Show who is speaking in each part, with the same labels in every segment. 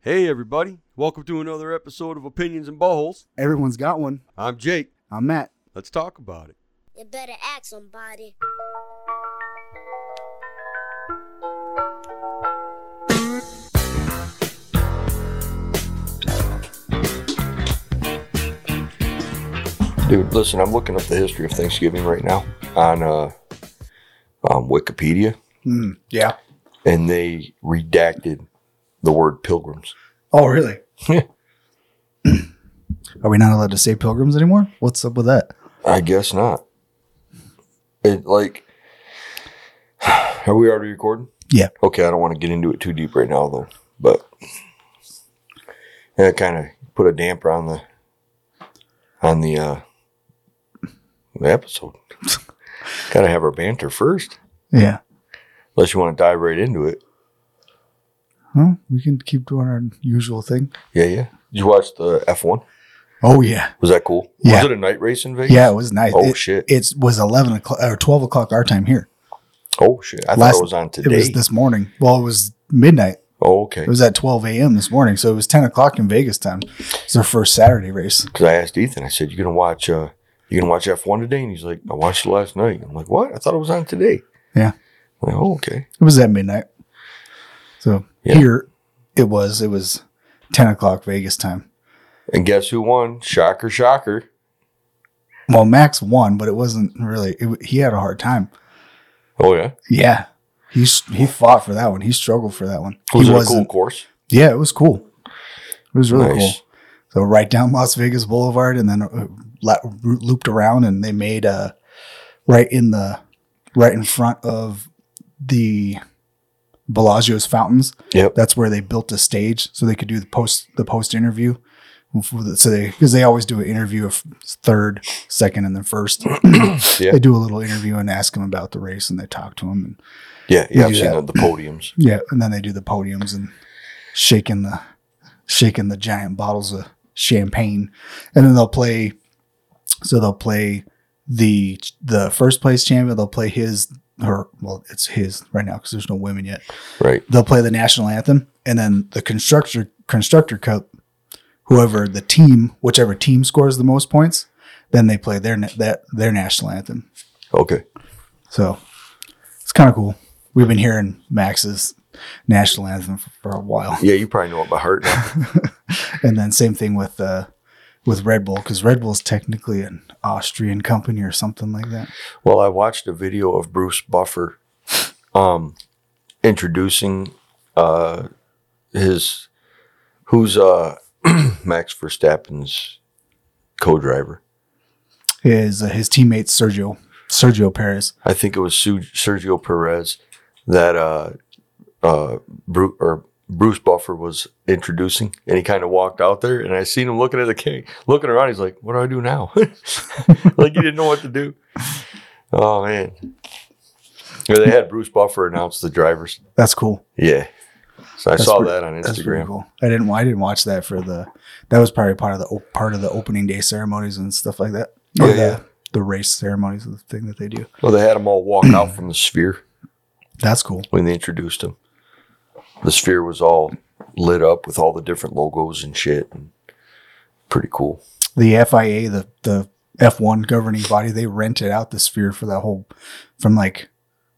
Speaker 1: Hey, everybody. Welcome to another episode of Opinions and Buttholes.
Speaker 2: Everyone's got one.
Speaker 1: I'm Jake.
Speaker 2: I'm Matt.
Speaker 1: Let's talk about it.
Speaker 3: You better ask somebody.
Speaker 4: Dude, listen, I'm looking up the history of Thanksgiving right now on uh, um, Wikipedia,
Speaker 2: Hmm. yeah.
Speaker 4: and they redacted the word pilgrims.
Speaker 2: Oh, really?
Speaker 4: Yeah.
Speaker 2: Are we not allowed to say pilgrims anymore? What's up with that?
Speaker 4: I guess not. It like, are we already recording?
Speaker 2: Yeah.
Speaker 4: Okay, I don't want to get into it too deep right now, though. But that kind of put a damper on the on the uh, the episode. Gotta have our banter first,
Speaker 2: Yeah.
Speaker 4: unless you want to dive right into it.
Speaker 2: Well, we can keep doing our usual thing.
Speaker 4: Yeah, yeah. Did you watch the F one?
Speaker 2: Oh yeah.
Speaker 4: Was that cool?
Speaker 2: Yeah.
Speaker 4: Was it a night race in Vegas?
Speaker 2: Yeah, it was nice.
Speaker 4: Oh
Speaker 2: it,
Speaker 4: shit.
Speaker 2: it was eleven o'clock or twelve o'clock our time here.
Speaker 4: oh shit. I
Speaker 2: last-
Speaker 4: thought it was on
Speaker 2: It
Speaker 4: today.
Speaker 2: was this morning. Well, it was midnight.
Speaker 4: oh okay.
Speaker 2: It was at twelve a.m. this morning, so it was ten o'clock in Vegas time. It's their first Saturday race.
Speaker 4: Because I asked Ethan, I said, "You gonna watch? uh You gonna watch F one today?" And he's like, "I watched it last night." I'm like, "What? I thought it was on today."
Speaker 2: Yeah.
Speaker 4: I'm like, oh okay.
Speaker 2: It was at midnight. So
Speaker 4: Yeah.
Speaker 2: here it was. It was ten o'clock Vegas time.
Speaker 4: And guess who won? Shocker, shocker.
Speaker 2: Well, Max won, but it wasn't really. It, he had a hard time.
Speaker 4: Oh yeah.
Speaker 2: Yeah, he s- he fought for that one. He struggled for that one.
Speaker 4: Was
Speaker 2: he
Speaker 4: it a cool course?
Speaker 2: Yeah, it was cool. It was really
Speaker 4: Nice.
Speaker 2: cool. So right down Las Vegas Boulevard, and then uh, la- looped around, and they made uh, right in the right in front of the Bellagio's fountains.
Speaker 4: Yep.
Speaker 2: That's where they built a stage so they could do the post the post interview. So they because they always do an interview of third, second, and then first.
Speaker 4: Yeah.
Speaker 2: They do a little interview and ask them about the race, and they talk to them. And,
Speaker 4: Yeah.
Speaker 2: We
Speaker 4: Yeah. I've
Speaker 2: do
Speaker 4: seen
Speaker 2: that.
Speaker 4: the, the podiums.
Speaker 2: yeah, and then they do the podiums and shaking the shaking the giant bottles of champagne, and then they'll play. So they'll play the the first place champion. They'll play his her. Well, it's his right now because there's no women yet.
Speaker 4: Right.
Speaker 2: They'll play the national anthem, and then the constructor constructor cup. Whoever the team, whichever team scores the most points, then they play their na- that their national anthem.
Speaker 4: Okay.
Speaker 2: So it's kind of cool. We've been hearing Max's national anthem for, for a while,
Speaker 4: Yeah, you probably know it by heart. Now.
Speaker 2: and then same thing with uh, with Red Bull because Red Bull's technically an Austrian company or something like that.
Speaker 4: Well, I watched a video of Bruce Buffer um, introducing uh, his who's uh, Max Verstappen's co-driver.
Speaker 2: His uh, his teammate Sergio Sergio Perez.
Speaker 4: I think it was Su- Sergio Perez that uh, uh, Bru- or Bruce Buffer was introducing, and he kind of walked out there, and I seen him looking at the king, looking around. He's like, "What do I do now?" like he didn't know what to do. Oh man! Yeah, they had Bruce Buffer announce the drivers.
Speaker 2: That's cool.
Speaker 4: Yeah. So I
Speaker 2: That's
Speaker 4: saw
Speaker 2: pretty-
Speaker 4: that on
Speaker 2: That's pretty
Speaker 4: Instagram.
Speaker 2: cool. I didn't I didn't watch that for the that was probably part of the op- part of the opening day ceremonies and stuff like that. Or
Speaker 4: Yeah,
Speaker 2: the,
Speaker 4: yeah.
Speaker 2: the race ceremonies, the thing that they do.
Speaker 4: Well, they had them all walk out from the sphere
Speaker 2: That's cool.
Speaker 4: when they introduced him. The sphere was all lit up with all the different logos and shit. And pretty cool.
Speaker 2: the FIA, the the F1 governing body, they rented out the sphere for that whole from like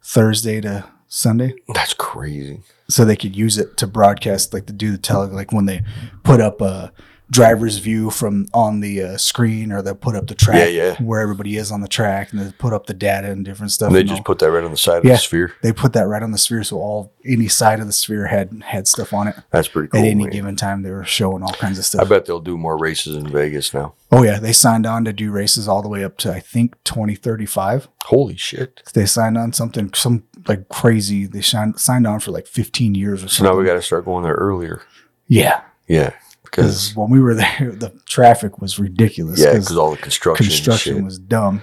Speaker 2: Thursday to Sunday,
Speaker 4: That's crazy.
Speaker 2: so they could use it to broadcast, like to do the tele, like when they put up a driver's view from on the uh, screen, or they put up the track
Speaker 4: Yeah, yeah.
Speaker 2: where everybody is on the track, and they put up the data and different stuff.
Speaker 4: And they
Speaker 2: and
Speaker 4: just
Speaker 2: all.
Speaker 4: put that right on the side of
Speaker 2: Yeah.
Speaker 4: the sphere.
Speaker 2: they put that right on the sphere, so all any side of the sphere had had stuff on it
Speaker 4: That's pretty cool.
Speaker 2: at any
Speaker 4: Oh, man.
Speaker 2: given time. They were showing all kinds of stuff.
Speaker 4: I bet they'll do more races in Vegas now.
Speaker 2: Oh yeah, they signed on to do races all the way up to I think twenty thirty five.
Speaker 4: Holy shit.
Speaker 2: they signed on something some like crazy they signed signed on for like 15 years or
Speaker 4: So
Speaker 2: something
Speaker 4: now we got to start going there earlier.
Speaker 2: yeah
Speaker 4: Yeah.
Speaker 2: because
Speaker 4: Because
Speaker 2: when we were there the traffic was ridiculous
Speaker 4: yeah, 'cause all the construction, and
Speaker 2: construction
Speaker 4: shit.
Speaker 2: was dumb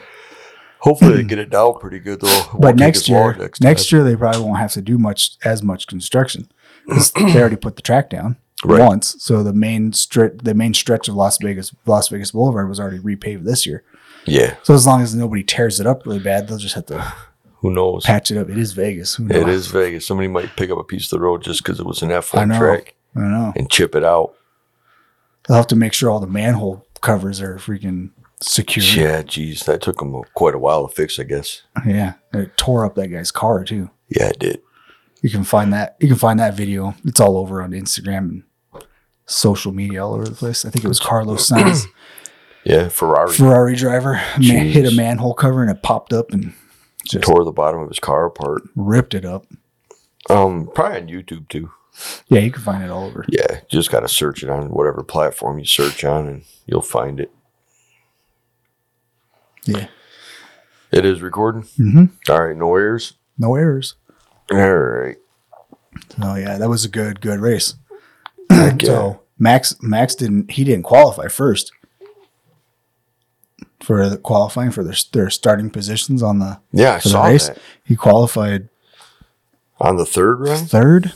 Speaker 4: Hopefully they get it down pretty good though. It won't
Speaker 2: but
Speaker 4: take
Speaker 2: next
Speaker 4: as long
Speaker 2: year next,
Speaker 4: time.
Speaker 2: year they probably won't have to do much as much construction 'Cause they already put the track down
Speaker 4: Right.
Speaker 2: once so the main stretch the main stretch of las vegas las vegas boulevard was already repaved this year
Speaker 4: Yeah.
Speaker 2: so as long as nobody tears it up really bad they'll just have to
Speaker 4: Who knows?
Speaker 2: patch it up it is vegas Who
Speaker 4: It
Speaker 2: knows?
Speaker 4: is Vegas. Somebody might pick up a piece of the road just because it was an F
Speaker 2: I
Speaker 4: one
Speaker 2: know.
Speaker 4: track.
Speaker 2: I don't know.
Speaker 4: and chip it out.
Speaker 2: They'll have to make sure all the manhole covers are freaking secure.
Speaker 4: Yeah, geez, that took them quite a while to fix, I guess.
Speaker 2: Yeah. It tore up that guy's car too.
Speaker 4: Yeah, it did.
Speaker 2: You can find that. You can find that video. It's all over on Instagram and social media all over the place. I think it was Carlos Sainz,
Speaker 4: Yeah, Ferrari
Speaker 2: Ferrari driver, man, hit a
Speaker 4: Jeez.
Speaker 2: manhole cover and it popped up and just
Speaker 4: tore the bottom of his car apart.
Speaker 2: ripped it up.
Speaker 4: Um, probably on YouTube too.
Speaker 2: Yeah, you can find it all over.
Speaker 4: Yeah, just gotta search it on whatever platform you search on, and you'll find it.
Speaker 2: Yeah.
Speaker 4: It is recording.
Speaker 2: hmm
Speaker 4: All right, no errors.
Speaker 2: No errors.
Speaker 4: All right.
Speaker 2: Oh yeah, that was a good good race.
Speaker 4: Heck yeah.
Speaker 2: So Max Max didn't he didn't qualify first for the qualifying for their their starting positions on the
Speaker 4: Yeah, I
Speaker 2: for the
Speaker 4: saw
Speaker 2: race.
Speaker 4: that
Speaker 2: He qualified
Speaker 4: on the third round.
Speaker 2: third,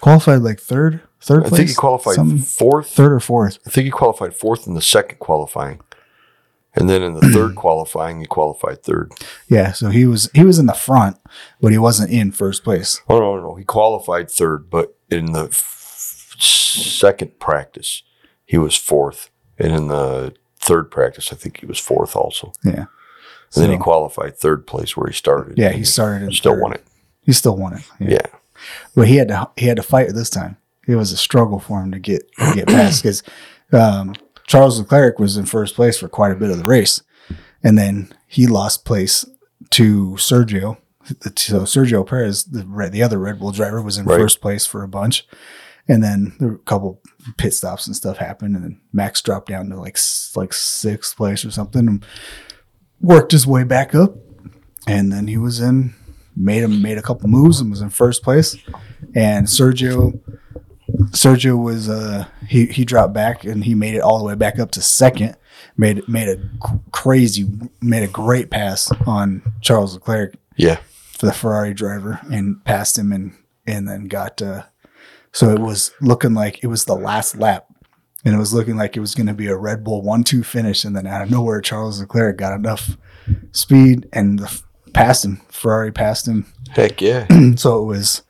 Speaker 2: qualified like third third
Speaker 4: I
Speaker 2: place.
Speaker 4: think he qualified
Speaker 2: something?
Speaker 4: fourth.
Speaker 2: third or fourth.
Speaker 4: I think he qualified fourth in the second qualifying, and then in the third qualifying, he qualified third.
Speaker 2: Yeah, so he was he was in the front, but he wasn't in first place.
Speaker 4: Oh no, no, he qualified third, but in the f- second practice, he was fourth, and in the third practice, I think he was fourth also.
Speaker 2: Yeah.
Speaker 4: And then he
Speaker 2: So-
Speaker 4: qualified third place where he started.
Speaker 2: yeah,
Speaker 4: and
Speaker 2: he started in
Speaker 4: still
Speaker 2: third.
Speaker 4: won it.
Speaker 2: He still won it.
Speaker 4: Yeah.
Speaker 2: but he had to he had to fight this time. It was a struggle for him to get to get past because um, Charles Leclerc was in first place for quite a bit of the race, and then he lost place to Sergio. So Sergio Perez, the re- the other Red Bull driver, was in
Speaker 4: Right.
Speaker 2: first place for a bunch, and then there were a couple pit stops and stuff happened, and then Max dropped down to like s- like sixth place or something, and worked his way back up, and then he was in made him made a couple moves and was in first place. And Sergio Sergio was uh he he dropped back and he made it all the way back up to second. Made made a cr- crazy made a great pass on Charles Leclerc
Speaker 4: Yeah.
Speaker 2: for the Ferrari driver and passed him and and then got uh so it was looking like it was the last lap and it was looking like it was going to be a Red Bull 1-2 finish and then out of nowhere Charles Leclerc got enough speed and the, passed him Ferrari passed him
Speaker 4: Heck yeah.
Speaker 2: so it was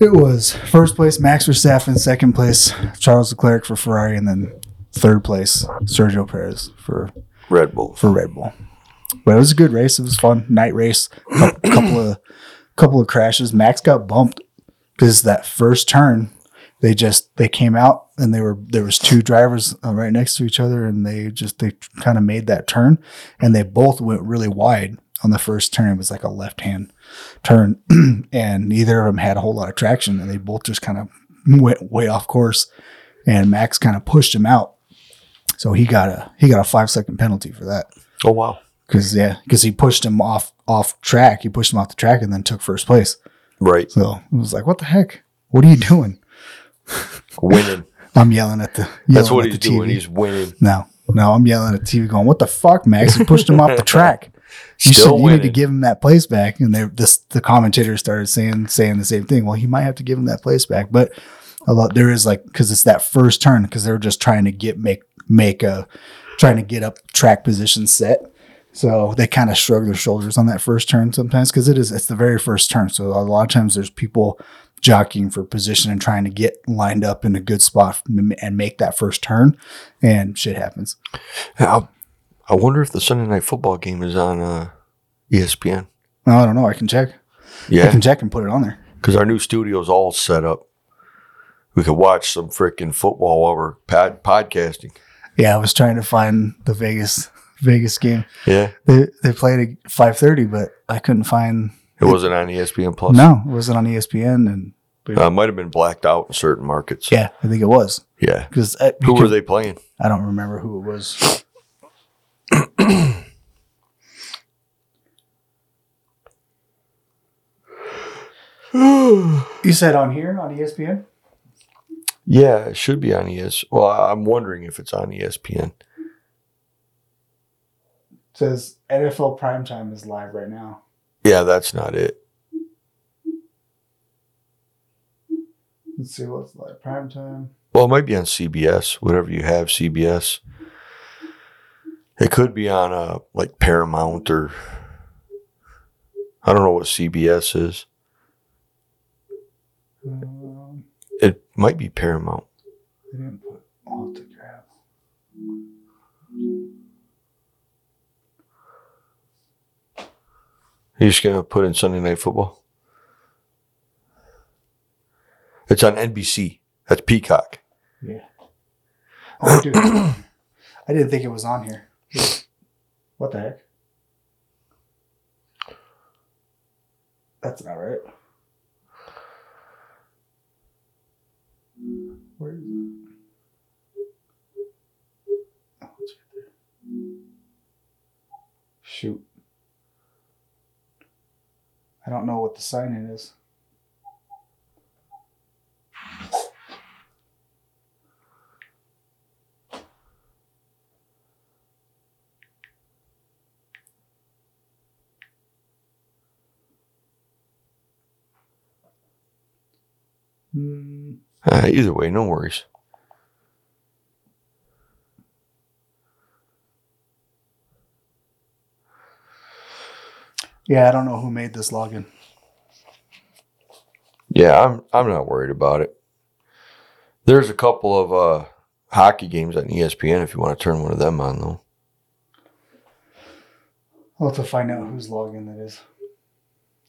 Speaker 2: it was first place Max Verstappen, second place Charles Leclerc for Ferrari, and then third place Sergio Perez for
Speaker 4: Red Bull.
Speaker 2: for Red Bull. But it was a good race. It was fun night race. A couple of couple of crashes. Max got bumped because that first turn they just they came out and they were there was two drivers uh, right next to each other and they just they kind of made that turn and they both went really wide on the first turn. It was like a left hand turn and neither of them had a whole lot of traction and they both just kind of went way off course and Max kind of pushed him out. So he got a he got a five second penalty for that.
Speaker 4: Oh wow.
Speaker 2: Cause yeah, because he pushed him off off track. He pushed him off the track and then took first place.
Speaker 4: Right.
Speaker 2: So it was like, what the heck? What are you doing?
Speaker 4: Winning.
Speaker 2: I'm yelling at the yelling
Speaker 4: That's what
Speaker 2: at
Speaker 4: he's
Speaker 2: the TV.
Speaker 4: doing. He's winning.
Speaker 2: no, no, I'm yelling at the TV, going, "What the fuck, Max? You pushed him off the track. You
Speaker 4: Still
Speaker 2: should you
Speaker 4: winning.
Speaker 2: need to give him that place back." And they, this, the commentator started saying saying the same thing. Well, he might have to give him that place back, but a lot there is like because it's that first turn because they're just trying to get make make a trying to get up track position set. So they kind of shrug their shoulders on that first turn sometimes because it is it's the very first turn. So a lot of times there's people jockeying for position and trying to get lined up in a good spot and make that first turn, and shit happens.
Speaker 4: I, I wonder if the Sunday night football game is on uh, ESPN.
Speaker 2: I don't know. I can check. I
Speaker 4: Yeah,
Speaker 2: can check and put it on there.
Speaker 4: because our new studio's all set up. We could watch some freaking football while we're pod- podcasting.
Speaker 2: Yeah, I was trying to find the Vegas Vegas game.
Speaker 4: Yeah,
Speaker 2: They they played at five thirty, but I couldn't find.
Speaker 4: it wasn't on E ESPN Plus.
Speaker 2: No, it wasn't on E ESPN, and
Speaker 4: Uh, it might have been blacked out in certain markets.
Speaker 2: yeah, I think it was
Speaker 4: yeah.
Speaker 2: because
Speaker 4: Who were they playing?
Speaker 2: I don't remember who it was. you said on here on E ESPN.
Speaker 4: Yeah, it should be on ES. Well, I'm wondering if it's on E ESPN.
Speaker 2: It says NFL primetime is live right now.
Speaker 4: Yeah, that's not it.
Speaker 2: Let's see what's live primetime.
Speaker 4: Well, it might be on CBS, whatever you have, CBS. It could be on uh like Paramount or I don't know what CBS is.
Speaker 2: Um,
Speaker 4: It might be Paramount.
Speaker 2: They didn't put off the grab.
Speaker 4: You just gonna put in Sunday Night Football. It's on NBC. That's Peacock.
Speaker 2: Oh, dude. I didn't think it was on here. What the heck? That's not right. Where is it? Oh, it's right there. Shoot. I don't know what the sign in is. Hmm.
Speaker 4: Uh, either way, no worries.
Speaker 2: Yeah, I don't know who made this login.
Speaker 4: Yeah, I'm I'm not worried about it. There's a couple of uh, hockey games on E ESPN if you want to turn one of them on though.
Speaker 2: I'll have to find out whose login that is.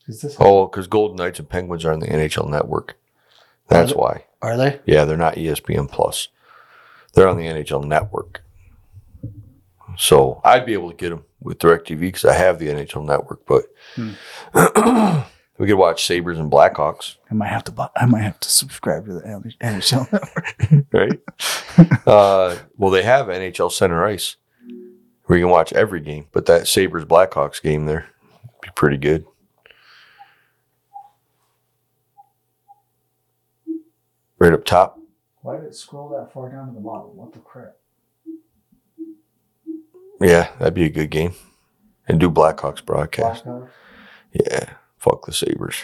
Speaker 2: Is this?
Speaker 4: Oh, because Golden Knights and Penguins are on the NHL Network. That's
Speaker 2: Are they-
Speaker 4: why.
Speaker 2: Are they?
Speaker 4: Yeah, they're not E ESPN Plus. They're on the NHL Network. So I'd be able to get them with DirecTV because I have the NHL Network. But
Speaker 2: Hmm.
Speaker 4: we could watch Sabers and Blackhawks,
Speaker 2: I might have to. Buy, I might have to subscribe to the NHL. Network.
Speaker 4: right? uh, well, they have NHL Center Ice where you can watch every game, but that Sabers Blackhawks game there would be pretty good. Right up top.
Speaker 2: Why did it scroll that far down to the bottom? What the crap?
Speaker 4: Yeah, that'd be a good game. And do Blackhawks broadcast. Yeah, fuck the Sabres.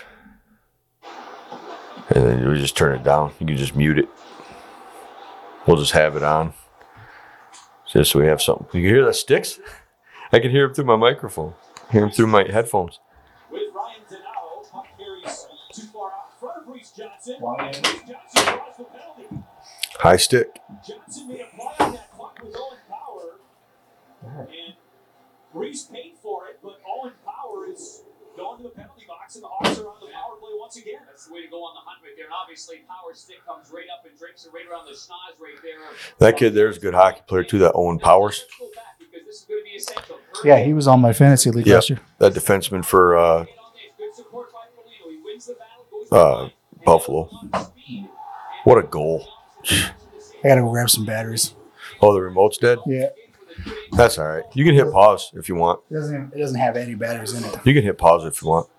Speaker 4: And then you just turn it down. You can just mute it. We'll just have it on. Just so we have something. You hear that sticks? I can hear him through my microphone. Hear him through my headphones.
Speaker 5: With Ryan Donato, puck carries too far out in front of Reese Johnson.
Speaker 2: Why?
Speaker 5: And Reese Johnson draws the penalty.
Speaker 4: High stick.
Speaker 5: Johnson made a play on that puck with Owen Power. And Reese paid for it, but Owen Power is going to the penalty box, and the Hawks are on the power play once again.
Speaker 6: That's the way to go on the hunt right there. And obviously, power stick comes right up and drinks it right around the schnoz right there.
Speaker 4: That kid there is a good hockey player too, that Owen Powers.
Speaker 6: Let's go back because this is going to be essential.
Speaker 2: Yeah, he was on my fantasy league
Speaker 4: Yeah.
Speaker 2: last year.
Speaker 4: That defenseman for uh,
Speaker 6: Get on this. Good support by Foligno. He wins the battle, goes to
Speaker 4: Uh,
Speaker 6: the line, and
Speaker 4: Buffalo.
Speaker 6: then on speed.
Speaker 4: what a goal.
Speaker 2: I gotta go grab some batteries.
Speaker 4: Oh, the remote's dead?
Speaker 2: Yeah,
Speaker 4: That's all right. You can hit pause if you want.
Speaker 2: it doesn't. It doesn't have any batteries in it.
Speaker 4: You can hit pause if you want.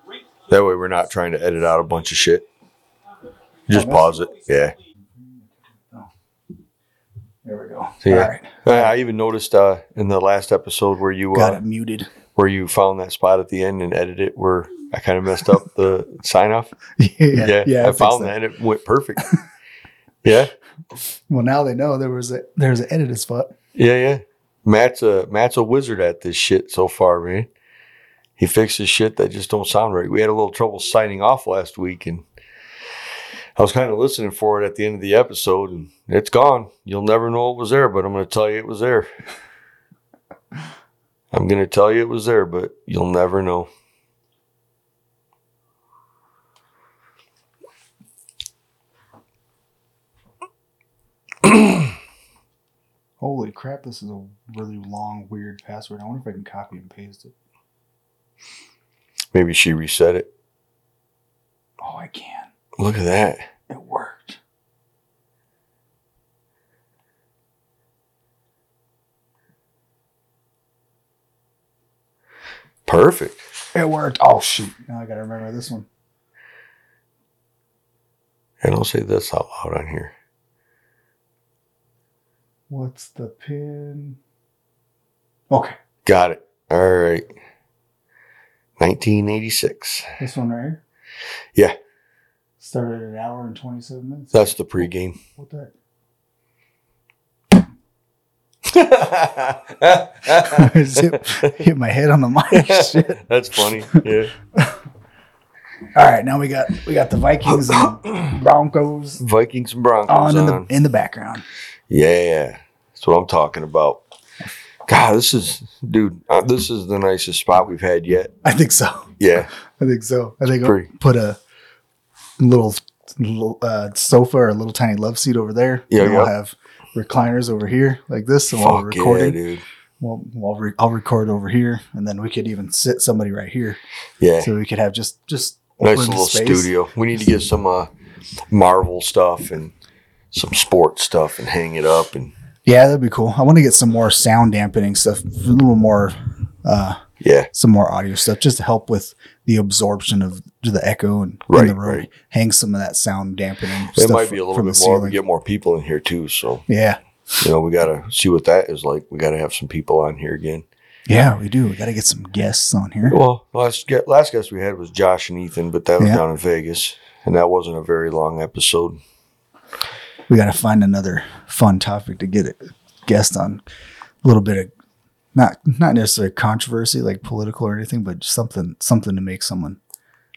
Speaker 4: That way we're not trying to edit out a bunch of shit. Just pause it. Yeah.
Speaker 2: There we go.
Speaker 4: Yeah.
Speaker 2: All right,
Speaker 4: I I even noticed uh, in the last episode where you
Speaker 2: got
Speaker 4: uh,
Speaker 2: it muted.
Speaker 4: where you found that spot at the end and edited it where I kind of messed up the sign off. Yeah, I
Speaker 2: fixed
Speaker 4: found that. and it went perfect. yeah,
Speaker 2: Well, now they know there was a there's an edited spot.
Speaker 4: yeah, yeah. Matt's a Matt's a wizard at this shit so far, man. He fixes shit that just don't sound right. We had a little trouble signing off last week, and I was kind of listening for it at the end of the episode, and it's gone. You'll never know it was there, but I'm going to tell you it was there. I'm going to tell you it was there, but you'll never know.
Speaker 2: Holy crap! This is a really long, weird password. I wonder if I can copy and paste it.
Speaker 4: Maybe she reset it.
Speaker 2: Oh, I can.
Speaker 4: Look at that.
Speaker 2: It worked.
Speaker 4: Perfect.
Speaker 2: It worked. Oh shoot! Now I gotta remember this one.
Speaker 4: And I'll say this out loud on here.
Speaker 2: What's the pin? Okay,
Speaker 4: Got it. All right. 1986.
Speaker 2: this one right here.
Speaker 4: Yeah.
Speaker 2: Started at an hour and twenty seven minutes.
Speaker 4: That's the pregame.
Speaker 2: What the? Zip. Hit my head on the mic. Shit.
Speaker 4: That's funny. Yeah.
Speaker 2: All right, now we got we got the Vikings and Broncos
Speaker 4: Vikings and
Speaker 2: on
Speaker 4: Broncos on.
Speaker 2: in Oh, the in the background.
Speaker 4: Yeah, that's what I'm talking about. God, this is, dude, uh, this is the nicest spot we've had yet.
Speaker 2: I think so.
Speaker 4: Yeah,
Speaker 2: I think so. I think
Speaker 4: pretty.
Speaker 2: I'll put a little, little uh, sofa or a little tiny love seat over there.
Speaker 4: Yeah,
Speaker 2: and we'll
Speaker 4: yeah.
Speaker 2: have recliners over here like this, and while we're
Speaker 4: fuck yeah,
Speaker 2: recording,
Speaker 4: dude.
Speaker 2: we'll, we'll re- I'll record over here, and then we could even sit somebody right here,
Speaker 4: Yeah,
Speaker 2: so we could have just just
Speaker 4: nice
Speaker 2: open
Speaker 4: little
Speaker 2: space.
Speaker 4: studio. We need to get some uh, Marvel stuff and some sports stuff and hang it up. And
Speaker 2: Yeah, that'd be cool. I want to get some more sound dampening stuff, a little more. Uh,
Speaker 4: yeah,
Speaker 2: some more audio stuff just to help with the absorption of the echo and in
Speaker 4: Right,
Speaker 2: the room.
Speaker 4: right.
Speaker 2: Hang some of that sound dampening.
Speaker 4: it
Speaker 2: stuff
Speaker 4: might be a little
Speaker 2: from the
Speaker 4: bit more. We
Speaker 2: ceiling.
Speaker 4: get more people in here too, so
Speaker 2: Yeah,
Speaker 4: you know we gotta see what that is like. We gotta have some people on here again.
Speaker 2: yeah, we do. We got to get some guests on here.
Speaker 4: Well, last gue- last guest we had was Josh and Ethan, but that was
Speaker 2: Yeah.
Speaker 4: down in Vegas, and that wasn't a very long episode.
Speaker 2: We got to find another fun topic to get a guest on. A little bit of not not necessarily controversy like political or anything, but just something something to make someone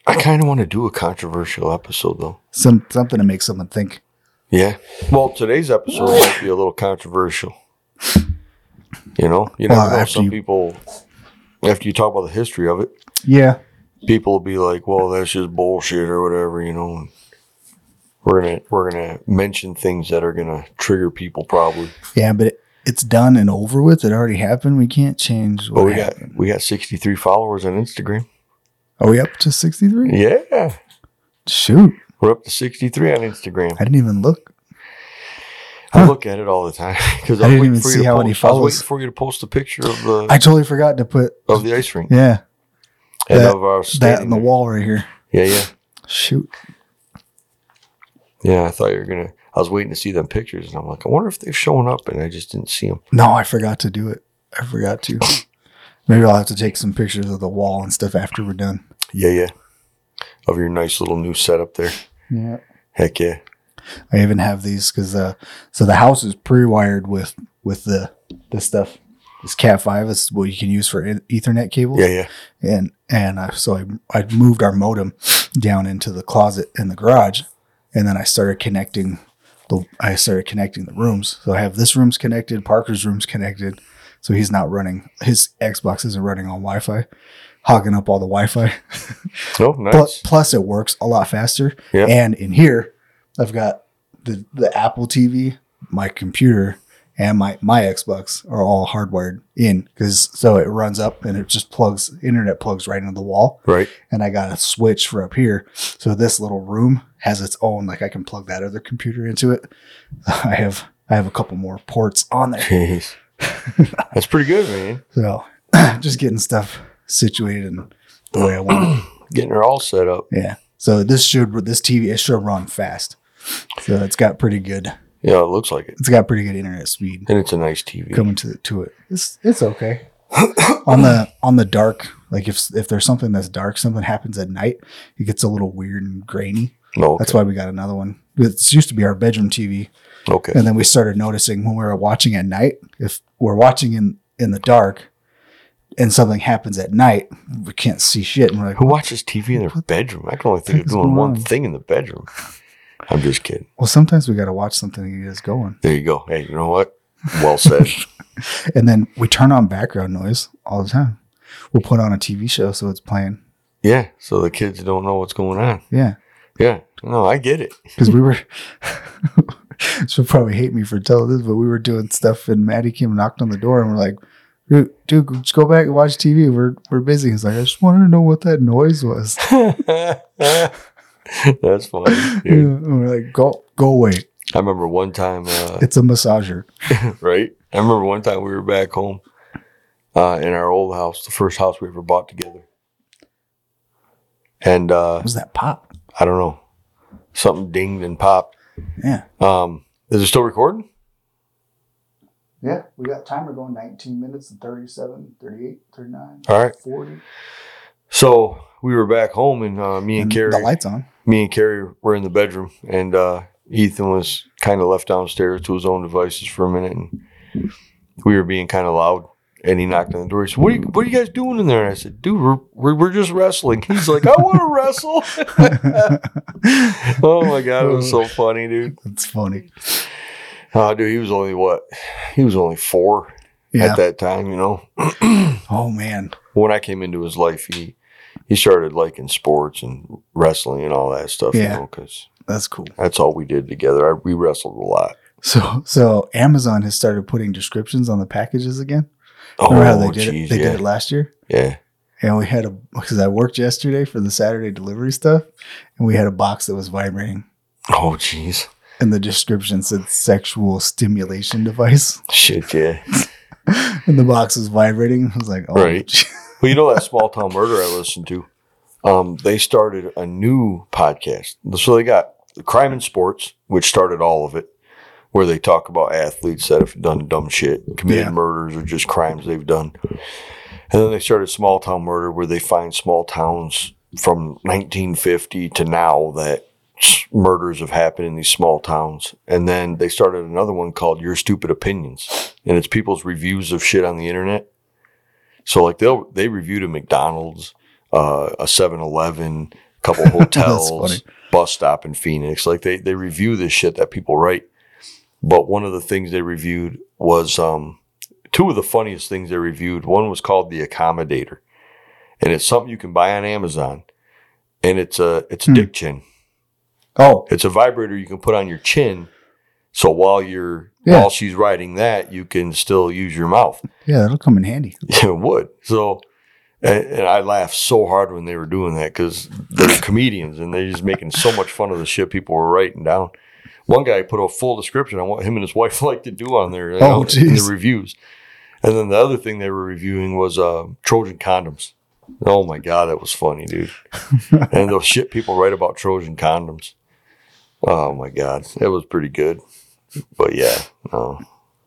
Speaker 4: I kind of want to do a controversial episode though.
Speaker 2: some something to make someone think.
Speaker 4: Yeah. Well, today's episode might be a little controversial. You know, you
Speaker 2: Well,
Speaker 4: never know.
Speaker 2: after
Speaker 4: Some
Speaker 2: you-
Speaker 4: people, after you talk about the history of it,
Speaker 2: Yeah,
Speaker 4: people will be like, "Well, that's just bullshit" or whatever. You know, and we're gonna we're gonna mention things that are gonna trigger people probably.
Speaker 2: yeah, but it, it's done and over with. It already happened. We can't change. What
Speaker 4: But we got
Speaker 2: happened.
Speaker 4: we got sixty three followers on Instagram.
Speaker 2: Are we up to sixty three?
Speaker 4: Yeah,
Speaker 2: Shoot,
Speaker 4: we're up to sixty three on Instagram.
Speaker 2: I didn't even look.
Speaker 4: I
Speaker 2: Huh.
Speaker 4: look at it all the time because
Speaker 2: I
Speaker 4: I
Speaker 2: didn't
Speaker 4: was waiting
Speaker 2: even
Speaker 4: for you
Speaker 2: see
Speaker 4: to
Speaker 2: how
Speaker 4: post.
Speaker 2: many
Speaker 4: I was
Speaker 2: follows.
Speaker 4: waiting for you to post a picture of the
Speaker 2: I totally forgot to put
Speaker 4: of the ice rink
Speaker 2: yeah
Speaker 4: and
Speaker 2: that-
Speaker 4: of our
Speaker 2: that in
Speaker 4: standing
Speaker 2: the
Speaker 4: there.
Speaker 2: wall right here.
Speaker 4: Yeah, yeah.
Speaker 2: Shoot,
Speaker 4: Yeah, I thought you were gonna. I was waiting to see them pictures, and I'm like, I wonder if they've shown up, and I just didn't see them.
Speaker 2: no, I forgot to do it. I forgot to. Maybe I'll have to take some pictures of the wall and stuff after we're done.
Speaker 4: Yeah, yeah. Of your nice little new setup there.
Speaker 2: Yeah,
Speaker 4: Heck yeah.
Speaker 2: I even have these because uh, so the house is pre-wired with with the this stuff. This Cat five is what you can use for e- Ethernet cables.
Speaker 4: Yeah, yeah.
Speaker 2: and and I, so I I moved our modem down into the closet in the garage, and then I started connecting the I started connecting the rooms. So I have this room's connected, Parker's room's connected, so he's not running his Xbox isn't running on Wi-Fi, hogging up all the Wi-Fi.
Speaker 4: Oh,
Speaker 2: Plus,
Speaker 4: nice.
Speaker 2: plus it works a lot faster.
Speaker 4: Yeah.
Speaker 2: And in here, I've got the the Apple TV, my computer, and my my Xbox are all hardwired in because so it runs up and it just plugs internet plugs right into the wall.
Speaker 4: Right.
Speaker 2: And I got a switch for up here, so this little room has its own. Like I can plug that other computer into it. I have I have a couple more ports on there,
Speaker 4: Jeez. That's pretty good, man.
Speaker 2: so just getting stuff situated and the way I want it.
Speaker 4: Getting her all set up.
Speaker 2: Yeah. So this should this TV it should run fast. So it's got pretty good.
Speaker 4: Yeah, it looks like it,
Speaker 2: It's got pretty good internet speed
Speaker 4: and it's a nice TV.
Speaker 2: coming to to it. It's it's okay. on the on the dark, like if if there's something that's dark, something happens at night, it gets a little weird and grainy.
Speaker 4: No, okay.
Speaker 2: That's why we got another one. It used to be our bedroom TV,
Speaker 4: okay.
Speaker 2: and then we started noticing when we were watching at night, if we're watching in in the dark, and something happens at night, we can't see shit, and we're like,
Speaker 4: Who watches TV in their bedroom? I can only think of
Speaker 2: What's
Speaker 4: doing
Speaker 2: going
Speaker 4: one
Speaker 2: on?
Speaker 4: thing in the bedroom. I'm just kidding.
Speaker 2: well, sometimes we got to watch something to get us going.
Speaker 4: There you go. Hey, you know what? Well said.
Speaker 2: And then we turn on background noise all the time. We'll put on a TV show so it's playing.
Speaker 4: yeah. So the kids don't know what's going on.
Speaker 2: Yeah.
Speaker 4: Yeah. No, I get it.
Speaker 2: Because we were, she'll probably hate me for telling this, but we were doing stuff and Maddie came and knocked on the door and we're like, dude, dude just go back and watch TV. We're, we're busy. He's like, I just wanted to know what that noise was.
Speaker 4: That's funny.
Speaker 2: Yeah.
Speaker 4: Dude.
Speaker 2: And we're like, go, go away.
Speaker 4: I remember one time, uh,
Speaker 2: It's a massager.
Speaker 4: right? I remember one time we were back home uh, in our old house, the first house we ever bought together. And uh,
Speaker 2: What was that pop?
Speaker 4: I don't know, something dinged and popped.
Speaker 2: Yeah.
Speaker 4: Um, is it still recording?
Speaker 2: Yeah. We got timer going 19 minutes and 37, 38, 39,
Speaker 4: All right.
Speaker 2: 40.
Speaker 4: So we were back home, and uh, me and,
Speaker 2: And
Speaker 4: Carrie,
Speaker 2: the lights on.
Speaker 4: me and Carrie were in the bedroom, and uh, Ethan was kind of left downstairs to his own devices for a minute, and we were being kind of loud. And he knocked on the door. He said, "What are you, what are you guys doing in there?" And I said, "Dude, we're, we're, we're just wrestling." He's like, "I want to wrestle." oh my god, it was so funny, dude.
Speaker 2: That's funny.
Speaker 4: Oh, dude, he was only what? He was only four
Speaker 2: Yeah.
Speaker 4: at that time, you know.
Speaker 2: Oh man.
Speaker 4: when I came into his life, he he started liking sports and wrestling and all that stuff,
Speaker 2: Yeah.
Speaker 4: you know, because
Speaker 2: That's cool.
Speaker 4: that's all we did together. I, we wrestled a lot.
Speaker 2: So so Amazon has started putting descriptions on the packages again.
Speaker 4: Oh,
Speaker 2: Remember how they did
Speaker 4: jeez,
Speaker 2: it? They
Speaker 4: yeah,
Speaker 2: did it last year.
Speaker 4: yeah.
Speaker 2: and we had a because I worked yesterday for the Saturday delivery stuff, and we had a box that was vibrating,
Speaker 4: Oh, jeez,
Speaker 2: and the description said "sexual stimulation device,"
Speaker 4: shit, yeah.
Speaker 2: and the box was vibrating. I was like, "Oh,
Speaker 4: Right. well, you know that small town murder I listened to. Um, they started a new podcast, so they got crime and sports, which started all of it, where they talk about athletes that have done dumb shit, committed
Speaker 2: Yeah.
Speaker 4: murders, or just crimes they've done. And then they started small town murder, where they find small towns from 1950 to now that s- murders have happened in these small towns. And then they started another one called Your Stupid Opinions, and it's people's reviews of shit on the internet. So like they'll they reviewed a McDonald's, uh, a 7-Eleven, a couple
Speaker 2: funny.
Speaker 4: hotels, bus stop in Phoenix. Like they they review this shit that people write. But one of the things they reviewed was um, two of the funniest things they reviewed. One was called the Accommodator, and it's something you can buy on Amazon, and it's a it's a
Speaker 2: Hmm.
Speaker 4: dick chin.
Speaker 2: oh,
Speaker 4: It's a vibrator you can put on your chin. So while you're
Speaker 2: Yeah.
Speaker 4: while she's riding that, you can still use your mouth.
Speaker 2: yeah, that'll come in handy."
Speaker 4: Yeah, it would. So, and, and I laughed so hard when they were doing that because they're comedians and they're just making so much fun of the shit people were writing down. One guy put a full description on what him and his wife like to do on there you
Speaker 2: Oh,
Speaker 4: know, in the
Speaker 2: geez.
Speaker 4: reviews. And then the other thing they were reviewing was uh, Trojan condoms. Oh my god, that was funny, dude! and those shit people write about Trojan condoms. Oh my god, that was pretty good. But yeah, no,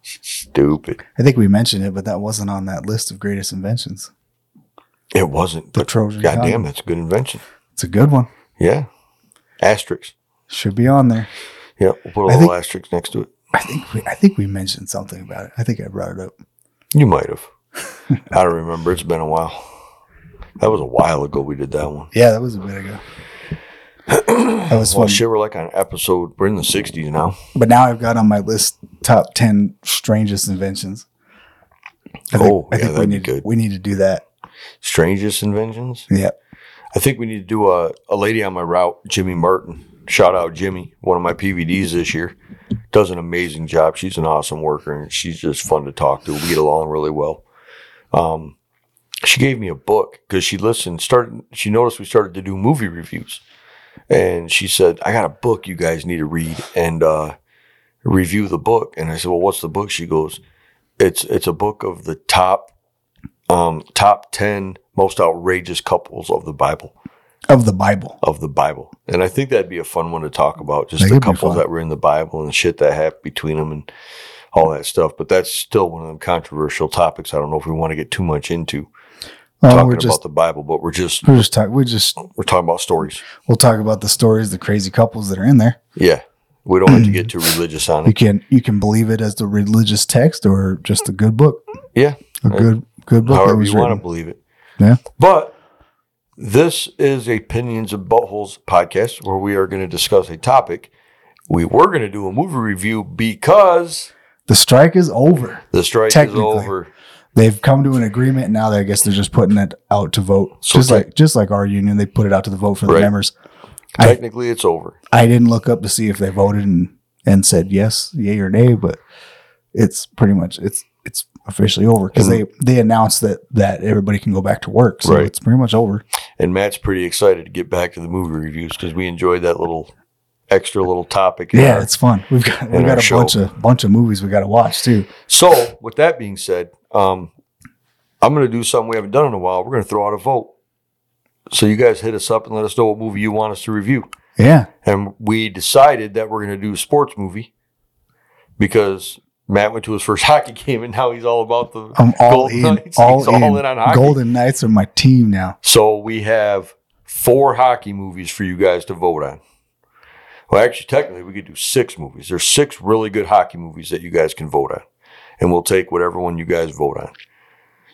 Speaker 4: stupid.
Speaker 2: I think we mentioned it, but that wasn't on that list of greatest inventions.
Speaker 4: It wasn't.
Speaker 2: The
Speaker 4: but
Speaker 2: Trojan
Speaker 4: God
Speaker 2: condom.
Speaker 4: damn, that's a good invention.
Speaker 2: It's a good one.
Speaker 4: Yeah. Asterisk.
Speaker 2: Should be on there.
Speaker 4: Yeah. We'll put a
Speaker 2: I
Speaker 4: little
Speaker 2: think-
Speaker 4: asterisk next to it.
Speaker 2: I think we, I think we mentioned something about it. I think I brought it up.
Speaker 4: You might have. I don't remember. It's been a while. That was a while ago we did that one.
Speaker 2: Yeah, that was a bit ago. That was
Speaker 4: Well,
Speaker 2: fun.
Speaker 4: shit, we're like on episode, we're in the 60s now.
Speaker 2: But now I've got on my list top ten strangest inventions. I think,
Speaker 4: Oh,
Speaker 2: I
Speaker 4: yeah,
Speaker 2: think we
Speaker 4: that'd be
Speaker 2: need
Speaker 4: good.
Speaker 2: we need to do that.
Speaker 4: Strangest inventions.
Speaker 2: Yeah.
Speaker 4: I think we need to do a, a lady on my route, Jimmy Martin. Shout out Jimmy, one of my PVDs this year. Does an amazing job. She's an awesome worker and she's just fun to talk to. We get along really well. Um, she gave me a book because she listened, started, she noticed we started to do movie reviews. And she said, I got a book you guys need to read and uh, review the book. And I said, Well, what's the book? She goes, It's it's a book of the top um, top ten most outrageous couples of the Bible
Speaker 2: Of the Bible.
Speaker 4: of the Bible. And I think that'd be a fun one to talk about, just
Speaker 2: That
Speaker 4: the
Speaker 2: could be
Speaker 4: couples
Speaker 2: fun.
Speaker 4: that were in the Bible and the shit that happened between them and all that stuff. But that's still one of them controversial topics. I don't know if we want to get too much into
Speaker 2: Oh,
Speaker 4: talking
Speaker 2: we're
Speaker 4: about
Speaker 2: just
Speaker 4: the Bible, but we're just
Speaker 2: we're just talk, we just
Speaker 4: we're talking about stories.
Speaker 2: we'll talk about the stories, the crazy couples that are in there.
Speaker 4: Yeah. We don't have to get too religious on
Speaker 2: You
Speaker 4: it.
Speaker 2: can you can believe it as the religious text or just a good book,
Speaker 4: Yeah.
Speaker 2: a good good book. that
Speaker 4: However
Speaker 2: was
Speaker 4: you want to
Speaker 2: written.
Speaker 4: believe it.
Speaker 2: Yeah.
Speaker 4: But this is Opinions of Buttholes podcast where we are going to discuss a topic. We were going to do a movie review because
Speaker 2: The strike is over.
Speaker 4: the strike is
Speaker 2: Technically.
Speaker 4: over.
Speaker 2: They've come to an agreement now. That I guess they're just putting it out to vote,
Speaker 4: So
Speaker 2: just
Speaker 4: tech-
Speaker 2: like just like our union, they put it out to the vote for the
Speaker 4: Right.
Speaker 2: members. I-
Speaker 4: Technically, it's over.
Speaker 2: I didn't look up to see if they voted and, and said yes, yay or nay, but it's pretty much it's it's officially over because they they announced that that everybody can go back to work, so
Speaker 4: Right.
Speaker 2: it's pretty much over.
Speaker 4: And Matt's pretty excited to get back to the movie reviews because we enjoyed that little extra little topic. in
Speaker 2: Yeah,
Speaker 4: our-
Speaker 2: it's fun. We've got we
Speaker 4: And our
Speaker 2: got a
Speaker 4: show.
Speaker 2: bunch of bunch of movies we got to watch too.
Speaker 4: So, with that being said, um, I'm going to do something we haven't done in a while. We're going to throw out a vote. So, you guys hit us up and let us know what movie you want us to review.
Speaker 2: Yeah,
Speaker 4: And we decided that we're going to do a sports movie because Matt went to his first hockey game and now he's all about the
Speaker 2: I'm all
Speaker 4: Golden
Speaker 2: in,
Speaker 4: Knights.
Speaker 2: all
Speaker 4: He's
Speaker 2: in.
Speaker 4: all in on hockey.
Speaker 2: Golden Knights are my team now.
Speaker 4: So we have four hockey movies for you guys to vote on. Well, actually, technically, we could do six movies. There's six really good hockey movies that you guys can vote on, and we'll take whatever one you guys vote on.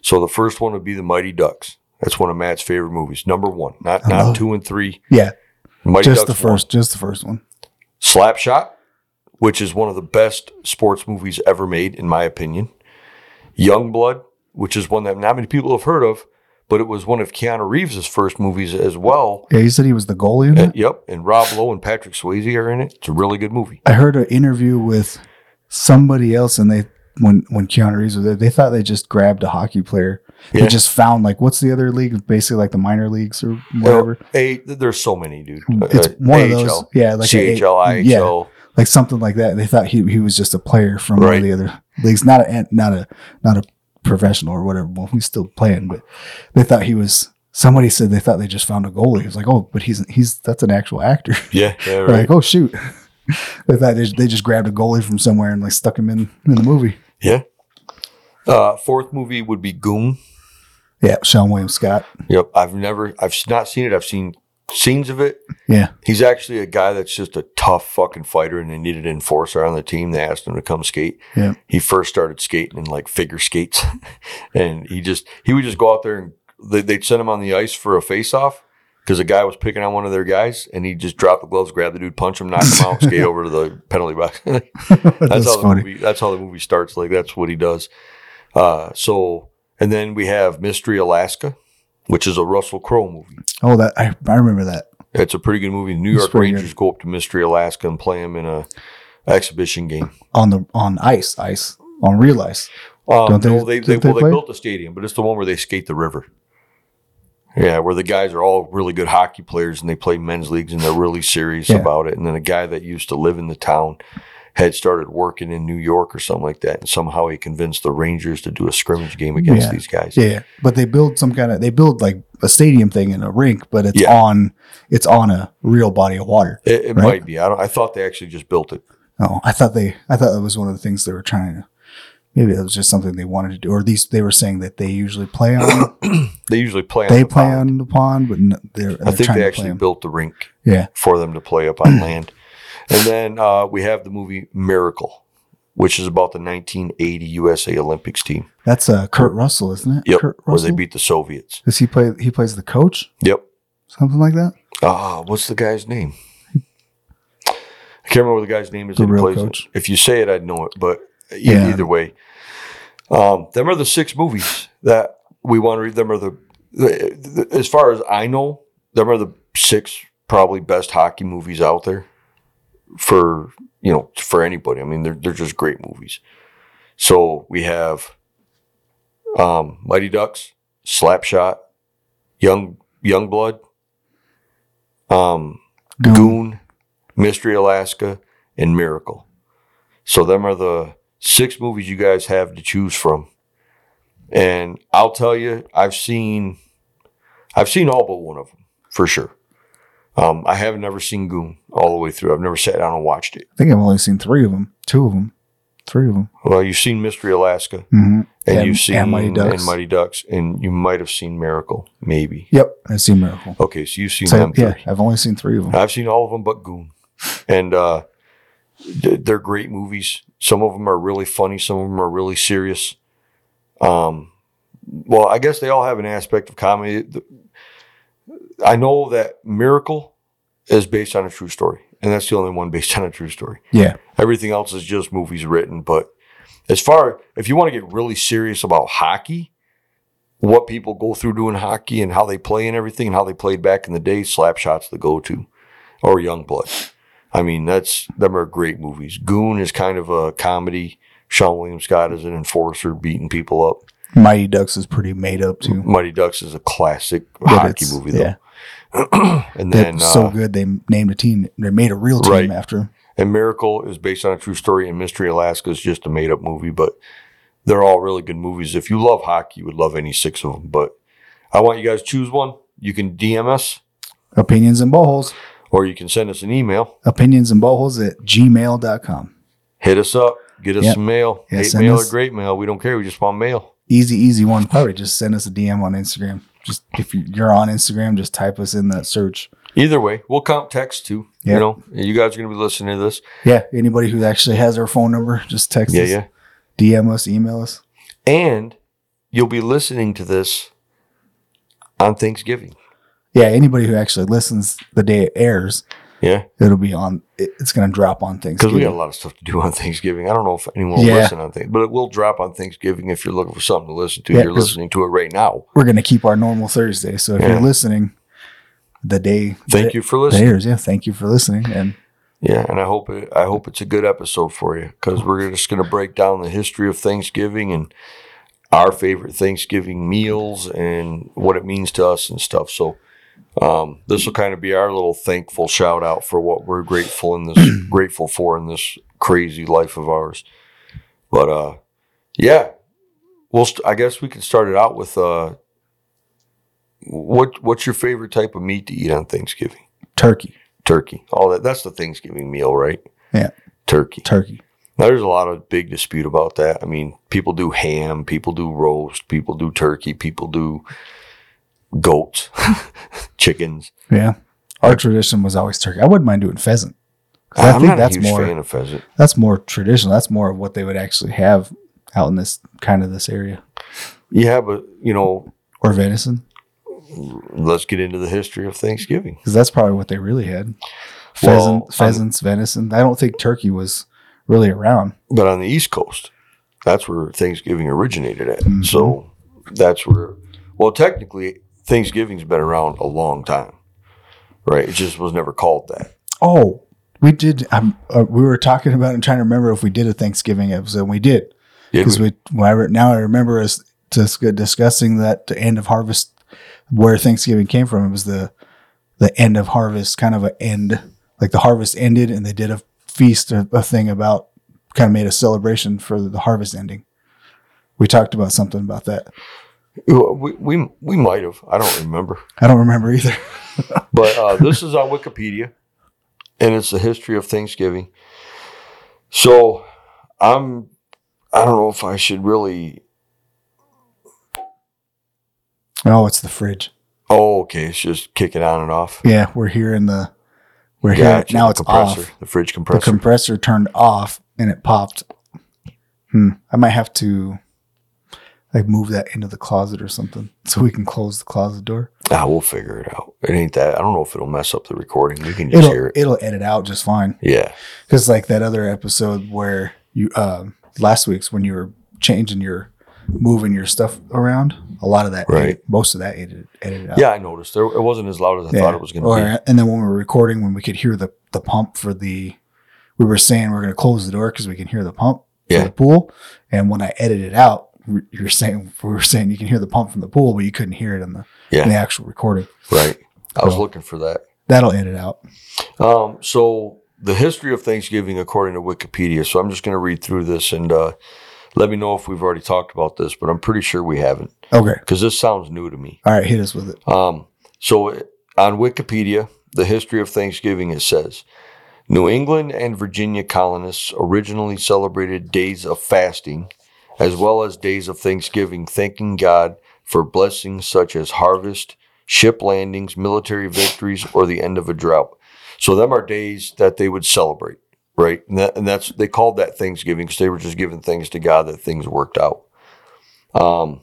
Speaker 4: So the first one would be the Mighty Ducks. That's one of Matt's favorite movies. Number one, not
Speaker 2: I
Speaker 4: not
Speaker 2: love-
Speaker 4: two and three.
Speaker 2: Yeah,
Speaker 4: Mighty
Speaker 2: just
Speaker 4: Ducks
Speaker 2: the first, just the first one.
Speaker 4: Slap Shot, which is one of the best sports movies ever made, in my opinion. Youngblood, which is one that not many people have heard of, but it was one of Keanu Reeves' first movies as well.
Speaker 2: Yeah, you said he was the goalie in
Speaker 4: Uh,
Speaker 2: it.
Speaker 4: yep, and Rob Lowe and Patrick Swayze are in it. It's a really good movie.
Speaker 2: I heard an interview with somebody else, and they when when Keanu Reeves was there, they thought they just grabbed a hockey player.
Speaker 4: Yeah.
Speaker 2: They just found like what's the other league? Basically, like the minor leagues or whatever.
Speaker 4: A, there's so many, dude.
Speaker 2: Mm, it's
Speaker 4: Oh, Uh,
Speaker 2: one of
Speaker 4: AHL,
Speaker 2: those, yeah, like a-
Speaker 4: CHL,
Speaker 2: yeah,
Speaker 4: IHL.
Speaker 2: like something like that. They thought he he was just a player from one
Speaker 4: Right.
Speaker 2: of the other leagues, not a not a not a professional or whatever. Well, he's still playing, but they thought he was. Somebody said they thought they just found a goalie. He was like, oh, but he's he's that's an actual actor.
Speaker 4: Yeah, yeah,
Speaker 2: They're
Speaker 4: right.
Speaker 2: Like, oh shoot. They thought they, they just grabbed a goalie from somewhere and like stuck him in in the movie.
Speaker 4: Yeah. Uh, fourth movie would be Goon.
Speaker 2: Yeah, Sean William Scott.
Speaker 4: Yep, I've never, I've not seen it. I've seen scenes of it.
Speaker 2: Yeah.
Speaker 4: He's actually a guy that's just a tough fucking fighter, and they needed an enforcer on the team. They asked him to come skate.
Speaker 2: Yeah.
Speaker 4: He first started skating in like figure skates, and he just he would just go out there and they, they'd send him on the ice for a face off because a guy was picking on one of their guys, and he'd just drop the gloves, grab the dude, punch him, knock him out, skate over to the penalty box.
Speaker 2: that's
Speaker 4: that's how the
Speaker 2: funny.
Speaker 4: movie, that's how the movie starts. Like that's what he does. Uh, so and then we have Mystery Alaska, which is a Russell Crowe movie.
Speaker 2: Oh, that I, I remember that.
Speaker 4: It's a pretty good movie. The New
Speaker 2: It's
Speaker 4: York
Speaker 2: pretty good.
Speaker 4: Rangers go up to Mystery Alaska and play him in a exhibition game.
Speaker 2: On the on ice, ice. On real ice.
Speaker 4: Um,
Speaker 2: Don't they-
Speaker 4: no, they, they,
Speaker 2: don't they
Speaker 4: well, they
Speaker 2: play?
Speaker 4: built a stadium, but it's the one where they skate the river. Yeah, where the guys are all really good hockey players and they play men's leagues and they're really serious
Speaker 2: Yeah.
Speaker 4: about it. And then a guy that used to live in the town had started working in New York or something like that, and somehow he convinced the Rangers to do a scrimmage game against
Speaker 2: Yeah.
Speaker 4: these guys.
Speaker 2: Yeah. But they build some kind of they build like a stadium thing in a rink, but it's
Speaker 4: Yeah.
Speaker 2: on it's on a real body of water.
Speaker 4: It, it
Speaker 2: Right.
Speaker 4: might be. I don't. I thought they actually just built it.
Speaker 2: Oh, I thought they I thought that was one of the things they were trying to maybe that was just something they wanted to do. Or these they were saying that they usually play on
Speaker 4: They usually play.
Speaker 2: they
Speaker 4: the
Speaker 2: play
Speaker 4: pond.
Speaker 2: on the pond, but no, they're, they're
Speaker 4: I
Speaker 2: trying
Speaker 4: think they
Speaker 2: to play
Speaker 4: actually
Speaker 2: 'em.
Speaker 4: built the rink
Speaker 2: Yeah.
Speaker 4: for them to play up on land. And then uh, we have the movie Miracle, which is about the 1980 USA Olympics team.
Speaker 2: That's uh, Kurt Russell, isn't it?
Speaker 4: Yep,
Speaker 2: Kurt
Speaker 4: where they beat the Soviets.
Speaker 2: Does he play? He plays the coach,
Speaker 4: Yep.
Speaker 2: something like that.
Speaker 4: Ah, what's the guy's name? I can't remember what the guy's name is.
Speaker 2: The
Speaker 4: that he
Speaker 2: real
Speaker 4: plays in.
Speaker 2: coach.
Speaker 4: If you say it, I'd know it. But e-
Speaker 2: Yeah.
Speaker 4: either way, um, them are the six movies that we want to read. Them are the, the, the as far as I know, them are the six probably best hockey movies out there for you know for anybody. I mean, they're they're just great movies. So we have um, Mighty Ducks, Slapshot, Young Young Blood, um,
Speaker 2: Goon.
Speaker 4: Goon, Mystery Alaska, and Miracle. So them are the six movies you guys have to choose from. And I'll tell you, I've seen, I've seen all but one of them for sure. Um, I have never seen Goon all the way through. I've never sat down and watched it.
Speaker 2: I think I've only seen three of them, two of them, three of them,
Speaker 4: Well, you've seen Mystery Alaska,
Speaker 2: mm-hmm.
Speaker 4: and,
Speaker 2: And-
Speaker 4: you've seen
Speaker 2: and Mighty Ducks.
Speaker 4: and Mighty Ducks, and you might have seen Miracle, maybe.
Speaker 2: Yep, I've seen Miracle.
Speaker 4: Okay, so you've seen
Speaker 2: So,
Speaker 4: them.
Speaker 2: yeah,
Speaker 4: three.
Speaker 2: I've only seen three of them.
Speaker 4: I've seen all of them but Goon. And uh, th- they're great movies. Some of them are really funny, some of them are really serious. Um, well, I guess they all have an aspect of comedy. The- I know that Miracle is based on a true story, and that's the only one based on a true story.
Speaker 2: Yeah.
Speaker 4: Everything else is just movies written. But as far if you want to get really serious about hockey, what people go through doing hockey and how they play and everything and how they played back in the day, Slapshot's the go-to or Youngblood. I mean, that's them are great movies. Goon is kind of a comedy. Sean William Scott is an enforcer beating people up.
Speaker 2: Mighty Ducks is pretty made up too.
Speaker 4: Mighty Ducks is a classic
Speaker 2: But
Speaker 4: hockey
Speaker 2: it's-
Speaker 4: movie though.
Speaker 2: Yeah, that's
Speaker 4: and then
Speaker 2: so
Speaker 4: uh,
Speaker 2: good they named a team. They made a real team
Speaker 4: Right.
Speaker 2: after him.
Speaker 4: And Miracle is based on a true story, and Mystery Alaska is just a made up movie, but they're all really good movies. If you love hockey, you would love any six of them. But I want you guys to choose one. You can DM us
Speaker 2: Opinions and Bowholes.
Speaker 4: or you can send us an email.
Speaker 2: Opinions and Bowholes at gmail.com.
Speaker 4: Hit us up, get us
Speaker 2: Yep.
Speaker 4: some mail.
Speaker 2: Yeah,
Speaker 4: Hate
Speaker 2: send
Speaker 4: mail
Speaker 2: us-
Speaker 4: or great mail. We don't care. We just want mail.
Speaker 2: Easy, easy one. Probably just send us a DM on Instagram. Just if you- you're on Instagram, just type us in that search.
Speaker 4: Either way, we'll count text too. You
Speaker 2: Yep.
Speaker 4: know, you guys are going to be listening to this.
Speaker 2: Yeah, anybody who actually has our phone number, just text
Speaker 4: Yeah,
Speaker 2: us,
Speaker 4: yeah.
Speaker 2: DM us, email us.
Speaker 4: And you'll be listening to this on Thanksgiving.
Speaker 2: Yeah, anybody who actually listens the day it airs,
Speaker 4: Yeah.
Speaker 2: it'll be on. it- It's going to drop on
Speaker 4: Because
Speaker 2: Thanksgiving.
Speaker 4: we got a lot of stuff to do on Thanksgiving. I don't know if anyone will
Speaker 2: Yeah.
Speaker 4: listen on Thanksgiving, but it will drop on Thanksgiving if you're looking for something to listen to.
Speaker 2: Yeah,
Speaker 4: you're
Speaker 2: 'cause-
Speaker 4: listening to it right now.
Speaker 2: We're going to keep our normal Thursday. So if
Speaker 4: Yeah.
Speaker 2: you're listening, the day
Speaker 4: Thank
Speaker 2: that
Speaker 4: you for
Speaker 2: it
Speaker 4: listening.
Speaker 2: airs, yeah, thank you for listening. And
Speaker 4: Yeah, and I hope it, I hope it's a good episode for you because we're just going to break down the history of Thanksgiving and our favorite Thanksgiving meals and what it means to us and stuff. So um, this will kind of be our little thankful shout out for what we're grateful in this grateful for in this crazy life of ours. But uh, yeah, well, st- I guess we can start it out with uh, what what's your favorite type of meat to eat on Thanksgiving?
Speaker 2: turkey,
Speaker 4: turkey. All that that's the Thanksgiving meal, right?
Speaker 2: Yeah.
Speaker 4: Turkey.
Speaker 2: turkey.
Speaker 4: Now, there's a lot of big dispute about that. I mean, people do ham, people do roast, people do turkey, people do goats, chickens.
Speaker 2: Yeah. Our tradition was always turkey. I wouldn't mind doing pheasant. 'Cause I
Speaker 4: I'm
Speaker 2: think
Speaker 4: not
Speaker 2: that's
Speaker 4: a huge
Speaker 2: more
Speaker 4: fan of pheasant.
Speaker 2: that's more traditional. That's more of what they would actually have out in this kind of this area.
Speaker 4: Yeah, but you know,
Speaker 2: Or venison.
Speaker 4: let's get into the history of Thanksgiving.
Speaker 2: Because that's probably what they really had.
Speaker 4: Well, um,
Speaker 2: Pheasant
Speaker 4: on-
Speaker 2: pheasants, venison. I don't think turkey was really around.
Speaker 4: But on the East Coast, that's where Thanksgiving originated at.
Speaker 2: Mhm.
Speaker 4: So that's where, well, technically, Thanksgiving's been around a long time, right? It just was never called that.
Speaker 2: Oh, we did. Um, uh, we were talking about and trying to remember if we did a Thanksgiving episode. And we did
Speaker 4: Did
Speaker 2: because we. when I re- now I remember us dis- discussing that the end of harvest, where Thanksgiving came from. It was the the end of harvest, kind of an end, like the harvest ended, and they did a feast, a, a thing about kind of made a celebration for the harvest ending. We talked about something about that.
Speaker 4: Well, We, we, we might have. I don't remember.
Speaker 2: I don't remember either.
Speaker 4: But uh, this is on Wikipedia, and it's the history of Thanksgiving. So I'm I don't know if I should really.
Speaker 2: Oh, it's the fridge.
Speaker 4: Oh, okay. It's just kicking on and off.
Speaker 2: Yeah, we're here in the we're here
Speaker 4: Gotcha,
Speaker 2: now.
Speaker 4: the
Speaker 2: It's
Speaker 4: compressor,
Speaker 2: off.
Speaker 4: the fridge
Speaker 2: the
Speaker 4: compressor.
Speaker 2: compressor turned off and it popped. Hmm. I might have to like move that into the closet or something so we can close the closet door.
Speaker 4: ah, we'll figure it out. It ain't that. I don't know if it'll mess up the recording. We can just
Speaker 2: It'll
Speaker 4: hear it.
Speaker 2: it'll edit out just fine.
Speaker 4: Yeah.
Speaker 2: Cause like that other episode where you um last week's when you were changing your moving your stuff around, a lot of that
Speaker 4: Right.
Speaker 2: edit- most of that edited edited out.
Speaker 4: Yeah, I noticed. There, it wasn't as loud as I thought it was going
Speaker 2: Or-
Speaker 4: to be.
Speaker 2: And then when we were recording, when we could hear the the pump for the, we were saying we're going to close the door because we can hear the pump
Speaker 4: Yeah.
Speaker 2: for the pool. And when I edited out, we- you were saying we were saying you can hear the pump from the pool, but you couldn't hear it in the in the
Speaker 4: Yeah.
Speaker 2: actual recording.
Speaker 4: Right. I was
Speaker 2: No.
Speaker 4: looking for that.
Speaker 2: That'll edit out.
Speaker 4: Um, so the history of Thanksgiving according to Wikipedia. So I'm just going to read through this and uh, let me know if we've already talked about this, but I'm pretty sure we haven't
Speaker 2: Okay.
Speaker 4: because this sounds new to me.
Speaker 2: All right. Hit us with it.
Speaker 4: Um, so it- on Wikipedia, the history of Thanksgiving it says New England and Virginia colonists originally celebrated days of fasting as well as days of Thanksgiving, thanking God for blessings such as harvest, ship landings, military victories, or the end of a drought. So them are days that they would celebrate, right? And, that, and that's they called that Thanksgiving because they were just giving thanks to God that things worked out. Um,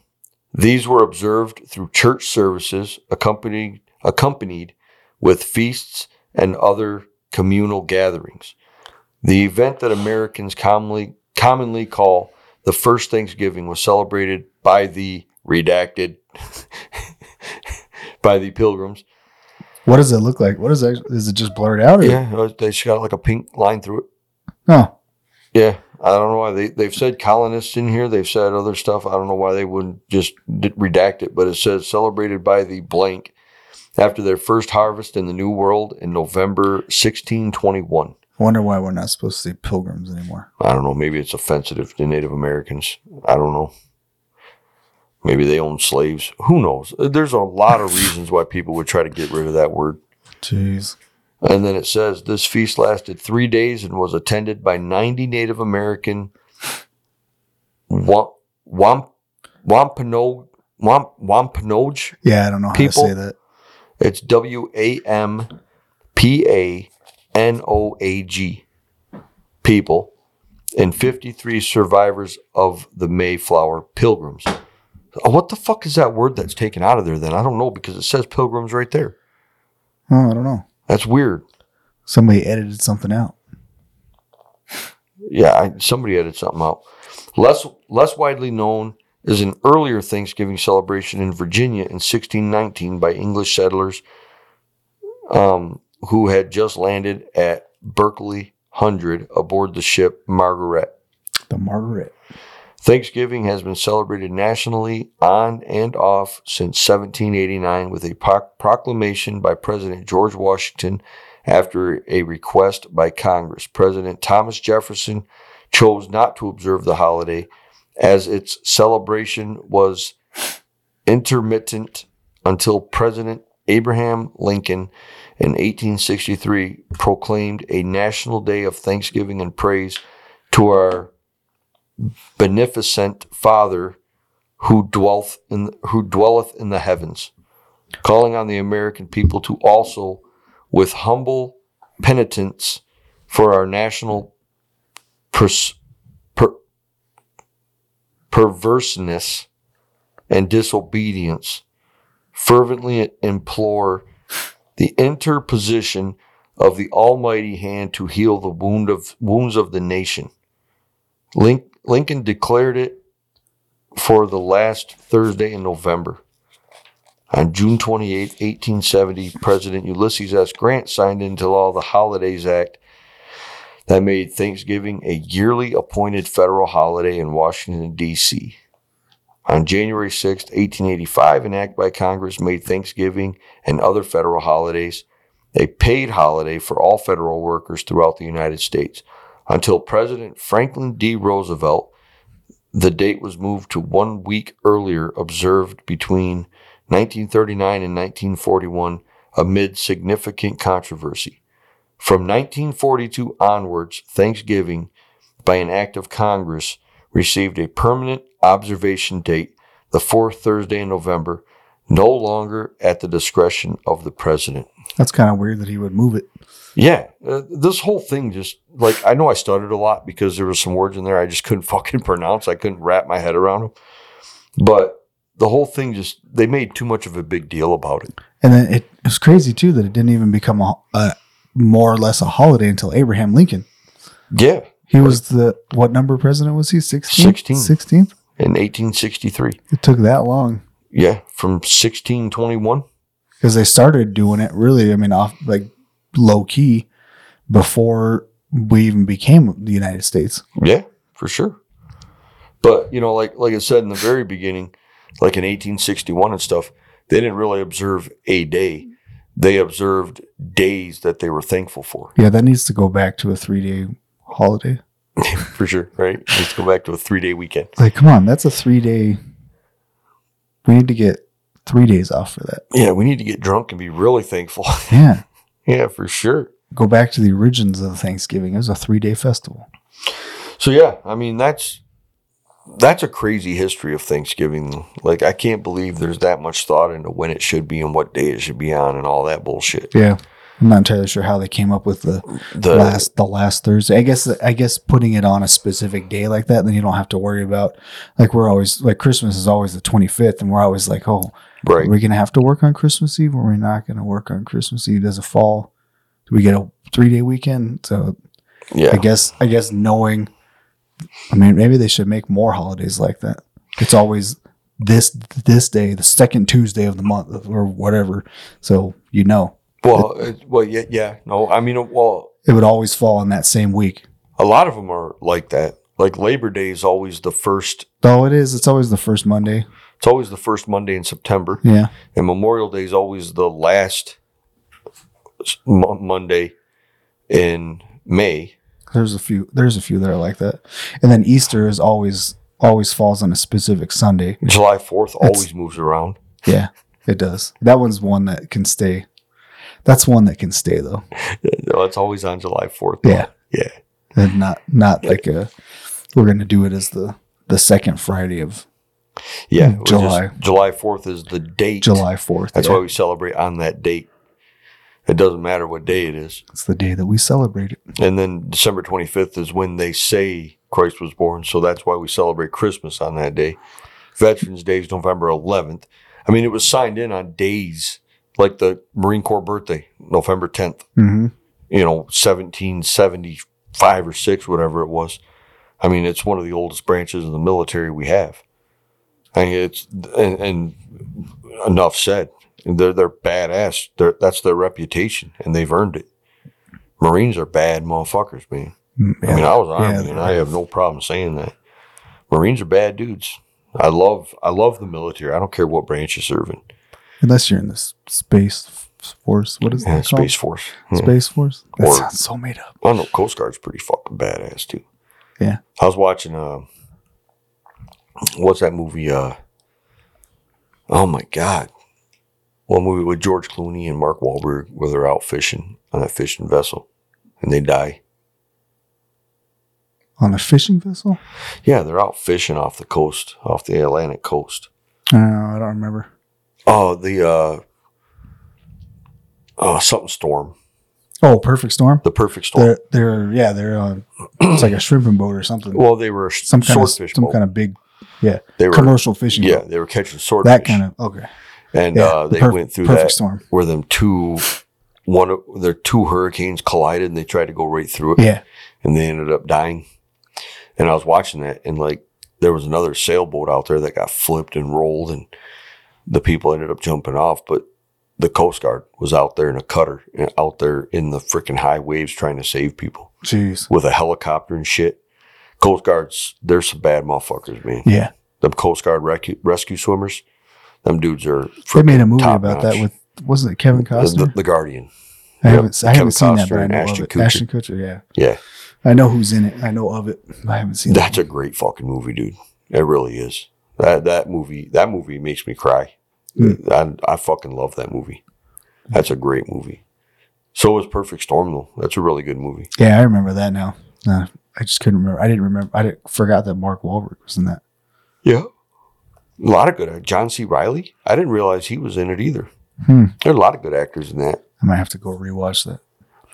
Speaker 4: these were observed through church services accompanied, accompanied with feasts and other communal gatherings. The event that Americans commonly, commonly call the first Thanksgiving was celebrated by the redacted, by the pilgrims.
Speaker 2: What does it look like? What is that? Is it just blurred out? Or?
Speaker 4: Yeah, uh, they just got like a pink line through it.
Speaker 2: Oh,
Speaker 4: Yeah, I don't know why they they've said colonists in here. They've said other stuff. I don't know why they wouldn't just d- redact it. But it says celebrated by the blank after their first harvest in the New World in November 1621.
Speaker 2: I wonder why we're not supposed to say pilgrims anymore.
Speaker 4: I don't know. Maybe it's offensive to Native Americans. I don't know. Maybe they owned slaves. Who knows? There's a lot of reasons why people would try to get rid of that word.
Speaker 2: Jeez.
Speaker 4: And then it says this feast lasted three days and was attended by 90 Native American Wam- Wam- Wampano- Wam- Wampanoag.
Speaker 2: Yeah, I don't know how
Speaker 4: People-
Speaker 2: to say that.
Speaker 4: It's W A M P A N O A G people and 53 survivors of the Mayflower Pilgrims. Uh, What the fuck is that word that's taken out of there then? I don't know because it says pilgrims right there.
Speaker 2: Oh, I don't know.
Speaker 4: That's weird.
Speaker 2: Somebody edited something out.
Speaker 4: Yeah, I, somebody edited something out. Less less widely known is an earlier Thanksgiving celebration in Virginia in 1619 by English settlers um, who had just landed at Berkeley Hundred aboard the ship Margaret.
Speaker 2: The Margaret.
Speaker 4: Thanksgiving has been celebrated nationally on and off since 1789 with a proc- proclamation by President George Washington after a request by Congress. President Thomas Jefferson chose not to observe the holiday as its celebration was intermittent until President Abraham Lincoln in 1863 proclaimed a national day of thanksgiving and praise to our beneficent Father who dwelleth in who dwelleth in the heavens, calling on the American people to also, with humble penitence for our national pers- per- perverseness and disobedience, fervently implore the interposition of the Almighty hand to heal the wound of wounds of the nation. Link, Lincoln declared it for the last Thursday in November. On June 28, 1870, President Ulysses S. Grant signed into law the Holidays Act that made Thanksgiving a yearly appointed federal holiday in Washington, D.C. On January 6, 1885, an act by Congress made Thanksgiving and other federal holidays a paid holiday for all federal workers throughout the United States until President Franklin D. Roosevelt, the date was moved to one week earlier, observed between 1939 and 1941 amid significant controversy. From 1942 onwards, Thanksgiving, by an act of Congress, received a permanent observation date, the fourth Thursday in November, no longer at the discretion of the president.
Speaker 2: That's kind of weird that he would move it.
Speaker 4: Yeah, uh, this whole thing just like I know I stuttered a lot because there were some words in there I just couldn't fucking pronounce. I couldn't wrap my head around them. But the whole thing just they made too much of a big deal about it.
Speaker 2: And then it, it was crazy too that it didn't even become a, a more or less a holiday until Abraham Lincoln.
Speaker 4: Yeah,
Speaker 2: He was the what number president was he? 16th?
Speaker 4: 16th.
Speaker 2: 16th?
Speaker 4: in 1863.
Speaker 2: It took that long
Speaker 4: Yeah, from 1621.
Speaker 2: because they started doing it really, I mean, off like low key before we even became the United States.
Speaker 4: Yeah, for sure. But you know, like like I said in the very beginning, like in 1861 and stuff, they didn't really observe a day. They observed days that they were thankful for.
Speaker 2: Yeah, that needs to go back to a three day holiday.
Speaker 4: for sure, right? Let's go back to a three day weekend.
Speaker 2: Like, come on, that's a three day. We need to get three days off for that.
Speaker 4: Yeah, we need to get drunk and be really thankful.
Speaker 2: Yeah.
Speaker 4: yeah, for sure.
Speaker 2: Go back to the origins of Thanksgiving. It was a three day festival.
Speaker 4: So yeah, I mean that's that's a crazy history of Thanksgiving. Like I can't believe there's that much thought into when it should be and what day it should be on and all that bullshit.
Speaker 2: Yeah. I'm not entirely sure how they came up with the
Speaker 4: The
Speaker 2: last the last Thursday. I guess I guess putting it on a specific day like that, then you don't have to worry about like we're always like Christmas is always the 25th, and we're always like, oh,
Speaker 4: right.
Speaker 2: are we gonna have to work on Christmas Eve, or we're not gonna work on Christmas Eve? Does it fall? Do we get a three day weekend? So I
Speaker 4: Yeah.
Speaker 2: guess I guess knowing, I mean, maybe they should make more holidays like that. It's always this this day, the second Tuesday of the month, or whatever. So you know,
Speaker 4: Well, it, well, yeah, yeah. No, I mean, uh, well,
Speaker 2: it would always fall on that same week.
Speaker 4: a lot of them are like that. Like Labor Day is always the first.
Speaker 2: Though it is, it's always the first Monday.
Speaker 4: It's always the first Monday in September,
Speaker 2: Yeah,
Speaker 4: and Memorial Day is always the last s- Mon- Monday in May.
Speaker 2: there's a few. There's a few that are like that, and then Easter is always always falls on a specific Sunday.
Speaker 4: July 4th
Speaker 2: That's-
Speaker 4: always moves around.
Speaker 2: Yeah, it does. That one's one that can stay. That's one that can stay though,
Speaker 4: No, it's always on July 4th. though.
Speaker 2: Yeah.
Speaker 4: Yeah.
Speaker 2: and not not like a. We're gonna do it as the the second Friday of
Speaker 4: Yeah. it was
Speaker 2: July.
Speaker 4: just- July 4th is the date.
Speaker 2: July fourth.
Speaker 4: That's why we celebrate on that date. It doesn't matter what day it is.
Speaker 2: it's the day that we celebrate it.
Speaker 4: And then December 25th is when they say Christ was born. So that's why we celebrate Christmas on that day. Veterans Day is November 11th. I mean, it was signed in on days like the Marine Corps birthday, November 10th,
Speaker 2: Mm-hmm.
Speaker 4: you know, 1775 or 6, whatever it was. I mean, it's one of the oldest branches of the military we have. I mean, it's, and, and enough said. They're, they're badass. They're, that's their reputation, and they've earned it. Marines are bad motherfuckers, man. I mean, I was army,
Speaker 2: Mm, Yeah.
Speaker 4: and I have no problem saying that. Marines are bad dudes. I love, I love the military. I don't care what branch you serve in.
Speaker 2: Unless you're in this space force. What is
Speaker 4: Yeah,
Speaker 2: that called?
Speaker 4: Space Force. Hmm.
Speaker 2: Space Force. That
Speaker 4: Or-
Speaker 2: sounds so made up.
Speaker 4: I know Coast Guard's pretty fucking badass too.
Speaker 2: Yeah.
Speaker 4: I was watching. Uh, what's that movie? Uh, oh my god, one movie with George Clooney and Mark Wahlberg where they're out fishing on that fishing vessel, and they die.
Speaker 2: On a fishing vessel?
Speaker 4: Yeah, they're out fishing off the coast, off the Atlantic coast.
Speaker 2: I don't know. I don't remember.
Speaker 4: Oh, the uh, uh, something storm,
Speaker 2: Oh, perfect storm.
Speaker 4: the perfect storm.
Speaker 2: They're, they're yeah, they're on. It's like a shrimping boat or something.
Speaker 4: well, they were
Speaker 2: some kind of
Speaker 4: swordfish.
Speaker 2: some
Speaker 4: boat.
Speaker 2: kind of big
Speaker 4: they were
Speaker 2: commercial fishing.
Speaker 4: yeah,
Speaker 2: boat.
Speaker 4: they were catching swordfish.
Speaker 2: that kind of okay.
Speaker 4: and
Speaker 2: yeah,
Speaker 4: uh,
Speaker 2: the
Speaker 4: they
Speaker 2: perf-
Speaker 4: went through
Speaker 2: perfect
Speaker 4: that
Speaker 2: storm.
Speaker 4: where them two, one of their two hurricanes collided, and they tried to go right through it,
Speaker 2: Yeah,
Speaker 4: and they ended up dying. And I was watching that, and like there was another sailboat out there that got flipped and rolled, and the people ended up jumping off, but. The Coast Guard was out there in a cutter, uh, out there in the freaking high waves trying to save people
Speaker 2: jeez.
Speaker 4: with a helicopter and shit. Coast Guards, they're some bad motherfuckers, man.
Speaker 2: Yeah,
Speaker 4: Them Coast Guard recu- rescue swimmers, them dudes are.
Speaker 2: they made a movie
Speaker 4: top
Speaker 2: about
Speaker 4: notch.
Speaker 2: that with wasn't it Kevin
Speaker 4: The,
Speaker 2: Costner?
Speaker 4: the Guardian.
Speaker 2: I
Speaker 4: yeah,
Speaker 2: haven't I
Speaker 4: Kevin
Speaker 2: haven't seen that,
Speaker 4: Costner
Speaker 2: but I
Speaker 4: and
Speaker 2: know
Speaker 4: Ashton
Speaker 2: of it.
Speaker 4: Kutcher.
Speaker 2: Ashton Kutcher, yeah,
Speaker 4: Yeah,
Speaker 2: I know who's in it. I know of it. I haven't seen
Speaker 4: that's
Speaker 2: that.
Speaker 4: a great fucking movie, dude. It really is. That that movie that movie makes me cry.
Speaker 2: Mm.
Speaker 4: I I fucking love that movie. That's a great movie. So was Perfect Storm though. That's a really good movie.
Speaker 2: yeah, I remember that now. Nah, I just couldn't remember. I didn't remember. I didn't, forgot that Mark Wahlberg was in that.
Speaker 4: Yeah, a lot of good. uh, John C. Riley. I didn't realize he was in it either.
Speaker 2: Hmm.
Speaker 4: There are a lot of good actors in that.
Speaker 2: I might have to go rewatch that.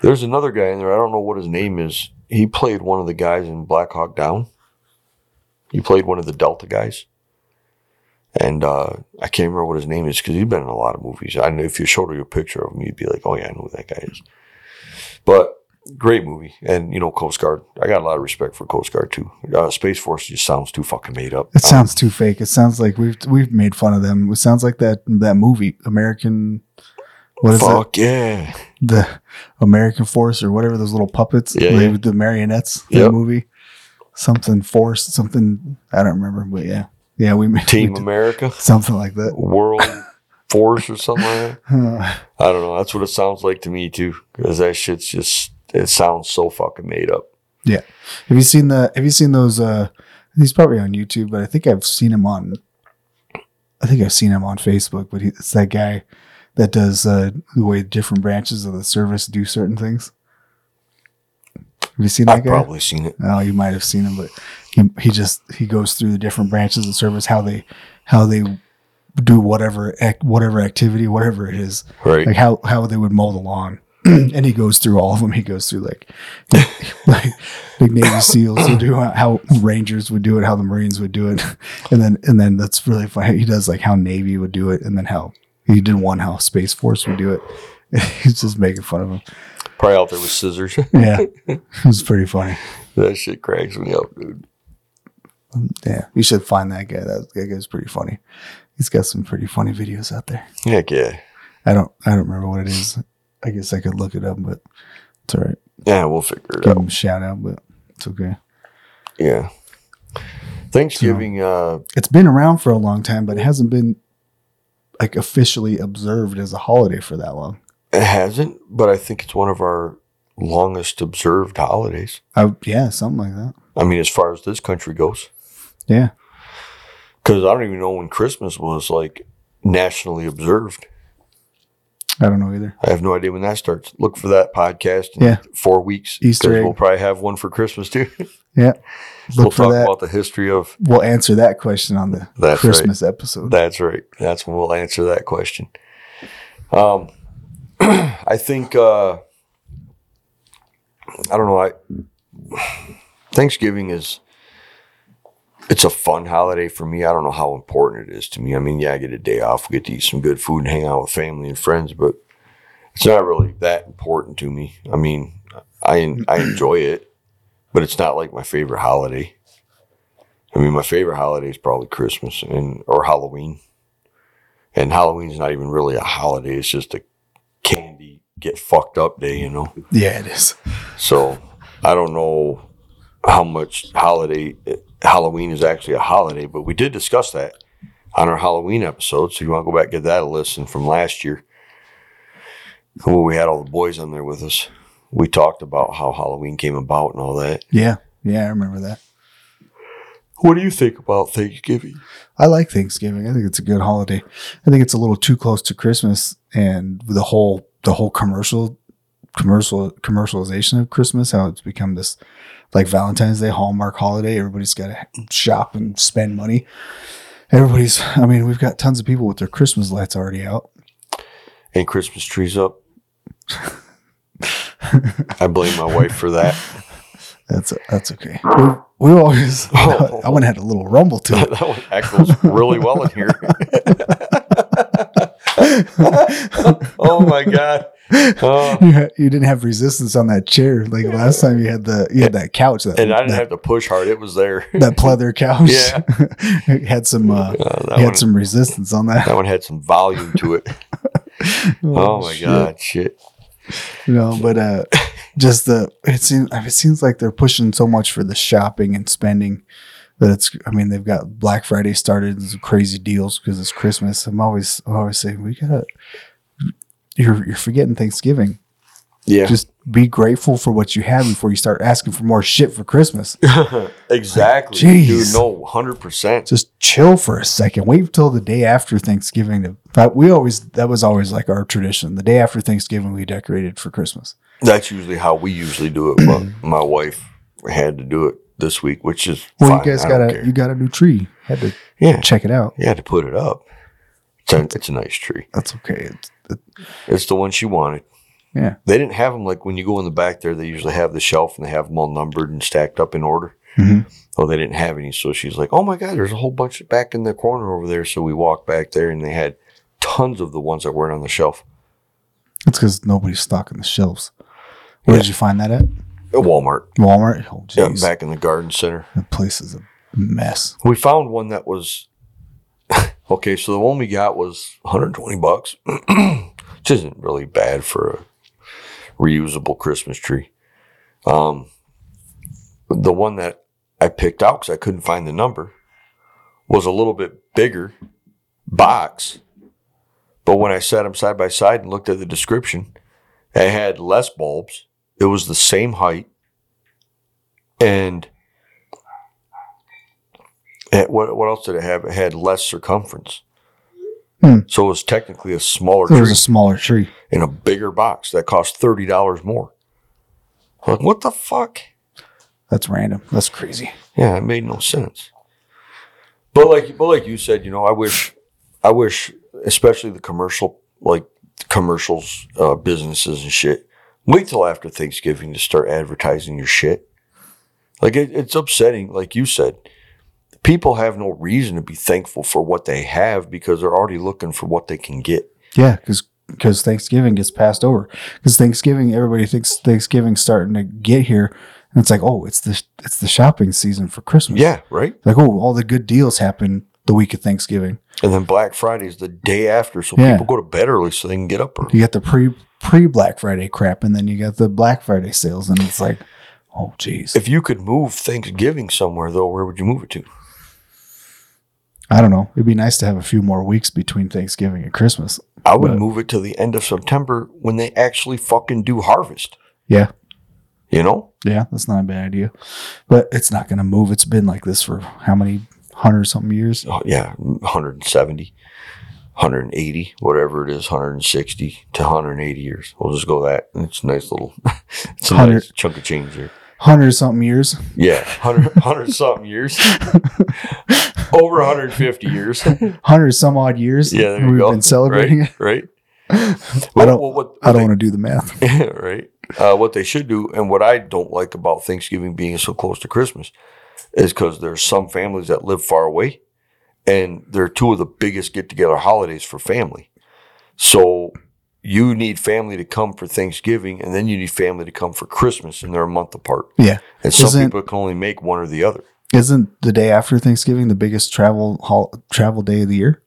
Speaker 4: There's another guy in there. I don't know what his name is. He played one of the guys in Black Hawk Down. He played one of the Delta guys. And uh, I can't remember what his name is because he's been in a lot of movies. I know if you showed her a picture of him, you'd be like, oh, yeah, I know who that guy is. But great movie. And, you know, Coast Guard. I got a lot of respect for Coast Guard, too. Uh, Space Force just sounds too fucking made up.
Speaker 2: It sounds Oh, too fake. It sounds like we've we've made fun of them. It sounds like that that movie American. What is it?
Speaker 4: Fuck yeah.
Speaker 2: The American Force or whatever those little puppets,
Speaker 4: Yeah,
Speaker 2: they-
Speaker 4: yeah.
Speaker 2: the marionettes.
Speaker 4: Yep.
Speaker 2: That movie, something Force, something I don't remember, but yeah, yeah, we made we
Speaker 4: Team
Speaker 2: did
Speaker 4: America,
Speaker 2: something like that.
Speaker 4: World Force or something like that.
Speaker 2: Uh,
Speaker 4: I don't know. That's what it sounds like to me too. Because that shit's just it sounds so fucking made up.
Speaker 2: have you seen the? Have you seen those? uh He's probably on YouTube, but I think I've seen him on. I think I've seen him on Facebook, but he, it's that guy that does uh, the way different branches of the service do certain things. Have you seen that
Speaker 4: I've
Speaker 2: guy?
Speaker 4: probably seen it.
Speaker 2: Oh, you might have seen him, but he he just he goes through the different branches of service, how they how they do whatever act, whatever activity, whatever it is,
Speaker 4: Right.
Speaker 2: like how how they would mow the lawn. and he goes through all of them. He goes through like, like big Navy SEALs would do uh, how Rangers would do it, how the Marines would do it, and then and then that's really funny. He does like how Navy would do it, and then how he did one how Space Force would do it. He's just making fun of him.
Speaker 4: Probably out there with scissors.
Speaker 2: Yeah, it was pretty funny.
Speaker 4: that shit cracks me up, dude.
Speaker 2: Yeah, you should find that guy. That, that guy's pretty funny. He's got some pretty funny videos out there.
Speaker 4: Heck yeah.
Speaker 2: I don't I don't remember what it is. I guess I could look it up, but it's all right.
Speaker 4: Yeah, we'll figure it
Speaker 2: Give
Speaker 4: out.
Speaker 2: him a shout out, but it's okay.
Speaker 4: Yeah. Thanksgiving, uh
Speaker 2: It's been around for a long time, but it hasn't been like officially observed as a holiday for that long.
Speaker 4: uh, it hasn't, but I think it's one of our longest observed holidays.
Speaker 2: I, yeah, something like that.
Speaker 4: I mean, as far as this country goes.
Speaker 2: Yeah.
Speaker 4: Cause I don't even know when Christmas was like nationally observed.
Speaker 2: I don't know either.
Speaker 4: I have no idea when that starts. Look for that podcast in
Speaker 2: Yeah.
Speaker 4: four weeks.
Speaker 2: Easter
Speaker 4: 'cause
Speaker 2: egg.
Speaker 4: We'll probably have one for Christmas too.
Speaker 2: Look
Speaker 4: we'll
Speaker 2: for
Speaker 4: talk
Speaker 2: that.
Speaker 4: about the history of.
Speaker 2: we'll answer that question on the
Speaker 4: That's
Speaker 2: Christmas episode.
Speaker 4: That's right. That's when we'll answer that question. Um, I think uh, I don't know. I Thanksgiving is it's a fun holiday for me. I don't know how important it is to me. I mean, yeah, I get a day off, get to eat some good food and hang out with family and friends, but it's not really that important to me. I mean, I I enjoy it, but it's not like my favorite holiday. I mean, my favorite holiday is probably Christmas and or Halloween. And Halloween's not even really a holiday; it's just a candy get fucked up day, you know.
Speaker 2: Yeah, it is.
Speaker 4: So I don't know how much holiday Halloween is actually a holiday, but we did discuss that on our Halloween episode. So you want to go back and get that a listen from last year. Well, we had all the boys on there with us. We talked about how Halloween came about and all that.
Speaker 2: Yeah, yeah, I remember that.
Speaker 4: What do you think about Thanksgiving?
Speaker 2: I like Thanksgiving. I think it's a good holiday. I think it's a little too close to Christmas and the whole the whole commercial commercial commercialization of Christmas, how it's become this like Valentine's Day Hallmark holiday. Everybody's got to shop and spend money. Everybody's I mean, we've got tons of people with their Christmas lights already out.
Speaker 4: And Christmas trees up. I blame my wife for that.
Speaker 2: That's that's okay. We, we always I went and had a little rumble to it.
Speaker 4: that one echoes really well in here. oh my god. Oh.
Speaker 2: you, ha- you didn't have resistance on that chair like last time you had the you had that couch that
Speaker 4: And I didn't
Speaker 2: that,
Speaker 4: have to push hard. It was there.
Speaker 2: that pleather couch
Speaker 4: Yeah.
Speaker 2: It had some uh,
Speaker 4: Uh, that,
Speaker 2: it
Speaker 4: one,
Speaker 2: had some resistance on that
Speaker 4: that one had some volume to it. Oh, my
Speaker 2: shit.
Speaker 4: god, shit.
Speaker 2: you know but uh just the it seems it seems like they're pushing so much for the shopping and spending that it's I mean they've got Black Friday started and some crazy deals because it's Christmas I'm always I always saying we gotta you're you're forgetting Thanksgiving
Speaker 4: Yeah.
Speaker 2: just be grateful for what you have before you start asking for more shit for Christmas
Speaker 4: exactly.
Speaker 2: Jeez.
Speaker 4: Dude, no, 100%.
Speaker 2: just chill for a second. Wait till the day after Thanksgiving. To, but we always that was always like our tradition. The day after Thanksgiving, we decorated for Christmas.
Speaker 4: That's usually how we usually do it, but my wife had to do it this week, which is
Speaker 2: Well,
Speaker 4: fine.
Speaker 2: you guys
Speaker 4: I
Speaker 2: got
Speaker 4: don't
Speaker 2: a
Speaker 4: care.
Speaker 2: you got a new tree. Had to
Speaker 4: yeah.
Speaker 2: check it out.
Speaker 4: You had to put it up. It's a, it's a nice tree.
Speaker 2: That's okay. It's,
Speaker 4: It's the one she wanted.
Speaker 2: Yeah.
Speaker 4: They didn't have them like when you go in the back there, they usually have the shelf and they have them all numbered and stacked up in order.
Speaker 2: Mhm.
Speaker 4: Oh, they didn't have any. So she's like, oh my God, there's a whole bunch back in the corner over there. So we walked back there and they had tons of the ones that weren't on the shelf
Speaker 2: it's because nobody's stocking the shelves. Where did you find that at?
Speaker 4: at Walmart
Speaker 2: Walmart. Oh,
Speaker 4: yeah,
Speaker 2: jeez,
Speaker 4: back in the garden center.
Speaker 2: the place is a mess.
Speaker 4: We found one that was okay. So the one we got was 120 bucks, which isn't really bad for a reusable Christmas tree. Um, the one that I picked out because I couldn't find the number was a little bit bigger box. But when I set them side by side and looked at the description, it had less bulbs. It was the same height. And it, what, what else did it have? It had less circumference.
Speaker 2: Hmm.
Speaker 4: So it was technically a smaller
Speaker 2: There
Speaker 4: tree
Speaker 2: was a smaller tree.
Speaker 4: in a bigger box that cost $30 more. I'm like, what the fuck?
Speaker 2: That's random. That's crazy.
Speaker 4: Yeah, it made no sense. But like, but like you said, you know, I wish, I wish, especially the commercial, like commercials, uh, businesses and shit. Wait till after Thanksgiving to start advertising your shit. Like it, it's upsetting, like you said. People have no reason to be thankful for what they have because they're already looking for what they can get.
Speaker 2: Yeah, because Thanksgiving gets passed over. Because Thanksgiving, everybody thinks Thanksgiving's starting to get here, and it's like, oh, it's the it's the shopping season for Christmas.
Speaker 4: Yeah, right.
Speaker 2: like oh, all the good deals happen the week of Thanksgiving.
Speaker 4: And then Black Friday is the day after, so
Speaker 2: Yeah.
Speaker 4: people go to bed early so they can get up early.
Speaker 2: You got the pre pre Black Friday crap, and then you got the Black Friday sales, and it's like, oh, geez,
Speaker 4: If you could move Thanksgiving somewhere, though, where would you move it to?
Speaker 2: I don't know. It'd be nice to have a few more weeks between Thanksgiving and Christmas.
Speaker 4: I would
Speaker 2: But-
Speaker 4: move it to the end of September when they actually fucking do harvest.
Speaker 2: Yeah,
Speaker 4: You know?
Speaker 2: yeah, that's not a bad idea, but it's not going to move. It's been like this for how many hundred something years?
Speaker 4: Oh, yeah, 170, 180, whatever it is, 160 to 180 years. We'll just go that. And It's a nice little, it's a nice
Speaker 2: 100.
Speaker 4: chunk of change here.
Speaker 2: Hundred something years.
Speaker 4: Yeah, 100, 100 something years, over 150 years.
Speaker 2: hundred some odd years.
Speaker 4: Yeah, there you
Speaker 2: we've
Speaker 4: go.
Speaker 2: been celebrating it.
Speaker 4: Right? right?
Speaker 2: I don't.
Speaker 4: what,
Speaker 2: I don't want to do the math.
Speaker 4: Yeah, right. Uh, what they should do, and what I don't like about Thanksgiving being so close to Christmas, is because there's some families that live far away, and they're two of the biggest get together holidays for family. So you need family to come for Thanksgiving, and then you need family to come for Christmas, and they're a month apart.
Speaker 2: Yeah.
Speaker 4: and some
Speaker 2: Isn't-
Speaker 4: people can only make one or the other.
Speaker 2: Isn't the day after Thanksgiving the biggest travel hol- travel day of the year?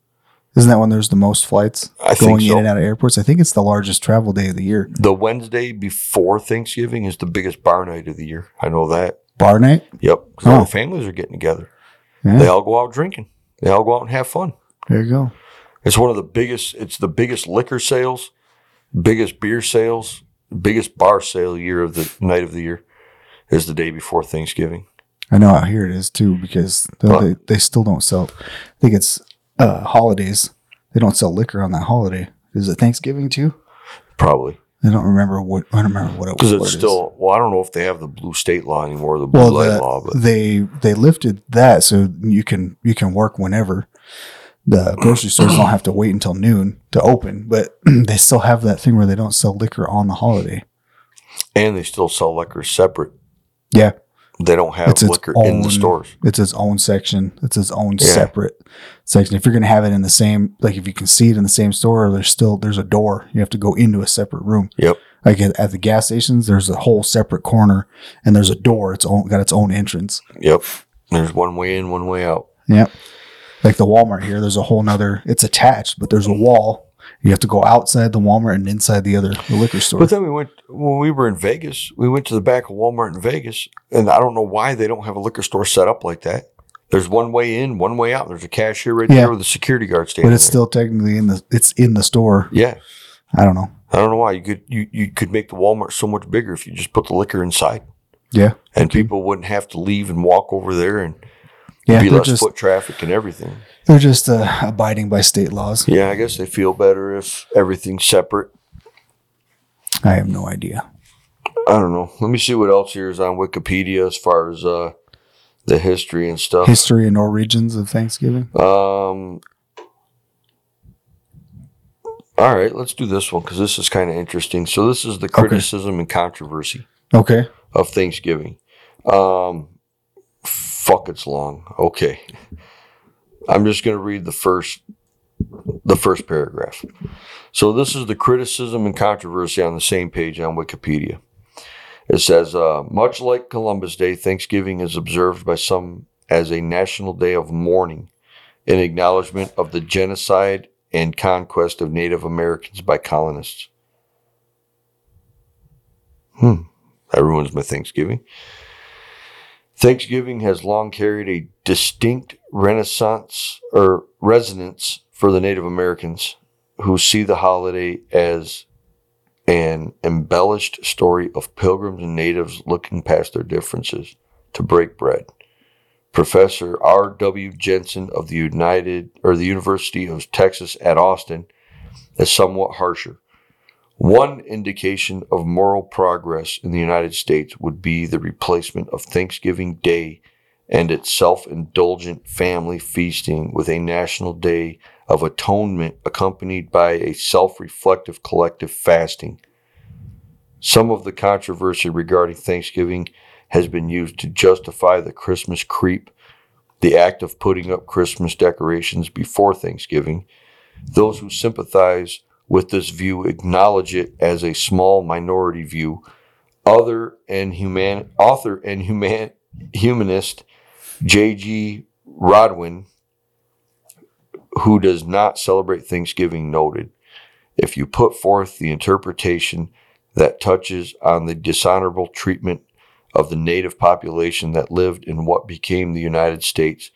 Speaker 2: Isn't that when there's the most flights
Speaker 4: I think
Speaker 2: going
Speaker 4: so.
Speaker 2: in and out of airports? I think it's the largest travel day of the year.
Speaker 4: The Wednesday before Thanksgiving is the biggest bar night of the year. I know that.
Speaker 2: Bar night.
Speaker 4: Yep, 'Cause all
Speaker 2: Oh.
Speaker 4: the families are getting together.
Speaker 2: Yeah,
Speaker 4: They all go out drinking. They all go out and have fun.
Speaker 2: there you go.
Speaker 4: It's one of the biggest. It's the biggest liquor sales, biggest beer sales, biggest bar sale year of the night of the year is the day before Thanksgiving.
Speaker 2: I know out here it is too because they,
Speaker 4: Well-
Speaker 2: they, they still don't sell. I think it's uh, holidays. They don't sell liquor on that holiday. Is it Thanksgiving too?
Speaker 4: Probably
Speaker 2: I don't remember what I don't remember what it was.
Speaker 4: because
Speaker 2: what
Speaker 4: it's
Speaker 2: it is.
Speaker 4: still. Well, I don't know if they have the blue state law anymore, the blue
Speaker 2: well
Speaker 4: light
Speaker 2: the-
Speaker 4: law, but
Speaker 2: they they lifted that so you can you can work whenever. The grocery stores don't have to wait until noon to open, but they still have that thing where they don't sell liquor on the holiday.
Speaker 4: and they still sell liquor separate.
Speaker 2: Yeah,
Speaker 4: They don't have
Speaker 2: It's its
Speaker 4: liquor in
Speaker 2: own-
Speaker 4: the stores.
Speaker 2: it's its own section. It's its own
Speaker 4: Yeah.
Speaker 2: separate section. If you're gonna have it in the same, like if you can see it in the same store, there's still there's a door. You have to go into a separate room.
Speaker 4: Yep.
Speaker 2: Like at, at the gas stations, there's a whole separate corner, and there's a door. It's own got its own entrance.
Speaker 4: Yep. There's one way in, one way out.
Speaker 2: Yep. Like the Walmart here, there's a whole nother. It's attached, but there's a wall. You have to go outside the Walmart and inside the other the liquor store.
Speaker 4: But then we went when we were in Vegas. We went to the back of Walmart in Vegas, and I don't know why they don't have a liquor store set up like that. There's one way in, one way out. There's a cashier right
Speaker 2: Yeah.
Speaker 4: there with a security guard standing.
Speaker 2: but it's
Speaker 4: there.
Speaker 2: still technically in the it's in the store.
Speaker 4: yeah.
Speaker 2: I don't know.
Speaker 4: I don't know why you could you you could make the Walmart so much bigger if you just put the liquor inside,
Speaker 2: Yeah,
Speaker 4: and people wouldn't have to leave and walk over there and
Speaker 2: yeah.
Speaker 4: be
Speaker 2: They're
Speaker 4: less
Speaker 2: just
Speaker 4: foot traffic and everything.
Speaker 2: they're just uh, abiding by state laws.
Speaker 4: Yeah, I guess they feel better if everything's separate.
Speaker 2: I have no idea.
Speaker 4: I don't know. Let me see what else here is on Wikipedia as far as uh, the history and stuff.
Speaker 2: History and origins of Thanksgiving.
Speaker 4: Um. All right, let's do this one because this is kind of interesting. So this is the criticism and controversy
Speaker 2: Okay.
Speaker 4: of Thanksgiving. Um, fuck, it's long. Okay, I'm just gonna read the first the first paragraph. So this is the criticism and controversy on the same page on Wikipedia. It says, uh, much like Columbus Day, Thanksgiving is observed by some as a national day of mourning in acknowledgement of the genocide and conquest of Native Americans by colonists. Hmm, that ruins my Thanksgiving. Thanksgiving has long carried a distinct renaissance or resonance for the Native Americans who see the holiday as an embellished story of pilgrims and natives looking past their differences to break bread. Professor R.W. Jensen of the United or the University of Texas at Austin is somewhat harsher. One indication of moral progress in the United States would be the replacement of Thanksgiving Day and its self indulgent family feasting with a national day of atonement accompanied by a self reflective collective fasting. Some of the controversy regarding Thanksgiving has been used to justify the Christmas creep, the act of putting up Christmas decorations before Thanksgiving. Those who sympathize with this view acknowledge it as a small minority view. Other and human author and human humanist J.G. Rodwin, who does not celebrate Thanksgiving, noted, if you put forth the interpretation that touches on the dishonorable treatment of the native population that lived in what became the United States,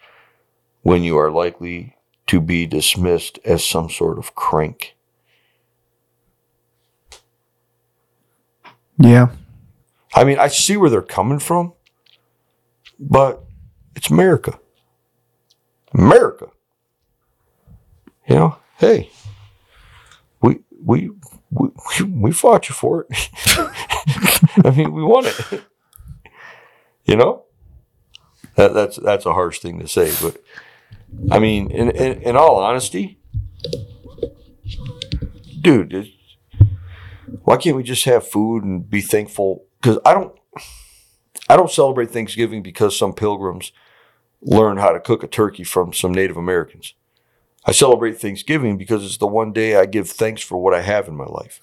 Speaker 4: when you are likely to be dismissed as some sort of crank.
Speaker 2: Yeah.
Speaker 4: I mean, I see where they're coming from, but it's America. America. You know, hey, we we we, we fought you for it. I mean, we won it. You know, that, that's that's a harsh thing to say, but I mean, in in, in all honesty, dude, it's, why can't we just have food and be thankful because i don't i don't celebrate thanksgiving because some pilgrims learned how to cook a turkey from some Native Americans. I celebrate Thanksgiving because it's the one day I give thanks for what I have in my life.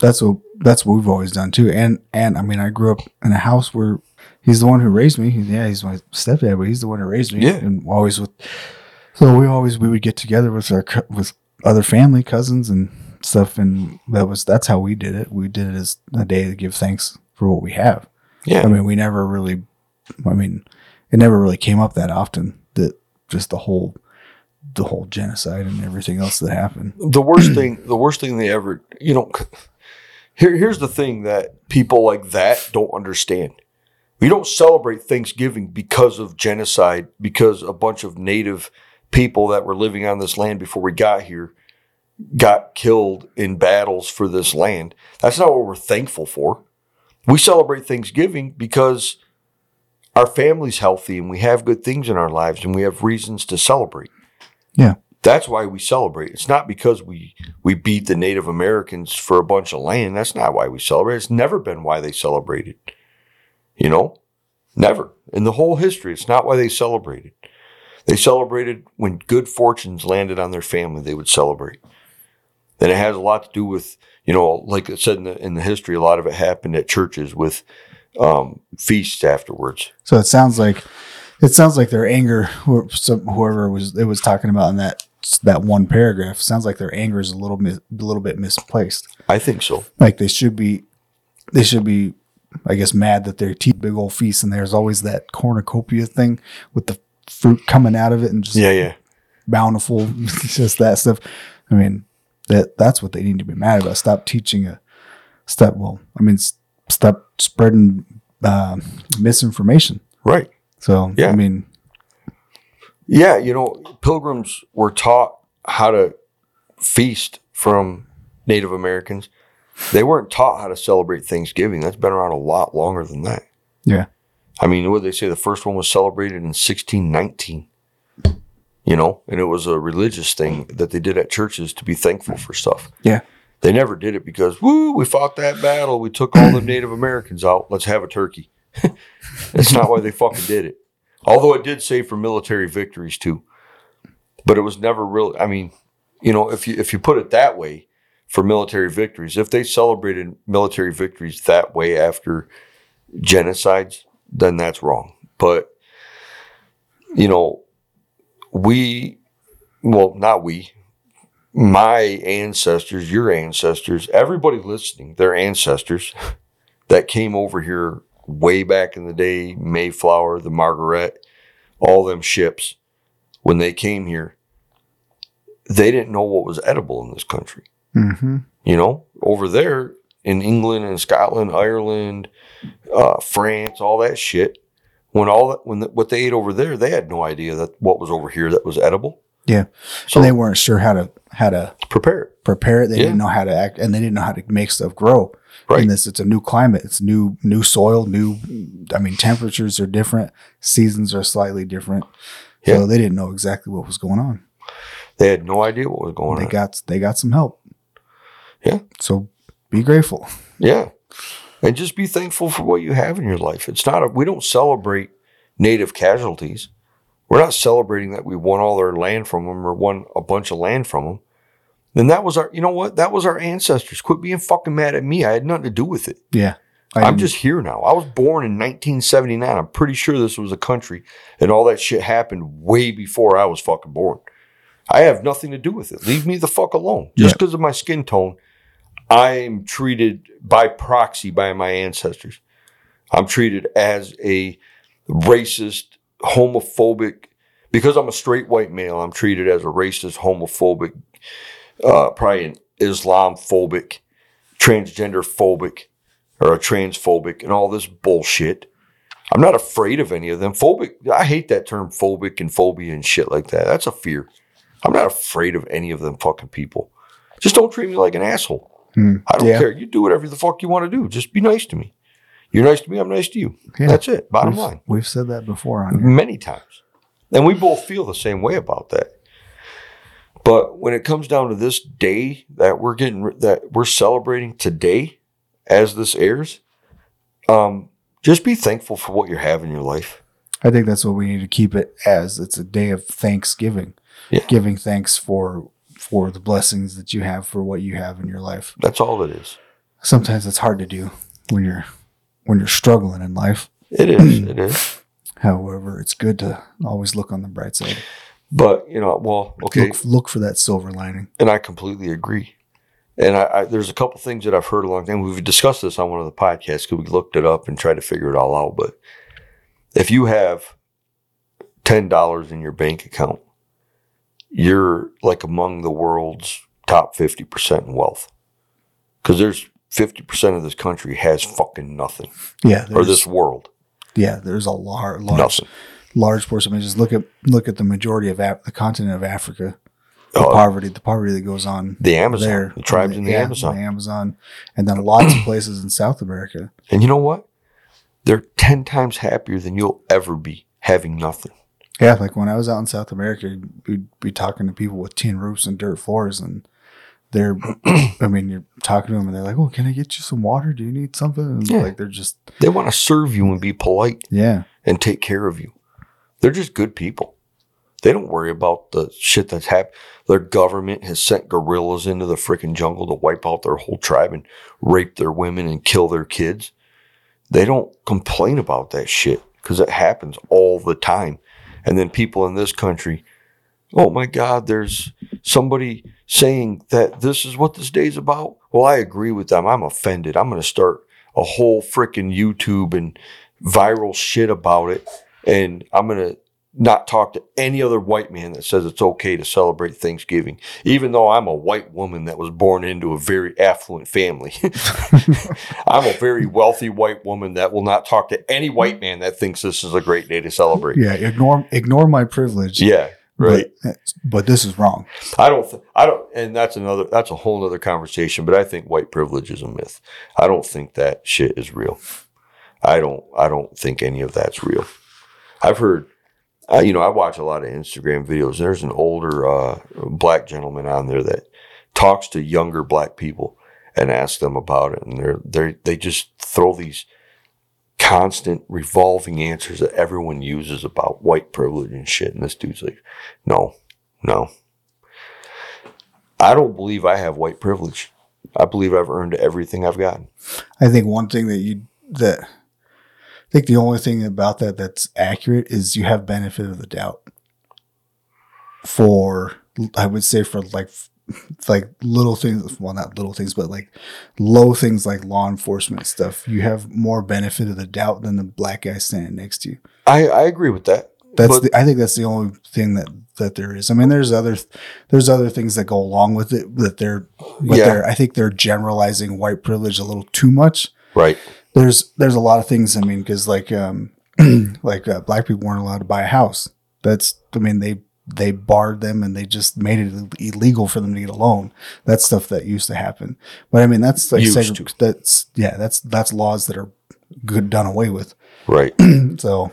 Speaker 2: that's what that's what we've always done too. And and I mean, I grew up in a house where he's the one who raised me. He's- Yeah, he's my stepdad, but he's the one who raised me.
Speaker 4: Yeah.
Speaker 2: and always with. So we always we would get together with our cou- with other family cousins and stuff, and that was that's how we did it. We did it as a day to give thanks for what we have.
Speaker 4: Yeah.
Speaker 2: I mean, we never really, I mean, it never really came up that often that just the whole, the whole genocide and everything else that happened.
Speaker 4: the worst thing the worst thing they ever you know here, here's the thing that people like that don't understand we don't celebrate thanksgiving because of genocide because a bunch of native people that were living on this land before we got here got killed in battles for this land that's not what we're thankful for we celebrate thanksgiving because our family's healthy and we have good things in our lives and we have reasons to celebrate that's why we celebrate. It's not because we we beat the Native Americans for a bunch of land. That's not why we celebrate. It's never been why they celebrated. You know, never in the whole history. It's not why they celebrated. They celebrated when good fortunes landed on their family. They would celebrate. And it has a lot to do with you know, like I said in the in the history, a lot of it happened at churches with um, feasts afterwards.
Speaker 2: So it sounds like, it sounds like their anger, or some, whoever was it was talking about in that that one paragraph, sounds like their anger is a little mis, a little bit misplaced.
Speaker 4: I think so.
Speaker 2: Like they should be, they should be, I guess, mad that they're te- big old feast and there's always that cornucopia thing with the fruit coming out of it and just
Speaker 4: Yeah, yeah.
Speaker 2: bountiful, just that stuff. I mean, that that's what they need to be mad about. Stop teaching a stop. Well, I mean, s- stop spreading uh, misinformation.
Speaker 4: Right.
Speaker 2: So
Speaker 4: Yeah.
Speaker 2: I mean,
Speaker 4: Yeah, you know, pilgrims were taught how to feast from Native Americans. They weren't taught how to celebrate Thanksgiving. That's been around a lot longer than that.
Speaker 2: Yeah.
Speaker 4: I mean, what they say the first one was celebrated in 1619. You know, and it was a religious thing that they did at churches to be thankful for stuff.
Speaker 2: Yeah.
Speaker 4: They never did it because, woo, we fought that battle. We took all the Native Americans out. Let's have a turkey. That's not why they fucking did it. Although it did say for military victories too, but it was never really. I mean, you know, if you if you put it that way, for military victories, if they celebrated military victories that way after genocides, then that's wrong. But you know, we, well, not we, my ancestors, your ancestors, everybody listening, their ancestors that came over here way back in the day, Mayflower, the Margaret, all them ships, when they came here, they didn't know what was edible in this country.
Speaker 2: mhm.
Speaker 4: You know, over there in England and Scotland, Ireland, uh, France, all that shit. When all that, when the, what they ate over there, they had no idea that what was over here that was edible.
Speaker 2: Yeah.
Speaker 4: so
Speaker 2: and
Speaker 4: they
Speaker 2: they weren't sure how to how to
Speaker 4: prepare it.
Speaker 2: prepare it. They
Speaker 4: Yeah.
Speaker 2: didn't know how to act, and they didn't know how to make stuff grow.
Speaker 4: Right.
Speaker 2: And this, it's a new climate. It's new new soil. New, I mean, temperatures are different. Seasons are slightly different.
Speaker 4: Yeah.
Speaker 2: So they didn't know exactly what was going on.
Speaker 4: They had no idea what was going
Speaker 2: They
Speaker 4: on.
Speaker 2: got they got some help.
Speaker 4: Yeah.
Speaker 2: So be grateful.
Speaker 4: Yeah. And just be thankful for what you have in your life. It's not a, we don't celebrate native casualties. We're not celebrating that we won all their land from them or won a bunch of land from them. Then that was our, you know what? That was our ancestors. Quit being fucking mad at me. I had nothing to do with it.
Speaker 2: Yeah. I
Speaker 4: I'm
Speaker 2: didn't-
Speaker 4: just here now. I was born in 1979. I'm pretty sure this was a country and all that shit happened way before I was fucking born. I have nothing to do with it. Leave me the fuck alone. Just because of my skin tone, I'm treated by proxy by my ancestors. I'm treated as a racist, homophobic, because I'm a straight white male, I'm treated as a racist, homophobic, uh, probably an Islam phobic, transgender phobic, or a transphobic, and all this bullshit. I'm not afraid of any of them. Phobic, I hate that term phobic and phobia and shit like that. That's a fear. I'm not afraid of any of them fucking people. Just don't treat me like an asshole.
Speaker 2: Hmm.
Speaker 4: I don't
Speaker 2: Yeah.
Speaker 4: care. You do whatever the fuck you want to do. Just be nice to me. You're nice to me. I'm nice to you.
Speaker 2: Yeah.
Speaker 4: That's it. Bottom
Speaker 2: we've,
Speaker 4: line Mm-hmm.
Speaker 2: We've said that before on here.
Speaker 4: many times. And we both feel the same way about that. But when it comes down to this day that we're getting that we're celebrating today as this airs, um, just be thankful for what you have in your life.
Speaker 2: I think that's what we need to keep it as. It's a day of thanksgiving,
Speaker 4: Yeah.
Speaker 2: giving thanks for for the blessings that you have for what you have in your life.
Speaker 4: That's all it is.
Speaker 2: Sometimes it's hard to do when you're when you're struggling in life.
Speaker 4: It is. it is.
Speaker 2: However, it's good to always look on the bright side.
Speaker 4: But you know, well, okay,
Speaker 2: Look look for that silver lining.
Speaker 4: and I completely agree. And I, I there's a couple things that I've heard along the time. We've discussed this on one of the podcasts because we looked it up and tried to figure it all out. But if you have ten dollars in your bank account, you're like among the world's top fifty percent in wealth. Because there's fifty percent of this country has fucking nothing,
Speaker 2: Yeah,
Speaker 4: or
Speaker 2: there's,
Speaker 4: this world
Speaker 2: yeah, there's a lar- large
Speaker 4: nothing.
Speaker 2: large portion. I mean, just look at look at the majority of Af- the continent of Africa. The
Speaker 4: Uh,
Speaker 2: poverty, the poverty that goes on
Speaker 4: the Amazon,
Speaker 2: there, Oh,
Speaker 4: the tribes in the
Speaker 2: yeah,
Speaker 4: Amazon.
Speaker 2: the Amazon, and then lots of places in South America.
Speaker 4: And you know what? They're 10 times happier than you'll ever be having nothing.
Speaker 2: Yeah, like when I was out in South America, we'd be talking to people with tin roofs and dirt floors, and they're, I mean, you're talking to them, and they're like, "Oh, can I get you some water? Do you need something?" And
Speaker 4: Yeah.
Speaker 2: Like they're just,
Speaker 4: They want to serve you and be polite
Speaker 2: yeah,
Speaker 4: and take care of you. They're just good people. They don't worry about the shit that's happened. Their government has sent gorillas into the freaking jungle to wipe out their whole tribe and rape their women and kill their kids. They don't complain about that shit because it happens all the time. And then people in this country, oh my God, there's somebody saying that this is what this day's about. Well, I agree with them. I'm offended. I'm going to start a whole freaking YouTube and viral shit about it and i'm going to not talk to any other white man that says it's okay to celebrate thanksgiving even though i'm a white woman that was born into a very affluent family i'm a very wealthy white woman that will not talk to any white man that thinks this is a great day to celebrate
Speaker 2: yeah. Ignore, ignore my privilege.
Speaker 4: yeah right
Speaker 2: But, but this is wrong.
Speaker 4: I don't. Th- I don't. And that's another. That's a whole other conversation. But I think white privilege is a myth. I don't think that shit is real. I don't. I don't think any of that's real. I've heard. I, you know, I watch a lot of Instagram videos. There's an older uh, black gentleman on there that talks to younger black people and asks them about it, and they're they they just throw these constant revolving answers that everyone uses about white privilege and shit. And this dude's like, no, no, I don't believe I have white privilege. I believe I've earned everything I've gotten.
Speaker 2: I think one thing that you that I think the only thing about that that's accurate is you have benefit of the doubt for I would say for like like little things well not little things but like low things like law enforcement stuff you have more benefit of the doubt than the black guy standing next to you
Speaker 4: I, I agree with that.
Speaker 2: that's
Speaker 4: But-
Speaker 2: the, I think that's the only thing that that there is I mean there's other there's other things that go along with it that they're but
Speaker 4: Yeah.
Speaker 2: they're I think they're generalizing white privilege a little too much
Speaker 4: Right.
Speaker 2: there's there's a lot of things. I mean, because like um like uh, black people weren't allowed to buy a house. That's I mean they they barred them and they just made it ill- illegal for them to get a loan. That's stuff that used to happen. But I mean that's like
Speaker 4: Used
Speaker 2: segre- that's yeah that's that's laws that are good done away with.
Speaker 4: Right.
Speaker 2: So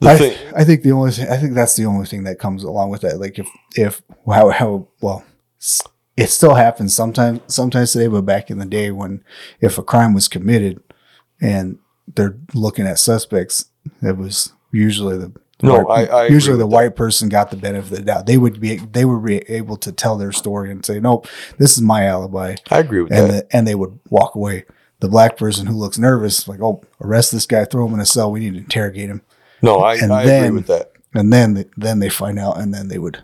Speaker 4: The
Speaker 2: I,
Speaker 4: thing-
Speaker 2: I think the only thing, I think that's the only thing that comes along with that. Like if if how how well s- it still happens sometimes sometimes today, but back in the day when if a crime was committed and they're looking at suspects, it was usually the
Speaker 4: No,
Speaker 2: white-
Speaker 4: I- I agree
Speaker 2: usually the
Speaker 4: with
Speaker 2: white person got the benefit of the doubt. They would be they would be able to tell their story and say, nope, this is my alibi
Speaker 4: I agree with
Speaker 2: and
Speaker 4: that.
Speaker 2: the, and they would walk away. The black person who looks nervous, like, oh, arrest this guy, throw him in a cell. We need to interrogate him,
Speaker 4: no, I,
Speaker 2: and
Speaker 4: I
Speaker 2: then-
Speaker 4: agree with that.
Speaker 2: and then they, then they find out, and then they would.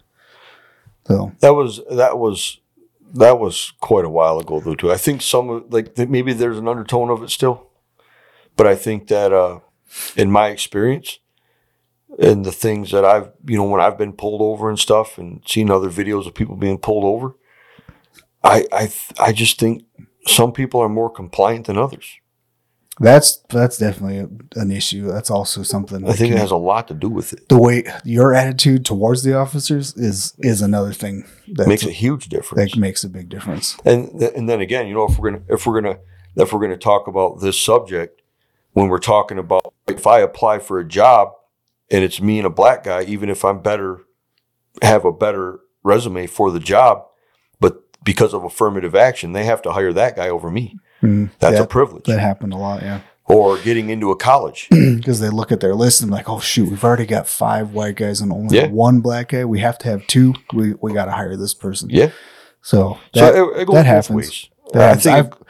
Speaker 2: So
Speaker 4: That was that was that was quite a while ago though too. I think some of like that maybe there's an undertone of it still. But I think that uh in my experience and the things that I've you know, when I've been pulled over and stuff and seen other videos of people being pulled over, I I th- I just think some people are more compliant than others.
Speaker 2: that's that's definitely an issue. That's also something.
Speaker 4: I
Speaker 2: that
Speaker 4: think
Speaker 2: can-
Speaker 4: it has a lot to do with it.
Speaker 2: the way your attitude towards the officers is is another thing that
Speaker 4: makes a huge difference.
Speaker 2: that makes a big difference.
Speaker 4: And th- and then again, you know, if we're gonna if we're gonna if we're gonna talk about this subject, when we're talking about if I apply for a job and it's me and a black guy, even if I'm better, have a better resume for the job, but because of affirmative action, they have to hire that guy over me.
Speaker 2: Mm,
Speaker 4: That's a
Speaker 2: that,
Speaker 4: privilege.
Speaker 2: that happened a lot. Yeah,
Speaker 4: or getting into a college.
Speaker 2: because they look at their list and like, oh shoot, we've already got five white guys and only
Speaker 4: Yeah.
Speaker 2: one black guy. We have to have two. We we got to hire this person.
Speaker 4: yeah,
Speaker 2: So that,
Speaker 4: so it, it goes
Speaker 2: that
Speaker 4: both
Speaker 2: happens.
Speaker 4: ways.
Speaker 2: that
Speaker 4: I
Speaker 2: happens.
Speaker 4: think
Speaker 2: I've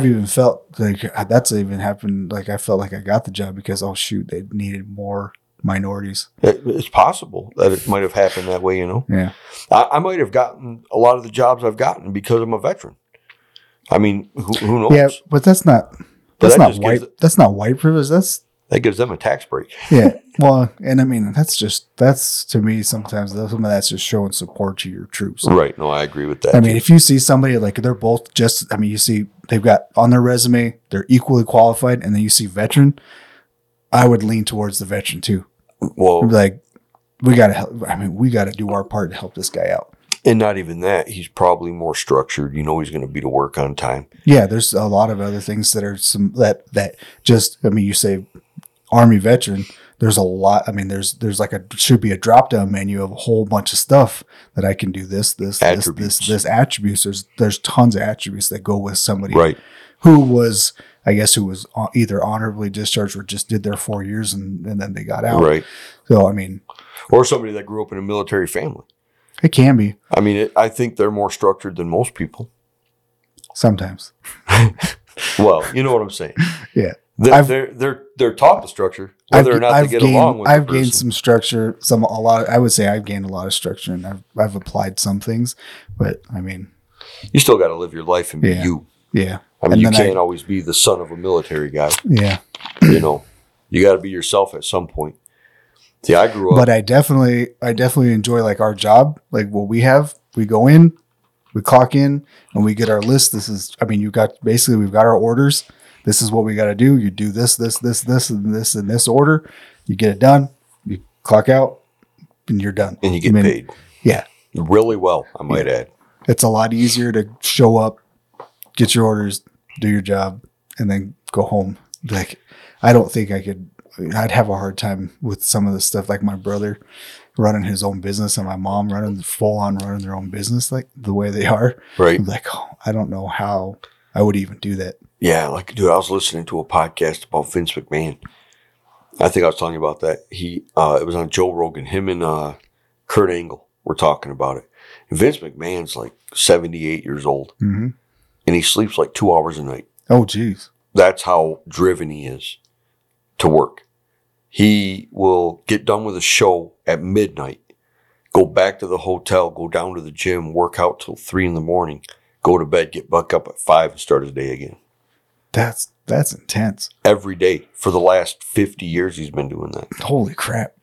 Speaker 2: I've even felt like uh, that's even happened. Like I felt like I got the job because oh shoot, they needed more minorities.
Speaker 4: It- It's possible that it might have happened that way, you know.
Speaker 2: Yeah.
Speaker 4: I, I might have gotten a lot of the jobs I've gotten because I'm a veteran. I mean, who, who knows?
Speaker 2: Yeah, but that's not
Speaker 4: But
Speaker 2: that's
Speaker 4: that
Speaker 2: not
Speaker 4: just
Speaker 2: white.
Speaker 4: gives
Speaker 2: that's not white privilege. That's
Speaker 4: That gives them a tax break.
Speaker 2: yeah. Well, and I mean that's just that's to me sometimes that's- some of that's just showing support to your troops.
Speaker 4: Right. No, I agree with that.
Speaker 2: I mean, if you see somebody like they're both just, I mean, you see they've got on their resume, they're equally qualified, and then you see veteran, I would lean towards the veteran too. I'd
Speaker 4: well,
Speaker 2: be Like, we got to help. I mean, we got to do our part to help this guy out.
Speaker 4: and not even that. He's probably more structured. You know, he's going to be to work on time.
Speaker 2: Yeah, there's a lot of other things that are some that that just, I mean, you say army veteran. There's a lot. I mean, there's there's like a should be a drop down menu of a whole bunch of stuff that I can do this this this this
Speaker 4: Attributes.
Speaker 2: this attributes. There's there's tons of attributes that go with somebody
Speaker 4: Right.
Speaker 2: who was I guess who was hon- either honorably discharged or just did their four years and, and then they got out.
Speaker 4: Right.
Speaker 2: So I mean,
Speaker 4: Or somebody that grew up in a military family.
Speaker 2: it can be
Speaker 4: I mean, it, I think they're more structured than most people.
Speaker 2: sometimes.
Speaker 4: Well, you know what I'm saying.
Speaker 2: Yeah.
Speaker 4: They're,
Speaker 2: I've-
Speaker 4: they're, they're, they're taught the structure, whether or not they get
Speaker 2: gained,
Speaker 4: along with
Speaker 2: I've
Speaker 4: the person.
Speaker 2: gained some structure, some a lot. I would say I've gained a lot of structure, and I've I've applied some things, but I mean,
Speaker 4: you still got to live your life and be
Speaker 2: Yeah.
Speaker 4: you.
Speaker 2: yeah,
Speaker 4: I mean,
Speaker 2: And
Speaker 4: you
Speaker 2: then I-
Speaker 4: can't always be the son of a military guy.
Speaker 2: yeah.
Speaker 4: you know, you got to be yourself at some point. See, I grew up.
Speaker 2: but uh, I definitely, I definitely enjoy like our job, like what we have. We go in, we clock in, and we get our list. This is, I mean, you got basically we've got our orders. This is what we got to do. You do this, this, this, this, and this in this order. You get it done. You clock out, and you're done.
Speaker 4: and you get
Speaker 2: I mean,
Speaker 4: paid
Speaker 2: Yeah,
Speaker 4: really well, I might add.
Speaker 2: it's a lot easier to show up, get your orders, do your job, and then go home. Like, I don't think I could. I'd have a hard time with some of the stuff, like my brother running his own business and my mom running full on running their own business, like the way they are.
Speaker 4: Right.
Speaker 2: I'm like, oh, I don't know how I would even do that.
Speaker 4: Yeah. Like, dude, I was listening to a podcast about Vince McMahon. I think I was telling you about that. He, uh, it was on Joe Rogan. Him and uh, Kurt Angle were talking about it. And Vince McMahon's like 78 years old
Speaker 2: Mm-hmm.
Speaker 4: and he sleeps like two hours a night.
Speaker 2: Oh, geez.
Speaker 4: That's how driven he is to work. He will get done with a show at midnight, go back to the hotel, go down to the gym, work out till three in the morning, go to bed, get buck up at five, and start his day again.
Speaker 2: That's that's intense.
Speaker 4: Every day for the last 50 years, he's been doing that.
Speaker 2: Holy crap.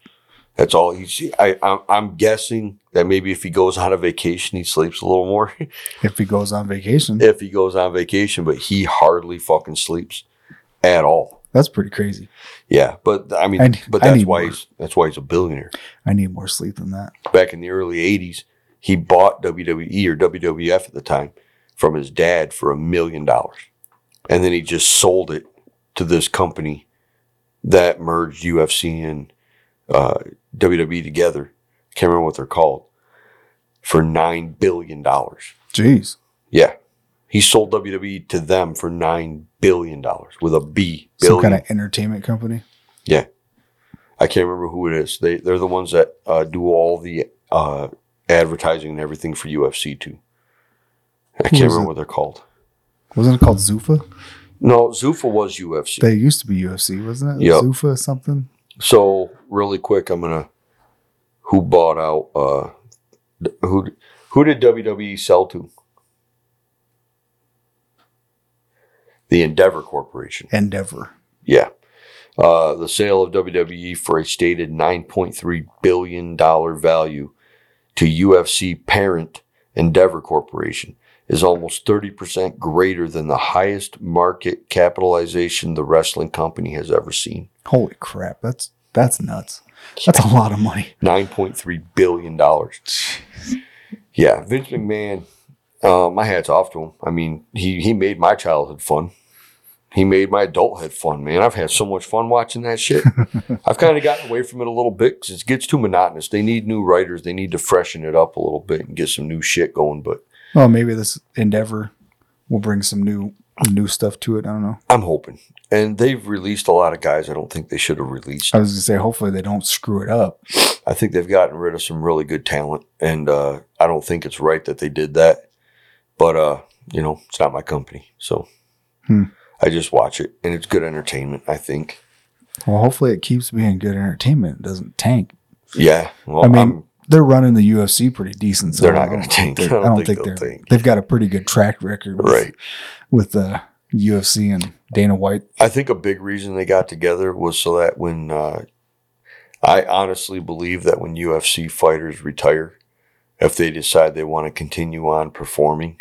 Speaker 4: That's all he's. I, I'm, I'm guessing that maybe if he goes on a vacation, he sleeps a little more.
Speaker 2: If he goes on vacation,
Speaker 4: if he goes on vacation, but he hardly fucking sleeps at all.
Speaker 2: that's pretty crazy.
Speaker 4: Yeah, but I mean,
Speaker 2: I d-
Speaker 4: but
Speaker 2: I
Speaker 4: that's
Speaker 2: need
Speaker 4: why
Speaker 2: more.
Speaker 4: he's that's why he's a billionaire.
Speaker 2: I need more sleep than that.
Speaker 4: back in the early 80s, he bought WWE or WWF at the time from his dad for a million dollars. And then he just sold it to this company that merged UFC and uh, WWE together. Can't remember what they're called for $9 billion.
Speaker 2: Jeez.
Speaker 4: Yeah. He sold WWE to them for $9 billion with a B.
Speaker 2: Some
Speaker 4: Billion.
Speaker 2: kind of entertainment company.
Speaker 4: I can't remember who it is. They, they're the ones that uh, do all the uh, advertising and everything for UFC too. I can't
Speaker 2: is
Speaker 4: remember
Speaker 2: it?
Speaker 4: what they're called.
Speaker 2: Wasn't it called Zuffa?
Speaker 4: No, Zuffa was UFC.
Speaker 2: They used to be UFC, wasn't it?
Speaker 4: Yep.
Speaker 2: Zuffa something.
Speaker 4: so really quick, I'm gonna who bought out uh, th- who who did WWE sell to? The Endeavor Corporation.
Speaker 2: Endeavor.
Speaker 4: Yeah. Uh, the sale of WWE for a stated $9.3 billion value to UFC parent Endeavor Corporation is almost 30% greater than the highest market capitalization the wrestling company has ever seen.
Speaker 2: Holy crap! That's that's nuts. That's a lot of money.
Speaker 4: $9.3 billion. Yeah, Vince McMahon, uh, my hat's off to him. I mean, he, he made my childhood fun. He made my adulthood fun, man. I've had so much fun watching that shit. I've kind of gotten away from it a little bit because it gets too monotonous. They need new writers. They need to freshen it up a little bit and get some new shit going. But
Speaker 2: Well, maybe this Endeavor will bring some new new stuff to it. I don't know.
Speaker 4: I'm hoping. And they've released a lot of guys I don't think they should have released.
Speaker 2: I was gonna say hopefully they don't screw it up.
Speaker 4: I think they've gotten rid of some really good talent, and uh, I don't think it's right that they did that. But uh, you know, it's not my company, so
Speaker 2: Hmm.
Speaker 4: I just watch it, and it's good entertainment. I think.
Speaker 2: Well, hopefully it keeps being good entertainment. It doesn't tank.
Speaker 4: Yeah, well,
Speaker 2: I mean,
Speaker 4: I'm-
Speaker 2: They're running the UFC pretty decent.
Speaker 4: They're not
Speaker 2: I don't
Speaker 4: gonna tank.
Speaker 2: think
Speaker 4: I
Speaker 2: they're-
Speaker 4: don't
Speaker 2: I don't
Speaker 4: think
Speaker 2: think
Speaker 4: they'll
Speaker 2: they're.
Speaker 4: tank.
Speaker 2: They've got a pretty good track record, with,
Speaker 4: right.
Speaker 2: With uh, the UFC and Dana White.
Speaker 4: I think a big reason they got together was so that when uh, I honestly believe that when UFC fighters retire, if they decide they want to continue on performing,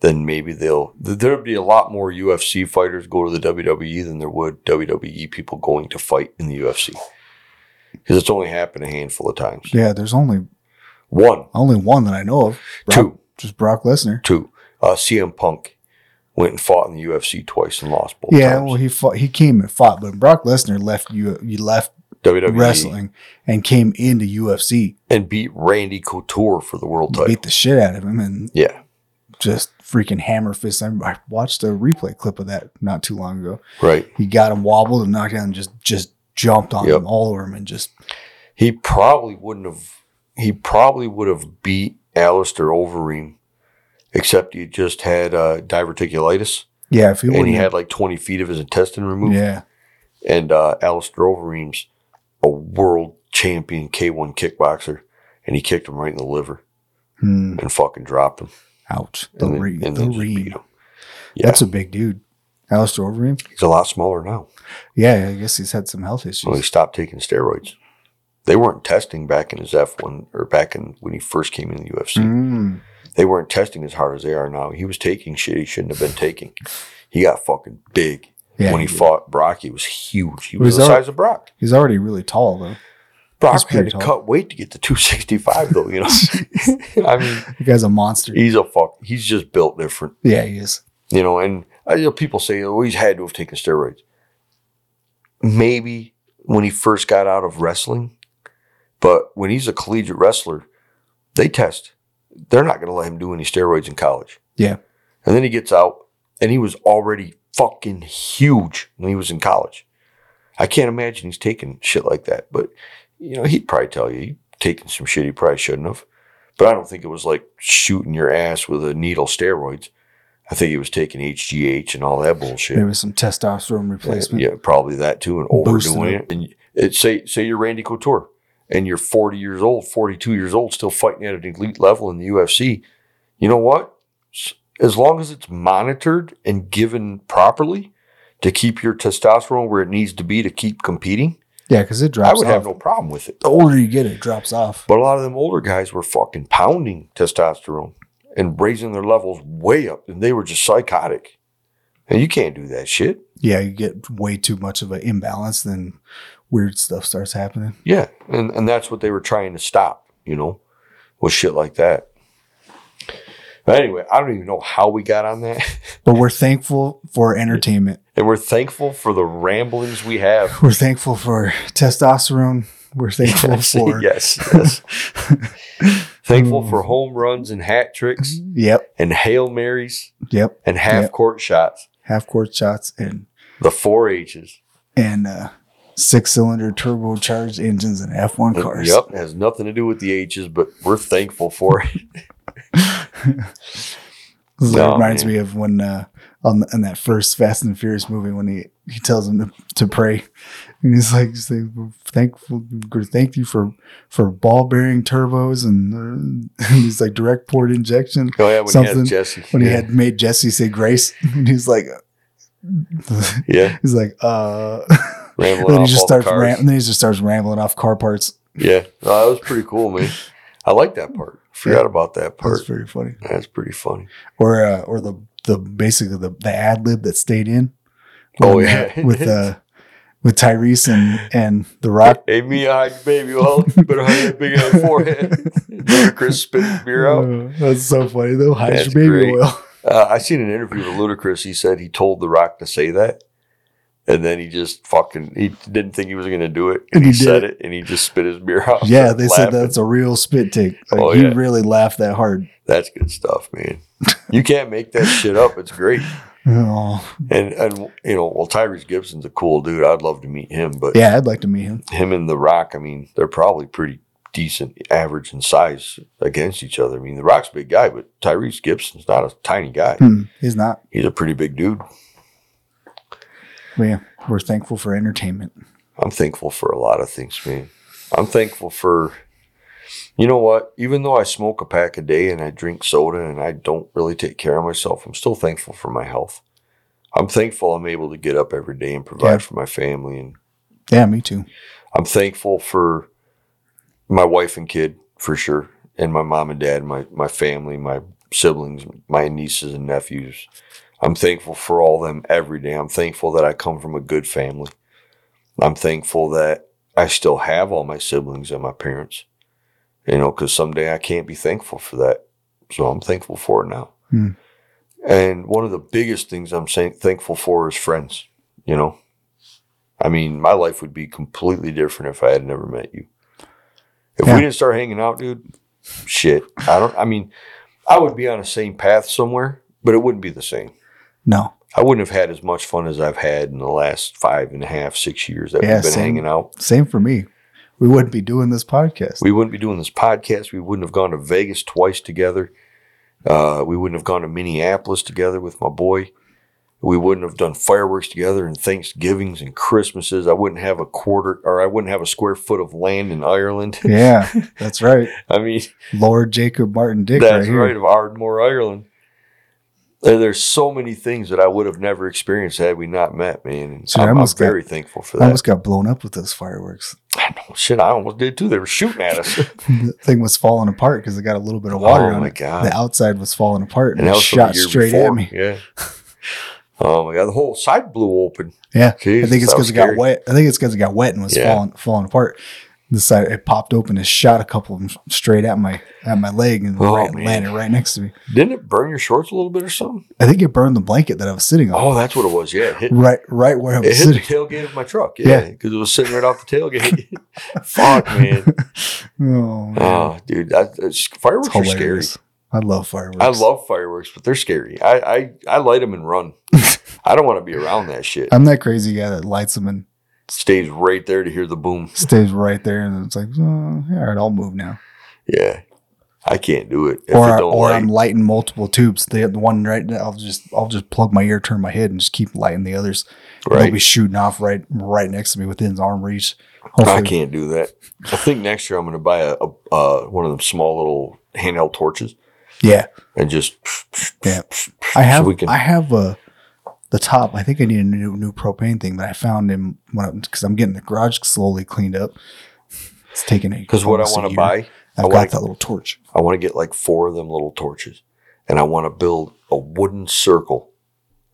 Speaker 4: then maybe they'll th- there'll be a lot more UFC fighters go to the WWE than there would WWE people going to fight in the UFC because it's only happened a handful of times.
Speaker 2: Yeah, there's only
Speaker 4: One,
Speaker 2: only one that I know of. Brock-
Speaker 4: two,
Speaker 2: just Brock Lesnar.
Speaker 4: two. Uh, CM Punk went and fought in the UFC twice and lost both
Speaker 2: Yeah,
Speaker 4: times.
Speaker 2: well he fought, he came and fought, but Brock Lesnar left you you left
Speaker 4: WWE
Speaker 2: wrestling and came into UFC,
Speaker 4: E and beat Randy Couture for the world title.
Speaker 2: beat the shit out of him, and
Speaker 4: yeah.
Speaker 2: just freaking hammer fist. I, I watched a replay clip of that not too long ago.
Speaker 4: Right.
Speaker 2: He got him wobbled and knocked down, and just just jumped on
Speaker 4: Yep.
Speaker 2: him all over him, and just
Speaker 4: He probably wouldn't have. He probably would have beat Alistair Overeem, except he just had uh, diverticulitis
Speaker 2: yeah, if he
Speaker 4: and he
Speaker 2: wouldn't,
Speaker 4: had like 20 feet of his intestine removed.
Speaker 2: yeah,
Speaker 4: And uh, Alistair Overeem's a world champion K1 kickboxer, and he kicked him right in the liver
Speaker 2: Hmm.
Speaker 4: and fucking dropped him.
Speaker 2: ouch, the
Speaker 4: and then-
Speaker 2: re,
Speaker 4: and
Speaker 2: the
Speaker 4: then just
Speaker 2: re.
Speaker 4: beat him. Yeah,
Speaker 2: That's a big dude, Alistair Overeem.
Speaker 4: he's a lot smaller now.
Speaker 2: Yeah, I guess he's had some health issues.
Speaker 4: Well, he stopped taking steroids. They weren't testing back in his F1 or back in when he first came in the UFC.
Speaker 2: Mm.
Speaker 4: they weren't testing as hard as they are now. He was taking shit he shouldn't have been taking. He got fucking big
Speaker 2: Yeah,
Speaker 4: when he,
Speaker 2: he-
Speaker 4: fought Brock. He was huge. He
Speaker 2: He
Speaker 4: was
Speaker 2: was
Speaker 4: the
Speaker 2: al-
Speaker 4: size of Brock.
Speaker 2: He's already really tall though. He's
Speaker 4: Brock had
Speaker 2: pretty
Speaker 4: to
Speaker 2: tall.
Speaker 4: cut weight to get to 265, though. You know, I mean,
Speaker 2: The guy's a monster.
Speaker 4: he's a fuck. He's just built different.
Speaker 2: Yeah, he is.
Speaker 4: You know, and I, you know, people say, "Oh, he's had to have taken steroids." Maybe when he first got out of wrestling, but when he's a collegiate wrestler, they test. They're not going to let him do any steroids in college.
Speaker 2: Yeah.
Speaker 4: And then he gets out, and he was already fucking huge when he was in college. I can't imagine he's taking shit like that, but you know, he'd probably tell you he'd taken some shit he probably shouldn't have. But I don't think it was like shooting your ass with a needle steroids. I think he was taking HGH and all that bullshit.
Speaker 2: There was some testosterone replacement.
Speaker 4: Yeah, probably that too, and
Speaker 2: Boosted
Speaker 4: overdoing
Speaker 2: it.
Speaker 4: it. And it, say say you're Randy Couture, and you're 40 years old, 42 years old, still fighting at an elite level in the UFC. You know what? S- As long as it's monitored and given properly to keep your testosterone where it needs to be to keep competing,
Speaker 2: Yeah, because it
Speaker 4: I
Speaker 2: drops
Speaker 4: would
Speaker 2: off.
Speaker 4: have no problem with it.
Speaker 2: the older you get, it drops off.
Speaker 4: But a lot of them older guys were fucking pounding testosterone and raising their levels way up, and they were just psychotic. And you can't do that shit.
Speaker 2: Yeah, you get way too much of an imbalance, then weird stuff starts happening.
Speaker 4: Yeah, and and that's what they were trying to stop, you know, with shit like that. But anyway, I don't even know how we got on that,
Speaker 2: But we're thankful for entertainment.
Speaker 4: and we're thankful for the ramblings we have.
Speaker 2: We're thankful for testosterone. We're thankful
Speaker 4: yes,
Speaker 2: for
Speaker 4: yes, yes.
Speaker 2: Mm.
Speaker 4: thankful for home runs and hat tricks
Speaker 2: Yep,
Speaker 4: and hail marys
Speaker 2: yep.
Speaker 4: and half
Speaker 2: Mm-hmm. Yep.
Speaker 4: court shots.
Speaker 2: Half court shots and
Speaker 4: The four H's.
Speaker 2: and uh, six cylinder turbocharged engines and F one cars.
Speaker 4: Uh, Yep, has nothing to do with the H's, but we're thankful for it.
Speaker 2: This
Speaker 4: No,
Speaker 2: reminds
Speaker 4: man.
Speaker 2: me of when uh, on the, in that first Fast and Furious movie when he he tells him to, to pray, and he's like, he's like, "We're "Thankful, we're thank you for for ball bearing turbos and, uh, and he's like direct port injection."
Speaker 4: Oh yeah, when he
Speaker 2: Something-
Speaker 4: had Jesse.
Speaker 2: When
Speaker 4: yeah.
Speaker 2: he had made Jesse say grace, and he's like,
Speaker 4: yeah,
Speaker 2: he's like, uh,
Speaker 4: rambling
Speaker 2: then he
Speaker 4: off
Speaker 2: just
Speaker 4: all the
Speaker 2: starts
Speaker 4: cars.
Speaker 2: ram- and then he just starts rambling off car parts.
Speaker 4: Yeah, no, that was pretty cool, man. I like that part. Forgot about that part.
Speaker 2: That's very funny.
Speaker 4: That's pretty funny.
Speaker 2: Or uh, or the the basically the the ad lib that stayed in.
Speaker 4: Oh,
Speaker 2: When,
Speaker 4: yeah.
Speaker 2: uh, with uh with Tyrese and and The Rock.
Speaker 4: Hey, me, hide your baby. Well, you better hide that big ass forehead. Ludacris spit his beer out.
Speaker 2: Uh, that's so funny though. Hide
Speaker 4: That's
Speaker 2: your baby
Speaker 4: great.
Speaker 2: oil.
Speaker 4: Uh, I seen an interview with Ludacris. He said he told The Rock to say that, and then he just fucking he didn't think he was going to do it, and
Speaker 2: And
Speaker 4: he,
Speaker 2: he did
Speaker 4: said it, and he just spit his beer out.
Speaker 2: Yeah, they said
Speaker 4: Laughing.
Speaker 2: that's a real spit take. Like,
Speaker 4: Oh,
Speaker 2: you
Speaker 4: yeah.
Speaker 2: really laughed that hard.
Speaker 4: That's good stuff, man. You can't make that shit up. It's great.
Speaker 2: Oh,
Speaker 4: And and you know, well, Tyrese Gibson's a cool dude. I'd love to meet him, but
Speaker 2: yeah, I'd like to meet him.
Speaker 4: him and The Rock, I mean, they're probably pretty decent average in size against each other. I mean, The Rock's a big guy, but Tyrese Gibson's not a tiny guy.
Speaker 2: Hmm, he's not.
Speaker 4: He's a pretty big dude.
Speaker 2: But yeah, we're thankful for entertainment.
Speaker 4: I'm thankful for a lot of things, man. I'm thankful for, you know what? Even though I smoke a pack a day and I drink soda and I don't really take care of myself, I'm still thankful for my health. I'm thankful I'm able to get up every day and provide
Speaker 2: Yeah.
Speaker 4: for my family. And
Speaker 2: Yeah, me too.
Speaker 4: I'm thankful for my wife and kid for sure, and my mom and dad, my my family, my siblings, my nieces and nephews. I'm thankful for all them every day. I'm thankful that I come from a good family. I'm thankful that I still have all my siblings and my parents. You know, because someday I can't be thankful for that. So I'm thankful for it now.
Speaker 2: Hmm.
Speaker 4: And one of the biggest things I'm saying thankful for is friends. You know, I mean, my life would be completely different if I had never met you. If
Speaker 2: Yeah.
Speaker 4: we didn't start hanging out, dude, shit. I don't. I mean, I would be on the same path somewhere, but it wouldn't be the same.
Speaker 2: No,
Speaker 4: I wouldn't have had as much fun as I've had in the last five and a half, six years that
Speaker 2: Yeah,
Speaker 4: we've been
Speaker 2: same.
Speaker 4: hanging out.
Speaker 2: same for me. We wouldn't be doing this podcast.
Speaker 4: We wouldn't be doing this podcast. We wouldn't have gone to Vegas twice together. Uh, we wouldn't have gone to Minneapolis together with my boy. We wouldn't have done fireworks together and Thanksgivings and Christmases. I wouldn't have a quarter or I wouldn't have a square foot of land in Ireland.
Speaker 2: yeah, that's right.
Speaker 4: I mean,
Speaker 2: Lord Jacob Martin Dick right
Speaker 4: that's
Speaker 2: here.
Speaker 4: right, of Ardmore, Ireland. There- There's so many things that I would have never experienced had we not met, man. And
Speaker 2: So I
Speaker 4: I'm, I'm
Speaker 2: almost got-
Speaker 4: very thankful for
Speaker 2: I
Speaker 4: that.
Speaker 2: almost got blown up with those fireworks.
Speaker 4: I know, shit, I almost did too. They were shooting at us.
Speaker 2: The thing was falling apart because it got a little bit of water
Speaker 4: oh
Speaker 2: on
Speaker 4: my
Speaker 2: it.
Speaker 4: god!
Speaker 2: The outside was falling apart and,
Speaker 4: and that
Speaker 2: it
Speaker 4: was from
Speaker 2: shot
Speaker 4: the year
Speaker 2: straight
Speaker 4: before.
Speaker 2: at me.
Speaker 4: Yeah. Oh my god, the whole side blew open.
Speaker 2: Yeah,
Speaker 4: Jesus,
Speaker 2: I think it's
Speaker 4: that
Speaker 2: because
Speaker 4: was
Speaker 2: it got
Speaker 4: scary.
Speaker 2: wet. I think it's because it got wet and was
Speaker 4: Yeah.
Speaker 2: falling falling apart. The side it popped open and shot a couple of them straight at my at my leg and
Speaker 4: Oh,
Speaker 2: right,
Speaker 4: man.
Speaker 2: landed right next to me.
Speaker 4: Didn't it burn your shorts a little bit or something?
Speaker 2: I think it burned the blanket that I was sitting on.
Speaker 4: Oh, that's what it was. Yeah, it hit,
Speaker 2: Right, right where I
Speaker 4: it
Speaker 2: was
Speaker 4: hit the
Speaker 2: sitting.
Speaker 4: tailgate of my truck.
Speaker 2: Yeah.
Speaker 4: Yeah, because it was sitting right off the tailgate. Fuck, man.
Speaker 2: Oh, man.
Speaker 4: Oh, dude, that, that's, fireworks
Speaker 2: It's
Speaker 4: are scary.
Speaker 2: hilarious. I love fireworks.
Speaker 4: I love fireworks, but they're scary. I I, I light them and run. I don't want to be around that shit.
Speaker 2: I'm that crazy guy that lights them and
Speaker 4: Stays right there to hear the boom.
Speaker 2: stays right there, and it's like, oh, all right, I'll move now.
Speaker 4: Yeah, I can't do it if
Speaker 2: or
Speaker 4: it don't
Speaker 2: or
Speaker 4: light.
Speaker 2: I'm lighting multiple tubes. The the one right now, I'll just I'll just plug my ear, turn my head, and just keep lighting the others. And
Speaker 4: right.
Speaker 2: They'll be shooting off right right next to me within his arm reach.
Speaker 4: I can't do that. I think next year I'm going to buy a, a uh, one of them small little handheld torches
Speaker 2: Yeah,
Speaker 4: and just
Speaker 2: Yeah. I have
Speaker 4: we can-
Speaker 2: I have a the top. I think I need a new new propane thing that I found in when because I'm getting the garage slowly cleaned up. It's taking a
Speaker 4: because what I
Speaker 2: almost a
Speaker 4: want to
Speaker 2: year.
Speaker 4: buy, I
Speaker 2: I've
Speaker 4: wanna-
Speaker 2: got that little torch.
Speaker 4: I want to get like four of them little torches, and I want to build a wooden circle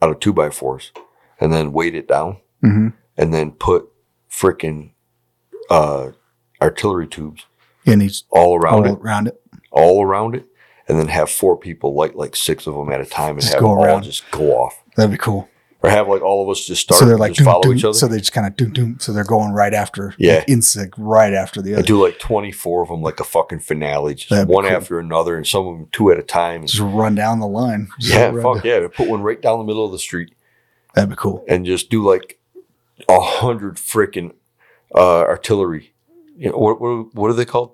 Speaker 4: out of two by fours, and then weight it down,
Speaker 2: hmm
Speaker 4: and then put frickin' uh, artillery tubes
Speaker 2: And each
Speaker 4: all around
Speaker 2: all
Speaker 4: it,
Speaker 2: around it.
Speaker 4: all around it, and then have four people light like six of them at a time, and
Speaker 2: Just
Speaker 4: have
Speaker 2: go
Speaker 4: them all
Speaker 2: around.
Speaker 4: just go off.
Speaker 2: That'd be cool.
Speaker 4: Or have like all of us just start,
Speaker 2: so they're like
Speaker 4: just
Speaker 2: doom,
Speaker 4: follow
Speaker 2: doom,
Speaker 4: each other.
Speaker 2: So they just kind of doom doom. So they're going right after.
Speaker 4: Yeah.
Speaker 2: like, in sync, right after the
Speaker 4: I
Speaker 2: other.
Speaker 4: do like 24 of them, like a fucking finale, just
Speaker 2: That'd be
Speaker 4: one
Speaker 2: cool.
Speaker 4: after another, and some of them two at a time.
Speaker 2: Just run down the line. Just
Speaker 4: yeah,
Speaker 2: run
Speaker 4: fuck
Speaker 2: down-
Speaker 4: yeah. to Put one right down the middle of the street
Speaker 2: That'd be cool.
Speaker 4: and just do like a hundred freaking uh, artillery. You know, what, what, what are they called?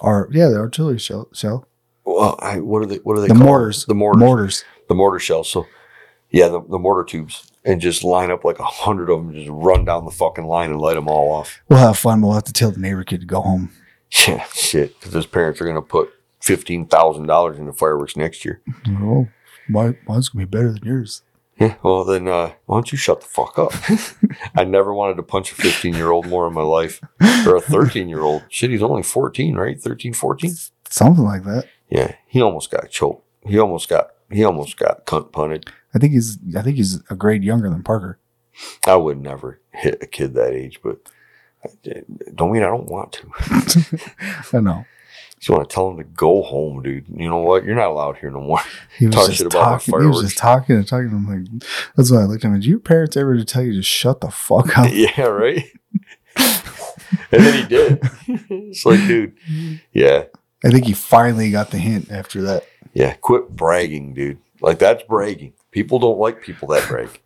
Speaker 2: Or yeah, the artillery shell shell.
Speaker 4: Well, I, what are they? What are they?
Speaker 2: The
Speaker 4: called?
Speaker 2: mortars.
Speaker 4: The mortars.
Speaker 2: Mortars.
Speaker 4: The mortar shells. So, yeah, the, the mortar tubes, and just line up like a hundred of them, just run down the fucking line and light them all off.
Speaker 2: We'll have fun. We'll have to tell the neighbor kid to go home.
Speaker 4: Yeah, shit, because his parents are gonna put fifteen thousand dollars into fireworks next year.
Speaker 2: Oh, my, mine's gonna be better than yours.
Speaker 4: Yeah, well then, uh, why don't you shut the fuck up? I never wanted to punch a 15 year old more in my life or a 13 year old. Shit, he's only 14, right? 13, 14?
Speaker 2: Something like that.
Speaker 4: Yeah, he almost got choked. He almost got, he almost got cunt punted.
Speaker 2: I think he's I think he's a grade younger than Parker.
Speaker 4: I would never hit a kid that age, but I did- don't mean I don't want to.
Speaker 2: I don't know.
Speaker 4: Just want to tell him to go home, dude. You know what? You're not allowed here no more.
Speaker 2: He was
Speaker 4: Talk
Speaker 2: just
Speaker 4: shit about my
Speaker 2: talking. He was
Speaker 4: fireworks.
Speaker 2: just talking and talking. I'm like, that's why I looked at him. Did your parents ever just tell you to shut the fuck up?
Speaker 4: yeah, right? and then he did. it's like, dude, yeah.
Speaker 2: I think he finally got the hint after that.
Speaker 4: Yeah, quit bragging, dude. Like that's bragging. People don't like people that brag.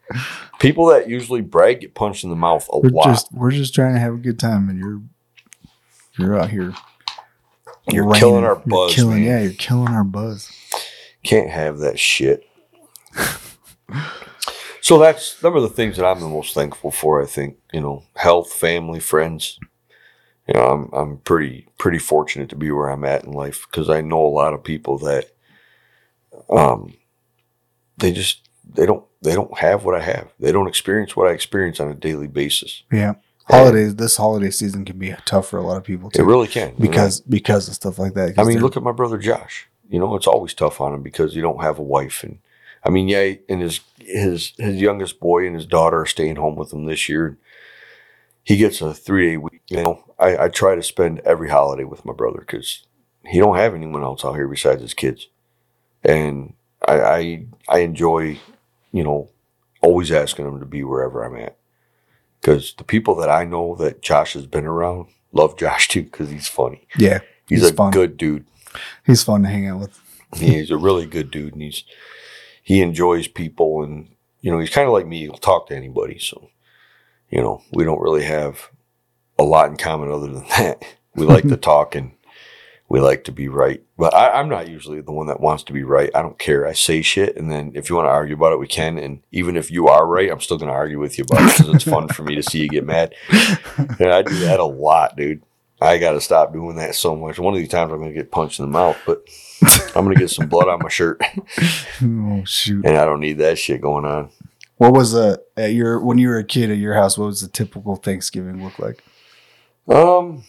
Speaker 4: people that usually brag get punched in the mouth a
Speaker 2: We're
Speaker 4: lot.
Speaker 2: just we're just trying to have a good time, and you're you're out here.
Speaker 4: You're
Speaker 2: raining-
Speaker 4: killing our
Speaker 2: you're
Speaker 4: buzz,
Speaker 2: killing-
Speaker 4: man.
Speaker 2: yeah, you're killing our buzz.
Speaker 4: Can't have that shit. so that's some of the things that I'm the most thankful for. I think you know, health, family, friends. You know, I'm I'm pretty pretty fortunate to be where I'm at in life because I know a lot of people that, um, they just they don't they don't have what I have. They don't experience what I experience on a daily basis.
Speaker 2: Yeah,
Speaker 4: Yeah.
Speaker 2: holidays. This holiday season can be tough for a lot of people
Speaker 4: It
Speaker 2: too,
Speaker 4: really can you know?
Speaker 2: because because of stuff like that.
Speaker 4: I
Speaker 2: 'cause
Speaker 4: mean,
Speaker 2: they're-
Speaker 4: look at my brother Josh. You know, it's always tough on him because you don't have a wife, and I mean, yeah, and his his his youngest boy and his daughter are staying home with him this year. He gets a three day week. You know, I, I try to spend every holiday with my brother because he don't have anyone else out here besides his kids, and I I, I enjoy, you know, always asking him to be wherever I'm at because the people that I know that Josh has been around love Josh too because he's funny.
Speaker 2: yeah,
Speaker 4: He's,
Speaker 2: He's
Speaker 4: a
Speaker 2: fun.
Speaker 4: good dude
Speaker 2: he's fun to hang out with.
Speaker 4: he's a really good dude and he's he enjoys people and you know he's kind of like me he'll talk to anybody so you know we don't really have a lot in common other than that we like to talk and we like to be right but I, i'm not usually the one that wants to be right i don't care i say shit and then if you want to argue about it we can and even if you are right i'm still going to argue with you about it because it's fun for me to see you get mad and i do that a lot dude i gotta stop doing that so much one of these times i'm going to get punched in the mouth but I'm gonna get some blood on my shirt,
Speaker 2: oh shoot!
Speaker 4: and I don't need that shit going on.
Speaker 2: What was the at your when you were a kid at your house? What was the typical Thanksgiving look like?
Speaker 4: Um,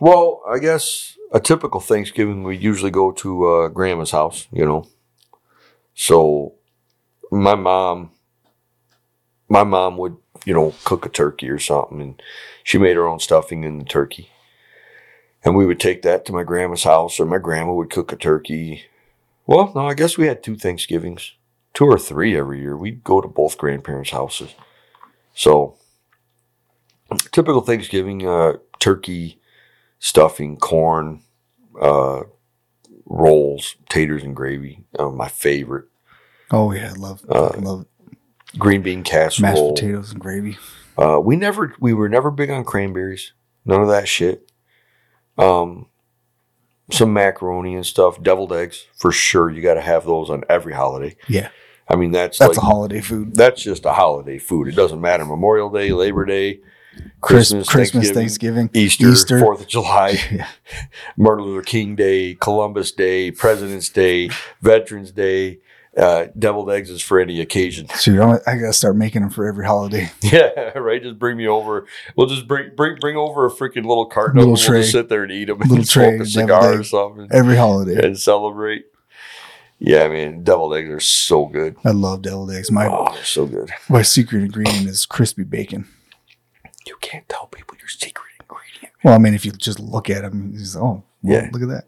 Speaker 4: well, I guess a typical Thanksgiving we usually go to uh, Grandma's house, you know. So, my mom, my mom would you know cook a turkey or something, and she made her own stuffing in the turkey, and we would take that to my grandma's house, or my grandma would cook a turkey. Well, no, I guess we had two Thanksgivings, two or three every year. We'd go to both grandparents' houses, so. typical Thanksgiving: uh, turkey, stuffing, corn, uh, rolls, taters and gravy. Uh, my favorite
Speaker 2: Oh yeah, I love
Speaker 4: Uh,
Speaker 2: I love
Speaker 4: green bean
Speaker 2: mashed
Speaker 4: casserole.
Speaker 2: potatoes and gravy.
Speaker 4: Uh, we never, we were never big on cranberries. None of that shit. Um, some macaroni and stuff, deviled eggs for sure. You got to have those on every holiday.
Speaker 2: Yeah.
Speaker 4: I mean that's
Speaker 2: That's
Speaker 4: like,
Speaker 2: a holiday food.
Speaker 4: that's just a holiday food. It doesn't matter Memorial Day, Labor Day,
Speaker 2: Christmas,
Speaker 4: Christmas,
Speaker 2: Christmas,
Speaker 4: Thanksgiving.
Speaker 2: Thanksgiving,
Speaker 4: Easter,
Speaker 2: Easter.
Speaker 4: Fourth of July,
Speaker 2: Yeah.
Speaker 4: Martin Luther King Day, Columbus Day, President's Day, Veterans Day, uh, deviled eggs is for any occasion.
Speaker 2: Shoot, I'm, I gotta start making them for every holiday.
Speaker 4: Yeah, right. Just bring me over. We'll just bring bring bring over a freaking little carton.
Speaker 2: Little
Speaker 4: of them. We'll just
Speaker 2: tray.
Speaker 4: sit there and eat them.
Speaker 2: Little
Speaker 4: and smoke
Speaker 2: tray,
Speaker 4: a
Speaker 2: deviled Eh.
Speaker 4: cigar or
Speaker 2: egg.
Speaker 4: something,
Speaker 2: Every holiday.
Speaker 4: and celebrate. Yeah, man, deviled eggs are so good.
Speaker 2: I love deviled eggs. My
Speaker 4: Oh, they're so good.
Speaker 2: my secret ingredient is crispy bacon.
Speaker 4: You can't tell people your secret ingredient.
Speaker 2: Well, I mean, if you just look at them, just, oh, well,
Speaker 4: Yeah.
Speaker 2: look at that.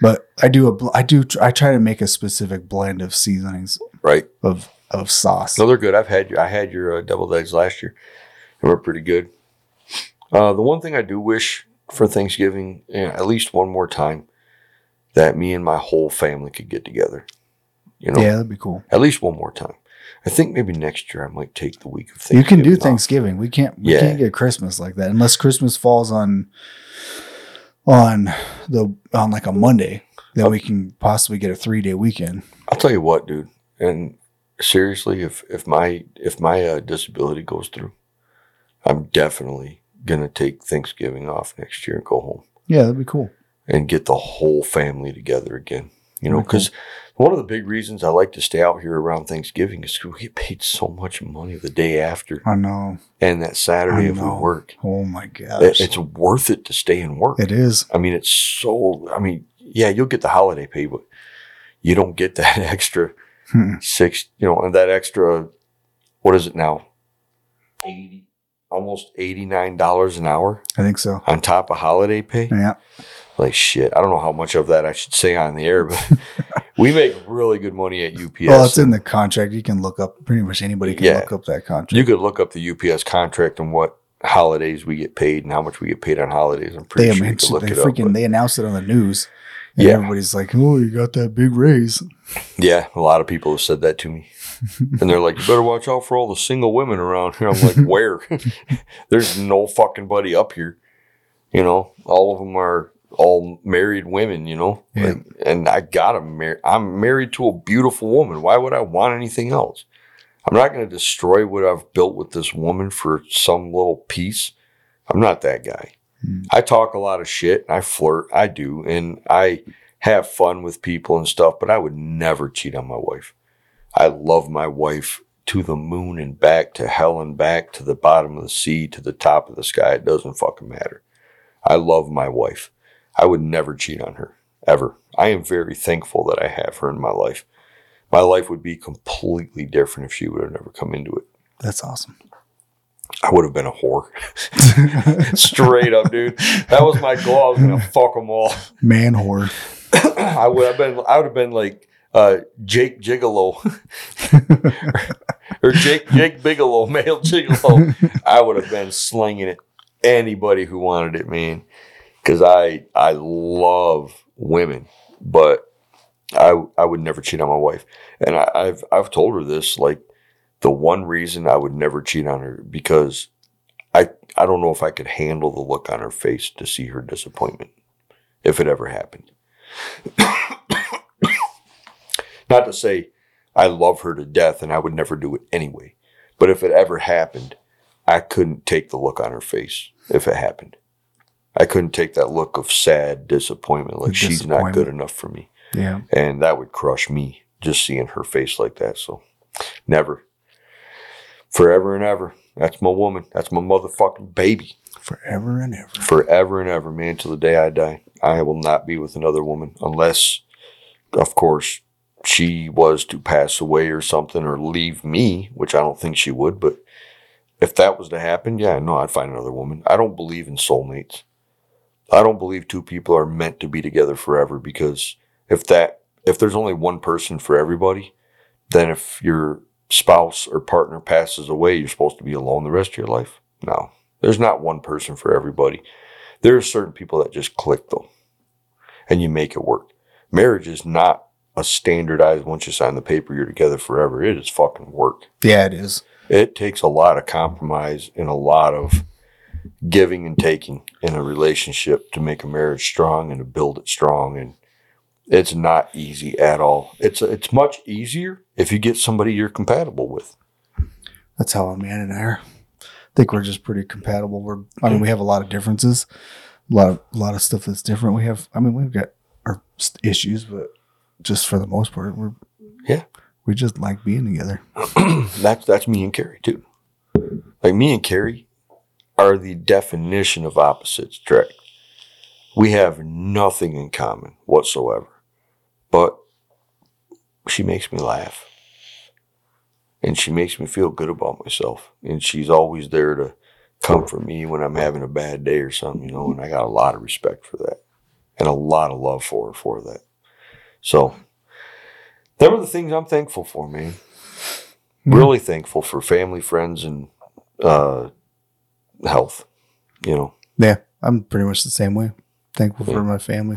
Speaker 2: But I do a bl- I do tr- I try to make a specific blend of seasonings
Speaker 4: Right.
Speaker 2: of of sauce.
Speaker 4: No, they're good. I've had your I had your uh, deviled eggs last year. They were pretty good. Uh, the one thing I do wish for Thanksgiving, yeah, at least one more time, that me and my whole family could get together. You know,
Speaker 2: Yeah, that'd be cool.
Speaker 4: at least one more time. I think maybe next year I might take the week of
Speaker 2: You
Speaker 4: Thanksgiving.
Speaker 2: can do
Speaker 4: off.
Speaker 2: Thanksgiving. We can't we
Speaker 4: Yeah.
Speaker 2: can't get Christmas like that unless Christmas falls on on the on like a Monday. Then
Speaker 4: Oh.
Speaker 2: we can possibly get a three day weekend.
Speaker 4: I'll tell you what, dude. And seriously, if if my if my uh, disability goes through, I'm definitely gonna take Thanksgiving off next year and go home.
Speaker 2: Yeah, that'd be cool.
Speaker 4: and get the whole family together again. You know,
Speaker 2: Okay.
Speaker 4: because one of the big reasons I like to stay out here around Thanksgiving is 'cause we get paid so much money the day after
Speaker 2: I know.
Speaker 4: and that Saturday
Speaker 2: I
Speaker 4: if we
Speaker 2: know.
Speaker 4: work.
Speaker 2: Oh my
Speaker 4: It-
Speaker 2: gosh.
Speaker 4: it's worth it to stay and work.
Speaker 2: It is.
Speaker 4: I mean, it's so, I mean, yeah, you'll get the holiday pay, but you don't get that extra
Speaker 2: Hmm.
Speaker 4: six, you know, and that extra, what is it now? 80, almost $89 an hour
Speaker 2: I think so.
Speaker 4: on top of holiday pay.
Speaker 2: Yeah.
Speaker 4: like shit. I don't know how much of that I should say on the air, but we make really good money at UPS.
Speaker 2: Well, it's in the contract. You can look up pretty much anybody can
Speaker 4: Yeah.
Speaker 2: look up that contract.
Speaker 4: you could look up the UPS contract and what holidays we get paid and how much we get paid on holidays. I'm pretty
Speaker 2: they
Speaker 4: sure you
Speaker 2: mentioned
Speaker 4: could look
Speaker 2: they
Speaker 4: it
Speaker 2: freaking
Speaker 4: up.
Speaker 2: they announced it on the news. And
Speaker 4: Yeah.
Speaker 2: everybody's like, oh, you got that big raise.
Speaker 4: Yeah, a lot of people have said that to me. And they're like, you better watch out for all the single women around here. I'm like, where? There's no fucking buddy up here. You know, all of them are all married women, you know?
Speaker 2: Yeah.
Speaker 4: Like, and I got to marry. I'm married to a beautiful woman. Why would I want anything else? I'm not going to destroy what I've built with this woman for some little piece. I'm not that guy.
Speaker 2: Hmm.
Speaker 4: I talk a lot of shit. I flirt. I do. And I have fun with people and stuff, but I would never cheat on my wife. I love my wife to the moon and back, to hell and back, to the bottom of the sea, to the top of the sky. It doesn't fucking matter. I love my wife. I would never cheat on her, ever. I am very thankful that I have her in my life. My life would be completely different if she would have never come into it.
Speaker 2: That's awesome.
Speaker 4: I would have been a whore. Straight up, dude. That was my goal. I was gonna fuck them all.
Speaker 2: Man whore.
Speaker 4: I would have been. I would have been like uh, Jake Gigolo or Jake Jake Bigelow, male Gigolo. I would have been slinging it anybody who wanted it, man. Because I I love women, but I I would never cheat on my wife, and I, I've I've told her this like the one reason I would never cheat on her because I I don't know if I could handle the look on her face to see her disappointment if it ever happened not to say I love her to death and I would never do it anyway, but if it ever happened, I couldn't take the look on her face if it happened. I couldn't take that look of sad disappointment, like she's not good
Speaker 2: Disappointment.
Speaker 4: enough for me.
Speaker 2: Yeah.
Speaker 4: And that would crush me just seeing her face like that. So never. Forever and ever. That's my woman. That's my motherfucking baby.
Speaker 2: Forever and ever.
Speaker 4: Forever and ever, man, till the day I die. I will not be with another woman unless, of course, she was to pass away or something or leave me, which I don't think she would. But if that was to happen, yeah, no, I'd find another woman. I don't believe in soulmates. I don't believe two people are meant to be together forever because if that if there's only one person for everybody, then if your spouse or partner passes away, you're supposed to be alone the rest of your life. No. There's not one person for everybody. There are certain people that just click though. And you make it work. Marriage is not a standardized once you sign the paper, you're together forever. It is fucking work
Speaker 2: Yeah, it is.
Speaker 4: it takes a lot of compromise and a lot of giving and taking in a relationship to make a marriage strong and to build it strong and it's not easy at all it's it's much easier if you get somebody you're compatible with
Speaker 2: That's how Amanda and I are. I think we're just pretty compatible. We're I mean we have a lot of differences, a lot of a lot of stuff that's different. We have I mean we've got our s- issues, but just for the most part, we're
Speaker 4: Yeah.
Speaker 2: we just like being together.
Speaker 4: that's that's me and Carrie too like me and Carrie are the definition of opposites correct we have nothing in common whatsoever but she makes me laugh and she makes me feel good about myself and she's always there to comfort me when i'm having a bad day or something you know and i got a lot of respect for that and a lot of love for her for that so them are the things i'm thankful for man really thankful for family friends and uh health you know
Speaker 2: Yeah, I'm pretty much the same way. Thankful for my family,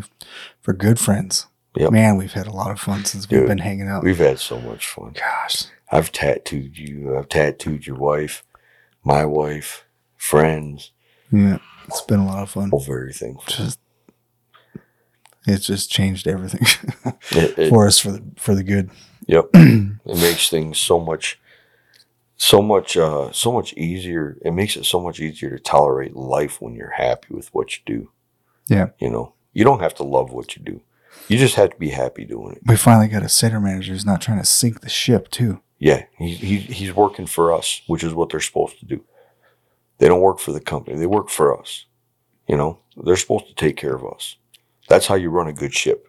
Speaker 2: for good friends.
Speaker 4: Yep.
Speaker 2: Man, we've had a lot of fun since we've
Speaker 4: Dude,
Speaker 2: been hanging out.
Speaker 4: we've had so much fun
Speaker 2: Gosh,
Speaker 4: I've tattooed you. I've tattooed your wife, my wife, friends,
Speaker 2: yeah, it's been a lot of fun.
Speaker 4: all very thankful.
Speaker 2: Just it's just changed everything
Speaker 4: It, it-
Speaker 2: for us for the for the good.
Speaker 4: yep, it makes things so much, so much, uh, so much easier. It makes it so much easier to tolerate life when you're happy with what you do.
Speaker 2: Yeah.
Speaker 4: you know, you don't have to love what you do. You just have to be happy doing it.
Speaker 2: We finally got a center manager who's not trying to sink the ship too.
Speaker 4: Yeah, he, he, he's working for us, which is what they're supposed to do. They don't work for the company, they work for us. You know, they're supposed to take care of us. That's how you run a good ship.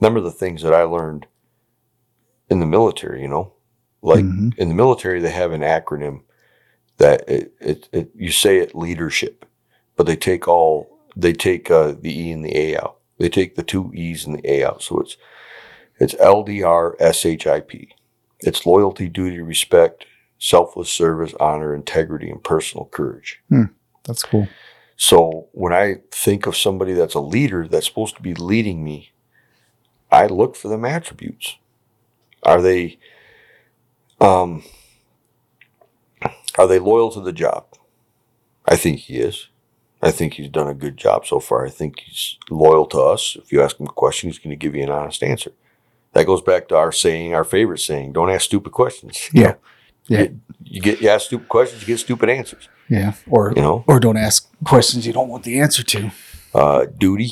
Speaker 4: Remember the things that I learned in the military, you know? Like
Speaker 2: Mhm.
Speaker 4: in the military, they have an acronym that it, it, it you say it leadership, but they take all, they take uh, the E and the A out. They take the two E's and the A out. So it's, it's LDRSHIP. It's loyalty, duty, respect, selfless service, honor, integrity, and personal courage.
Speaker 2: That's cool.
Speaker 4: So when I think of somebody that's a leader that's supposed to be leading me, I look for them attributes. Are they um are they loyal to the job? I think he is. I think he's done a good job so far. I think he's loyal to us. If you ask him a question, he's going to give you an honest answer. That goes back to our saying, our favorite saying, don't ask stupid questions. You
Speaker 2: Yeah.
Speaker 4: know,
Speaker 2: Yeah.
Speaker 4: You, you get you ask stupid questions, you get stupid answers,
Speaker 2: Yeah. Or
Speaker 4: you know?
Speaker 2: or don't ask questions you don't want the answer to.
Speaker 4: uh, duty.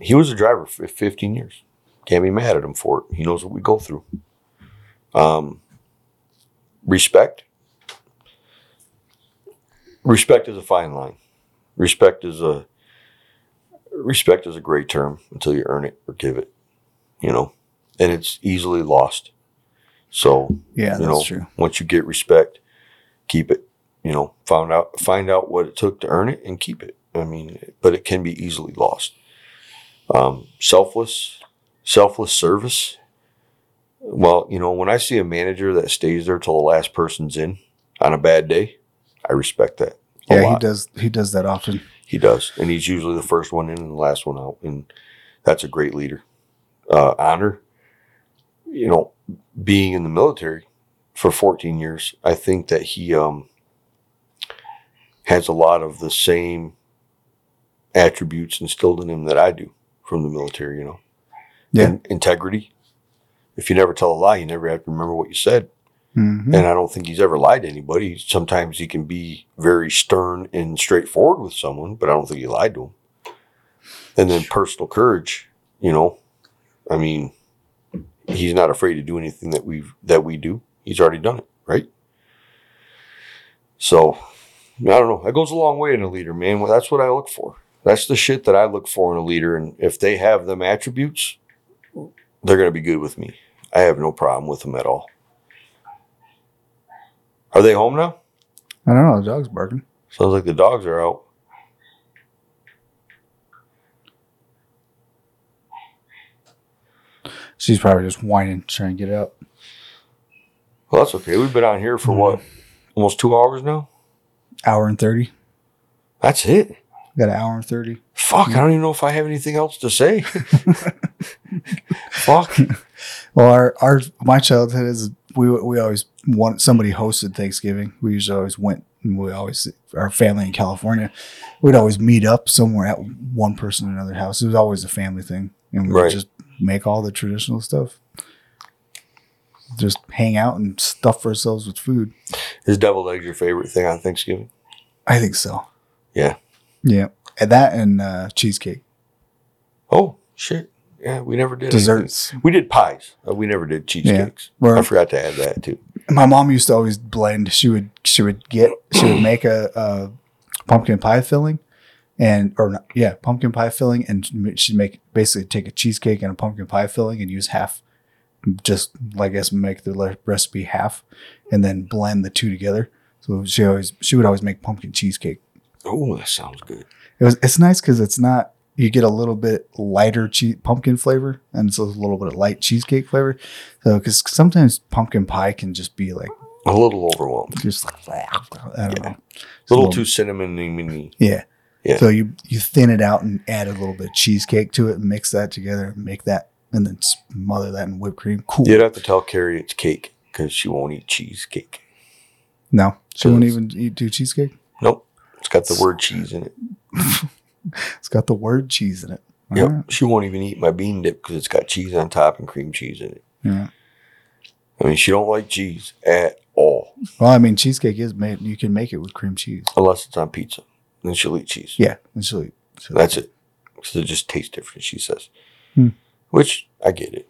Speaker 4: He was a driver for 15 years. Can't be mad at him for it. He knows what we go through. Um, respect. Respect is a fine line. Respect is a respect is a great term until you earn it or give it. You know, and it's easily lost. So
Speaker 2: Yeah,
Speaker 4: you
Speaker 2: that's
Speaker 4: know,
Speaker 2: true.
Speaker 4: once you get respect, keep it. You know, found out find out what it took to earn it and keep it. I mean, but it can be easily lost. Um, selfless, selfless service. Well, you know, when I see a manager that stays there till the last person's in on a bad day, I respect that. a
Speaker 2: Yeah, he
Speaker 4: lot.
Speaker 2: does he does that often.
Speaker 4: He does, and he's usually the first one in and the last one out, and that's a great leader. Uh, honor, you know, being in the military for 14 years, I think that he um, has a lot of the same attributes instilled in him that I do from the military. You know,
Speaker 2: Yeah.
Speaker 4: In- integrity. If you never tell a lie, you never have to remember what you said
Speaker 2: Mhm.
Speaker 4: and I don't think he's ever lied to anybody. Sometimes he can be very stern and straightforward with someone, but I don't think he lied to him. And then personal courage, you know, I mean, he's not afraid to do anything that we that we do. He's already done it, right? So I don't know. That goes a long way in a leader, man. Well, that's what I look for. That's the shit that I look for in a leader. And if they have them attributes, they're gonna be good with me. I have no problem with them at all. Are they home now?
Speaker 2: I don't know, the dog's barking.
Speaker 4: Sounds like the dogs are out.
Speaker 2: She's probably just whining, trying to get out.
Speaker 4: Well, that's okay. We've been out here for what, almost two hours now.
Speaker 2: Hour and thirty.
Speaker 4: That's it.
Speaker 2: Got an hour and thirty.
Speaker 4: Fuck, I don't even know if I have anything else to say. Fuck.
Speaker 2: Well, our, our my childhood is we we always want somebody hosted Thanksgiving. We usually always went. and We always our family in California. We'd always meet up somewhere at one person or another house. It was always a family thing, and we
Speaker 4: Right.
Speaker 2: would just make all the traditional stuff. Just hang out and stuff ourselves with food.
Speaker 4: Is deviled eggs your favorite thing on Thanksgiving?
Speaker 2: I think so.
Speaker 4: Yeah.
Speaker 2: Yeah. And that and uh, cheesecake
Speaker 4: Oh shit. Yeah, we never did anything.
Speaker 2: desserts.
Speaker 4: We did pies. Uh, we never did cheesecakes.
Speaker 2: We're-
Speaker 4: I forgot to add that too.
Speaker 2: my mom used to always blend. She would she would get she would make a, a pumpkin pie filling, and or not, yeah, pumpkin pie filling, and ma- she'd make basically take a cheesecake and a pumpkin pie filling and use half, just I guess make the le- recipe half, and then blend the two together. So she always she would always make pumpkin cheesecake.
Speaker 4: Oh, that sounds good.
Speaker 2: It was it's nice because it's not you get a little bit lighter cheese pumpkin flavor and it's a little bit of light cheesecake flavor. So because sometimes pumpkin pie can just be like
Speaker 4: A little overwhelmed.
Speaker 2: just like I don't know.
Speaker 4: A little too cinnamony. mini.
Speaker 2: Yeah.
Speaker 4: Yeah.
Speaker 2: So you you thin it out and add a little bit of cheesecake to it and mix that together and make that and then smother that in whipped cream. Cool.
Speaker 4: You'd have to tell Carrie it's cake because she won't eat cheesecake.
Speaker 2: No, she won't
Speaker 4: Yes.
Speaker 2: even eat do cheesecake.
Speaker 4: Nope. It's got the word cheese in it.
Speaker 2: It's got the word cheese in it. All
Speaker 4: Yep.
Speaker 2: right.
Speaker 4: She won't even eat my bean dip because it's got cheese on top and cream cheese in it.
Speaker 2: Yeah.
Speaker 4: I mean, she don't like cheese at all
Speaker 2: Well, I mean, cheesecake is made. You can make it with cream cheese.
Speaker 4: unless it's on pizza. Then she'll eat cheese.
Speaker 2: Yeah, and she'll, she'll
Speaker 4: That's it. Because it just tastes different, she says.
Speaker 2: Hmm.
Speaker 4: Which I get it.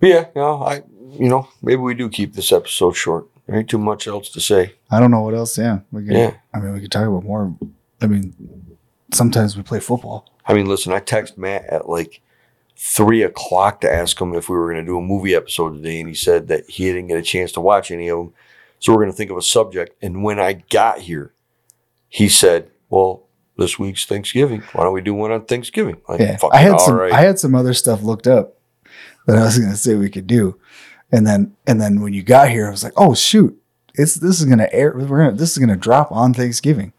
Speaker 4: But yeah, no, I, you know, maybe we do keep this episode short. There ain't too much else to say.
Speaker 2: I don't know what else. Yeah, we can,
Speaker 4: Yeah.
Speaker 2: I mean, we could talk about more. I mean, sometimes we play football.
Speaker 4: I mean, listen, I text Matt at like three o'clock to ask him if we were going to do a movie episode today, and he said that he didn't get a chance to watch any of them. So we're going to think of a subject. And when I got here, he said, "Well, this week's Thanksgiving. Why don't we do one on Thanksgiving?" Like,
Speaker 2: Yeah,
Speaker 4: fucking
Speaker 2: I had
Speaker 4: all
Speaker 2: some.
Speaker 4: right.
Speaker 2: I had some other stuff looked up that I was going to say we could do, and then and then when you got here, I was like, oh shoot, it's this is going to air. We're gonna, this is going to drop on Thanksgiving.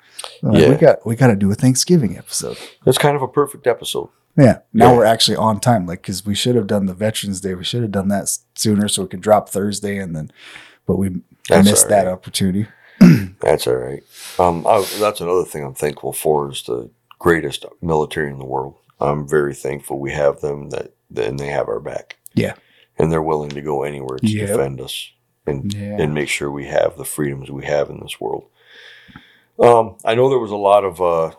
Speaker 2: I'm like,
Speaker 4: Yeah.
Speaker 2: we got we got to do a Thanksgiving episode.
Speaker 4: That's kind of a perfect episode.
Speaker 2: Yeah. Now
Speaker 4: Yeah.
Speaker 2: we're actually on time, like because we should have done the Veterans Day. We should have done that s- sooner so we could drop Thursday and then, but we
Speaker 4: That's
Speaker 2: missed
Speaker 4: all
Speaker 2: that
Speaker 4: right.
Speaker 2: opportunity.
Speaker 4: That's all right. Um, I, that's another thing I'm thankful for is the greatest military in the world. I'm very thankful we have them that and they have our back.
Speaker 2: Yeah.
Speaker 4: and they're willing to go anywhere to
Speaker 2: Yep.
Speaker 4: defend us and
Speaker 2: Yeah.
Speaker 4: and make sure we have the freedoms we have in this world. Um, I know there was a lot of uh,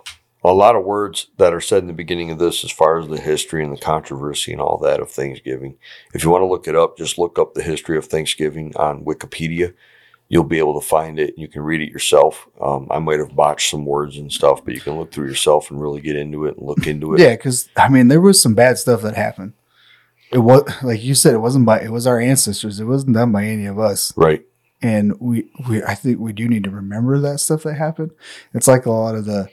Speaker 4: a lot of words that are said in the beginning of this, as far as the history and the controversy and all that of Thanksgiving. If you want to look it up, just look up the history of Thanksgiving on Wikipedia. You'll be able to find it. You can read it yourself. Um, I might have botched some words and stuff, but you can look through yourself and really get into it and look into it.
Speaker 2: Yeah, because I mean, there was some bad stuff that happened. It was like you said, it wasn't by it was our ancestors. It wasn't done by any of us,
Speaker 4: Right.
Speaker 2: and we we I think we do need to remember that stuff that happened. It's like a lot of the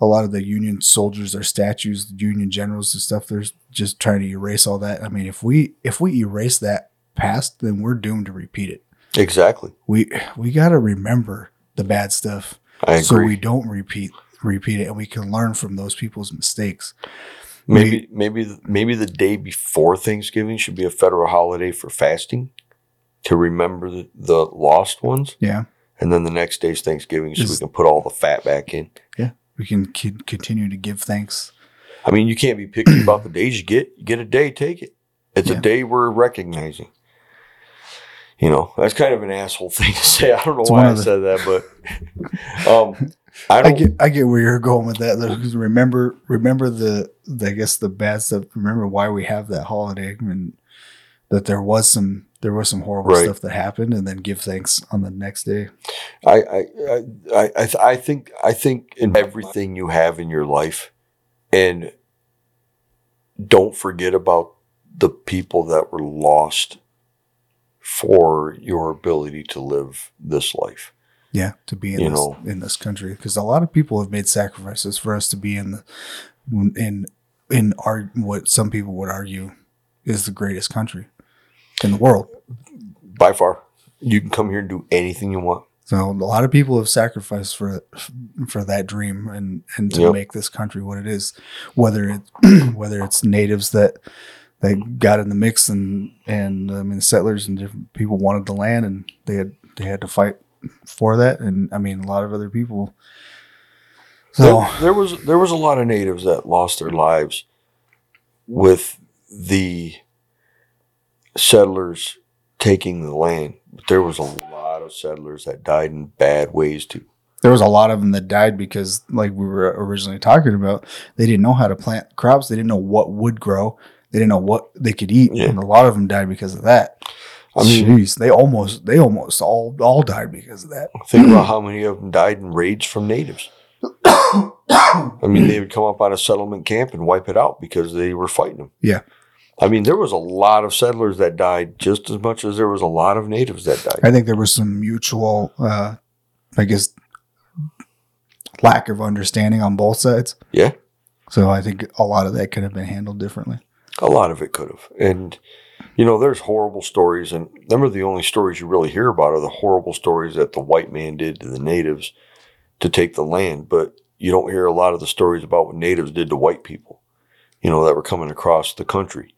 Speaker 2: a lot of the Union soldiers, their statues, the Union generals, and stuff. They're just trying to erase all that. I mean, if we if we erase that past, then we're doomed to repeat it.
Speaker 4: Exactly.
Speaker 2: We we got to remember the bad stuff
Speaker 4: I agree.
Speaker 2: so we don't repeat repeat it, and we can learn from those people's mistakes.
Speaker 4: Maybe maybe th- maybe the day before Thanksgiving should be a federal holiday for fasting to remember the, the lost ones,
Speaker 2: Yeah.
Speaker 4: and then the next day's Thanksgiving so we
Speaker 2: Is-
Speaker 4: can put all the fat back in.
Speaker 2: we can c- continue to give thanks.
Speaker 4: I mean, you can't be picky about the days you get. You get a day, take it. It's
Speaker 2: Yeah.
Speaker 4: a day we're recognizing. You know, that's kind of an asshole thing to say. I don't know
Speaker 2: It's one
Speaker 4: why I
Speaker 2: of the-
Speaker 4: said that, but um, I
Speaker 2: I
Speaker 4: don't.
Speaker 2: get I get where you're going with that. though, 'cause remember remember the, the I guess the bad stuff. Remember why we have that holiday and that there was some there was some horrible
Speaker 4: Right.
Speaker 2: stuff that happened, and then give thanks on the next day.
Speaker 4: I I I- I I, th- I think I think in everything you have in your life, and don't forget about the people that were lost for your ability to live this life.
Speaker 2: Yeah, to be in
Speaker 4: You
Speaker 2: this
Speaker 4: know.
Speaker 2: in this country because a lot of people have made sacrifices for us to be in the in in our what some people would argue is the greatest country in the world.
Speaker 4: By far, you can come here and do anything you want.
Speaker 2: So a lot of people have sacrificed for for that dream and and to
Speaker 4: Yep.
Speaker 2: make this country what it is. Whether it whether it's natives that that got in the mix and and I mean settlers and different people wanted the land and they had they had to fight for that and I mean a lot of other people. So
Speaker 4: there, there was there was a lot of natives that lost their lives with the settlers taking the land. But there was a lot of settlers that died in bad ways too.
Speaker 2: there was a lot of them that died because like we were originally talking about they didn't know how to plant crops they didn't know what would grow they didn't know what they could eat
Speaker 4: Yeah.
Speaker 2: and a lot of them died because of that
Speaker 4: I mean-
Speaker 2: jeez they almost they almost all all died because of that
Speaker 4: Think about how many of them died in raids from natives. I mean, they would come up on a settlement camp and wipe it out because they were fighting them.
Speaker 2: Yeah.
Speaker 4: I mean, there was a lot of settlers that died just as much as there was a lot of natives that died.
Speaker 2: i think there was some mutual uh i guess lack of understanding on both sides
Speaker 4: Yeah.
Speaker 2: so i think a lot of that could have been handled differently
Speaker 4: A lot of it could have. And, you know, there's horrible stories. And them are the only stories you really hear about are the horrible stories that the white man did to the natives to take the land. But you don't hear a lot of the stories about what natives did to white people, you know, that were coming across the country.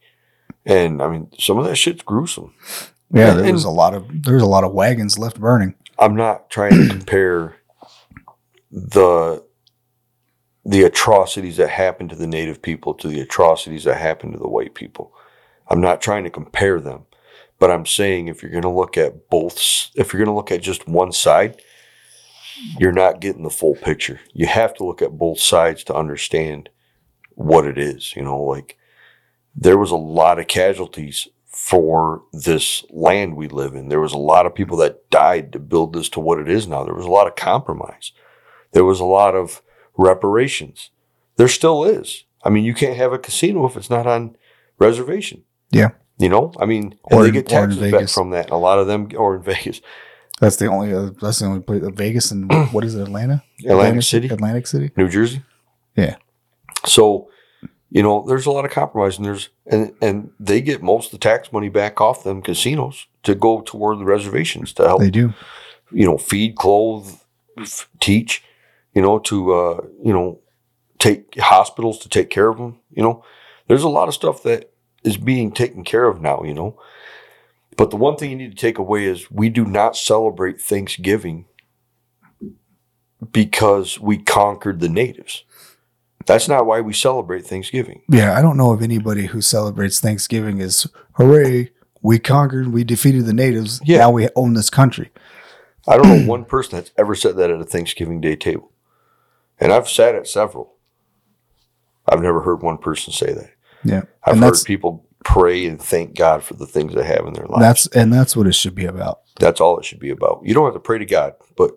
Speaker 4: And I mean, some of that shit's gruesome.
Speaker 2: yeah
Speaker 4: And-
Speaker 2: there was a lot of there was a lot of wagons left burning
Speaker 4: I'm not trying to compare the the atrocities that happened to the native people to the atrocities that happened to the white people. I'm not trying to compare them, but I'm saying if you're going to look at both, s- if you're going to look at just one side, you're not getting the full picture. You have to look at both sides to understand what it is. You know, like there was a lot of casualties for this land we live in. There was a lot of people that died to build this to what it is now. There was a lot of compromise. There was a lot of reparations. There still is. I mean, you can't have a casino if it's not on reservation.
Speaker 2: Yeah.
Speaker 4: You know, I mean, and
Speaker 2: Or
Speaker 4: they
Speaker 2: in-
Speaker 4: get
Speaker 2: or in
Speaker 4: taxes back
Speaker 2: Vegas.
Speaker 4: from that. A lot of them, or in Vegas,
Speaker 2: that's the only uh, that's the only place vegas and what is it atlanta
Speaker 4: Atlantic City,
Speaker 2: atlantic city
Speaker 4: New Jersey.
Speaker 2: Yeah.
Speaker 4: So, you know, there's a lot of compromise, and there's and and they get most of the tax money back off them casinos to go toward the reservations to help
Speaker 2: They do.
Speaker 4: you know feed, clothe, f- teach. you know, to uh, you know, take hospitals to take care of them. You know, there's a lot of stuff that is being taken care of now. You know, but the one thing you need to take away is we do not celebrate Thanksgiving because we conquered the natives. That's not why we celebrate Thanksgiving.
Speaker 2: Yeah, I don't know of anybody who celebrates Thanksgiving as hooray, we conquered, we defeated the natives.
Speaker 4: Yeah.
Speaker 2: Now we own this country.
Speaker 4: I don't know one person that's ever said that at a Thanksgiving Day table. And I've sat at several. I've never heard one person say that.
Speaker 2: Yeah.
Speaker 4: I've
Speaker 2: and
Speaker 4: heard
Speaker 2: that's
Speaker 4: people pray and thank God for the things they have in their life. That's,
Speaker 2: that's and that's what it should be about.
Speaker 4: all it should be about. You don't have to pray to God, but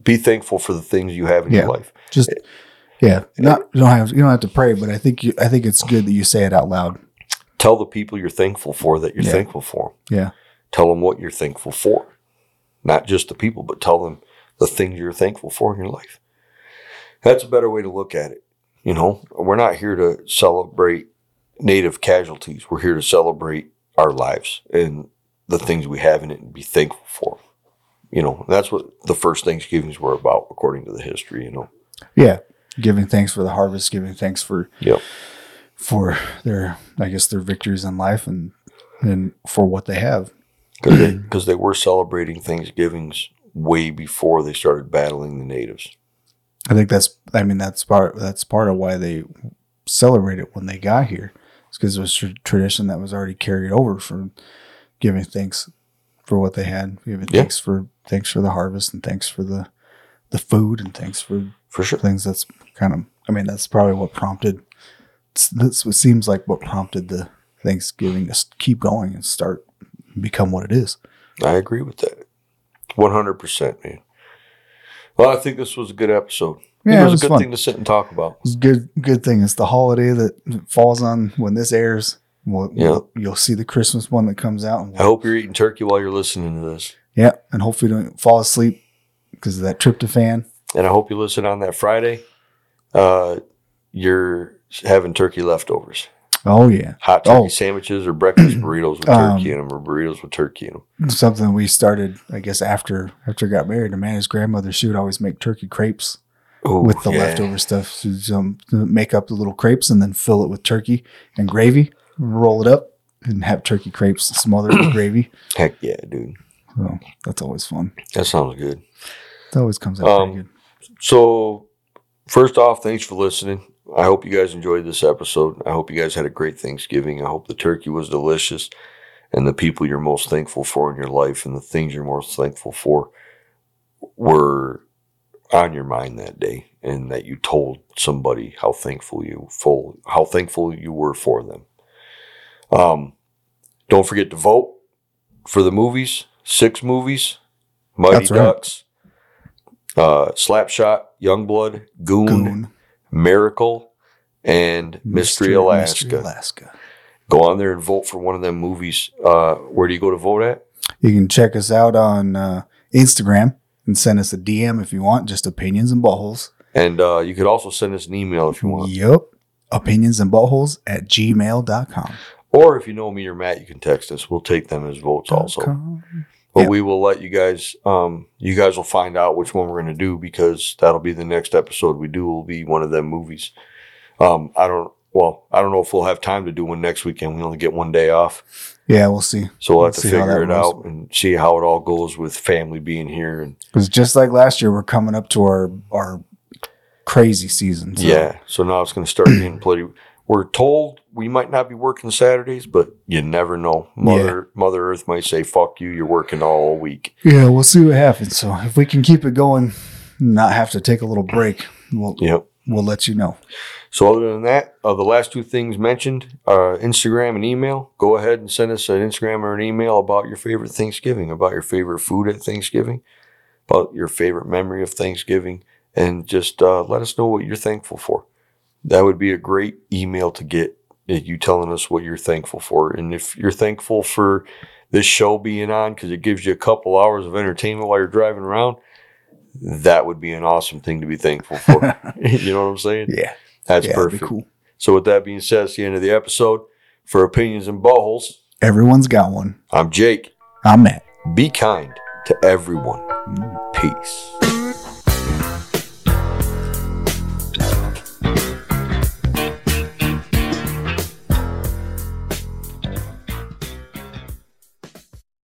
Speaker 4: be thankful for the things you have in
Speaker 2: Yeah.
Speaker 4: your life.
Speaker 2: Just yeah. Not you don't have you don't have to pray, but I think you I think it's good that you say it out loud.
Speaker 4: Tell the people you're thankful for that you're
Speaker 2: Yeah.
Speaker 4: thankful for.
Speaker 2: Yeah.
Speaker 4: Tell them what you're thankful for. Not just the people, but tell them the things you're thankful for in your life. That's a better way to look at it. You know, we're not here to celebrate native casualties. We're here to celebrate our lives and the things we have in it and be thankful for. You know, that's what the first Thanksgivings were about, according to the history, you know.
Speaker 2: Yeah. Giving thanks for the harvest, giving thanks for
Speaker 4: Yep.
Speaker 2: for their I guess their victories in life and and for what they have.
Speaker 4: Because they, 'cause they were celebrating Thanksgivings way before they started battling the natives.
Speaker 2: I think that's I mean that's part that's part of why they celebrate it when they got here. It's because it was tr- tradition that was already carried over from giving thanks for what they had, giving
Speaker 4: Yeah.
Speaker 2: thanks for thanks for the harvest and thanks for the the food and thanks for
Speaker 4: For sure.
Speaker 2: things that's kind of I mean that's probably what prompted s- that's what seems like what prompted the Thanksgiving to s- keep going and start become what it is.
Speaker 4: I agree with that. 100%, man. Well, I think this was a good episode.
Speaker 2: Yeah,
Speaker 4: it
Speaker 2: it
Speaker 4: was,
Speaker 2: was
Speaker 4: a good
Speaker 2: fun.
Speaker 4: thing to sit and talk about.
Speaker 2: It's good good thing it's the holiday that falls on when this airs. We'll,
Speaker 4: Yeah.
Speaker 2: we'll- you'll see the Christmas one that comes out. And
Speaker 4: I
Speaker 2: we'll,
Speaker 4: hope you're eating turkey while you're listening to this.
Speaker 2: yeah, and hopefully don't fall asleep because of that tryptophan.
Speaker 4: And I hope you listen on that Friday. Uh, you're having turkey leftovers,
Speaker 2: Oh yeah,
Speaker 4: hot turkey
Speaker 2: Oh.
Speaker 4: sandwiches or breakfast burritos with
Speaker 2: Um,
Speaker 4: turkey in them or burritos with turkey in them.
Speaker 2: something we started I guess after after I got married. And man, his grandmother she would always make turkey crepes with the leftover stuff. So some make up the little crepes and then fill it with turkey and gravy, roll it up, and have turkey crepes smothered with gravy.
Speaker 4: Heck yeah, dude.
Speaker 2: So that's always fun.
Speaker 4: That sounds good.
Speaker 2: That always comes out
Speaker 4: Um,
Speaker 2: pretty good.
Speaker 4: So, first off, thanks for listening. I hope you guys enjoyed this episode. I hope you guys had a great Thanksgiving. I hope the turkey was delicious and the people you're most thankful for in your life and the things you're most thankful for were on your mind that day and that you told somebody how thankful you full how thankful you were for them. Um don't forget to vote for the movies, six movies, Mighty
Speaker 2: That's right.
Speaker 4: Ducks, uh, Slapshot, Youngblood, Goon,
Speaker 2: Goon,
Speaker 4: Miracle, and Mystery, Alaska.
Speaker 2: Mystery Alaska.
Speaker 4: Go on there and vote for one of them movies. Uh, where do you go to vote at?
Speaker 2: You can check us out on uh, Instagram and send us a DM if you want, just opinions and buttholes.
Speaker 4: And uh, you could also send us an email if you want.
Speaker 2: Yep. Opinions and buttholes at gmail.com.
Speaker 4: Or if you know me or Matt, you can text us. We'll take them as votes also. But
Speaker 2: Yeah.
Speaker 4: we will let you guys, um, you guys will find out which one we're going to do because that'll be the next episode we do will be one of them movies. Um, I don't, well, I don't know if we'll have time to do one next weekend. We only get one day off.
Speaker 2: Yeah, we'll see.
Speaker 4: So we'll have
Speaker 2: Let's
Speaker 4: to
Speaker 2: see how
Speaker 4: figure it
Speaker 2: that goes.
Speaker 4: out and see how it all goes with family being here. And
Speaker 2: Because just like last year, we're coming up to our, our crazy season. so-
Speaker 4: yeah, so now it's going to start getting pretty. We're told we might not be working Saturdays, but you never know. Mother Mother Earth might say, "Fuck you, you're working all week."
Speaker 2: Yeah, we'll see what happens. So if we can keep it going, not have to take a little break, we'll,
Speaker 4: Yep.
Speaker 2: we'll let you know.
Speaker 4: So other than that, uh, the last two things mentioned, uh, Instagram and email. Go ahead and send us an Instagram or an email about your favorite Thanksgiving, about your favorite food at Thanksgiving, about your favorite memory of Thanksgiving, and just uh, let us know what you're thankful for. That would be a great email to get. is You telling us what you're thankful for, and if you're thankful for this show being on because it gives you a couple hours of entertainment while you're driving around, that would be an awesome thing to be thankful for. you know what I'm saying?
Speaker 2: Yeah.
Speaker 4: That's
Speaker 2: yeah, it'd be
Speaker 4: perfect. So with that being said, it's the end of the episode. For opinions and buttholes,
Speaker 2: Everyone's got one.
Speaker 4: I'm Jake.
Speaker 2: I'm Matt. Mm.
Speaker 4: Be kind to everyone. Peace.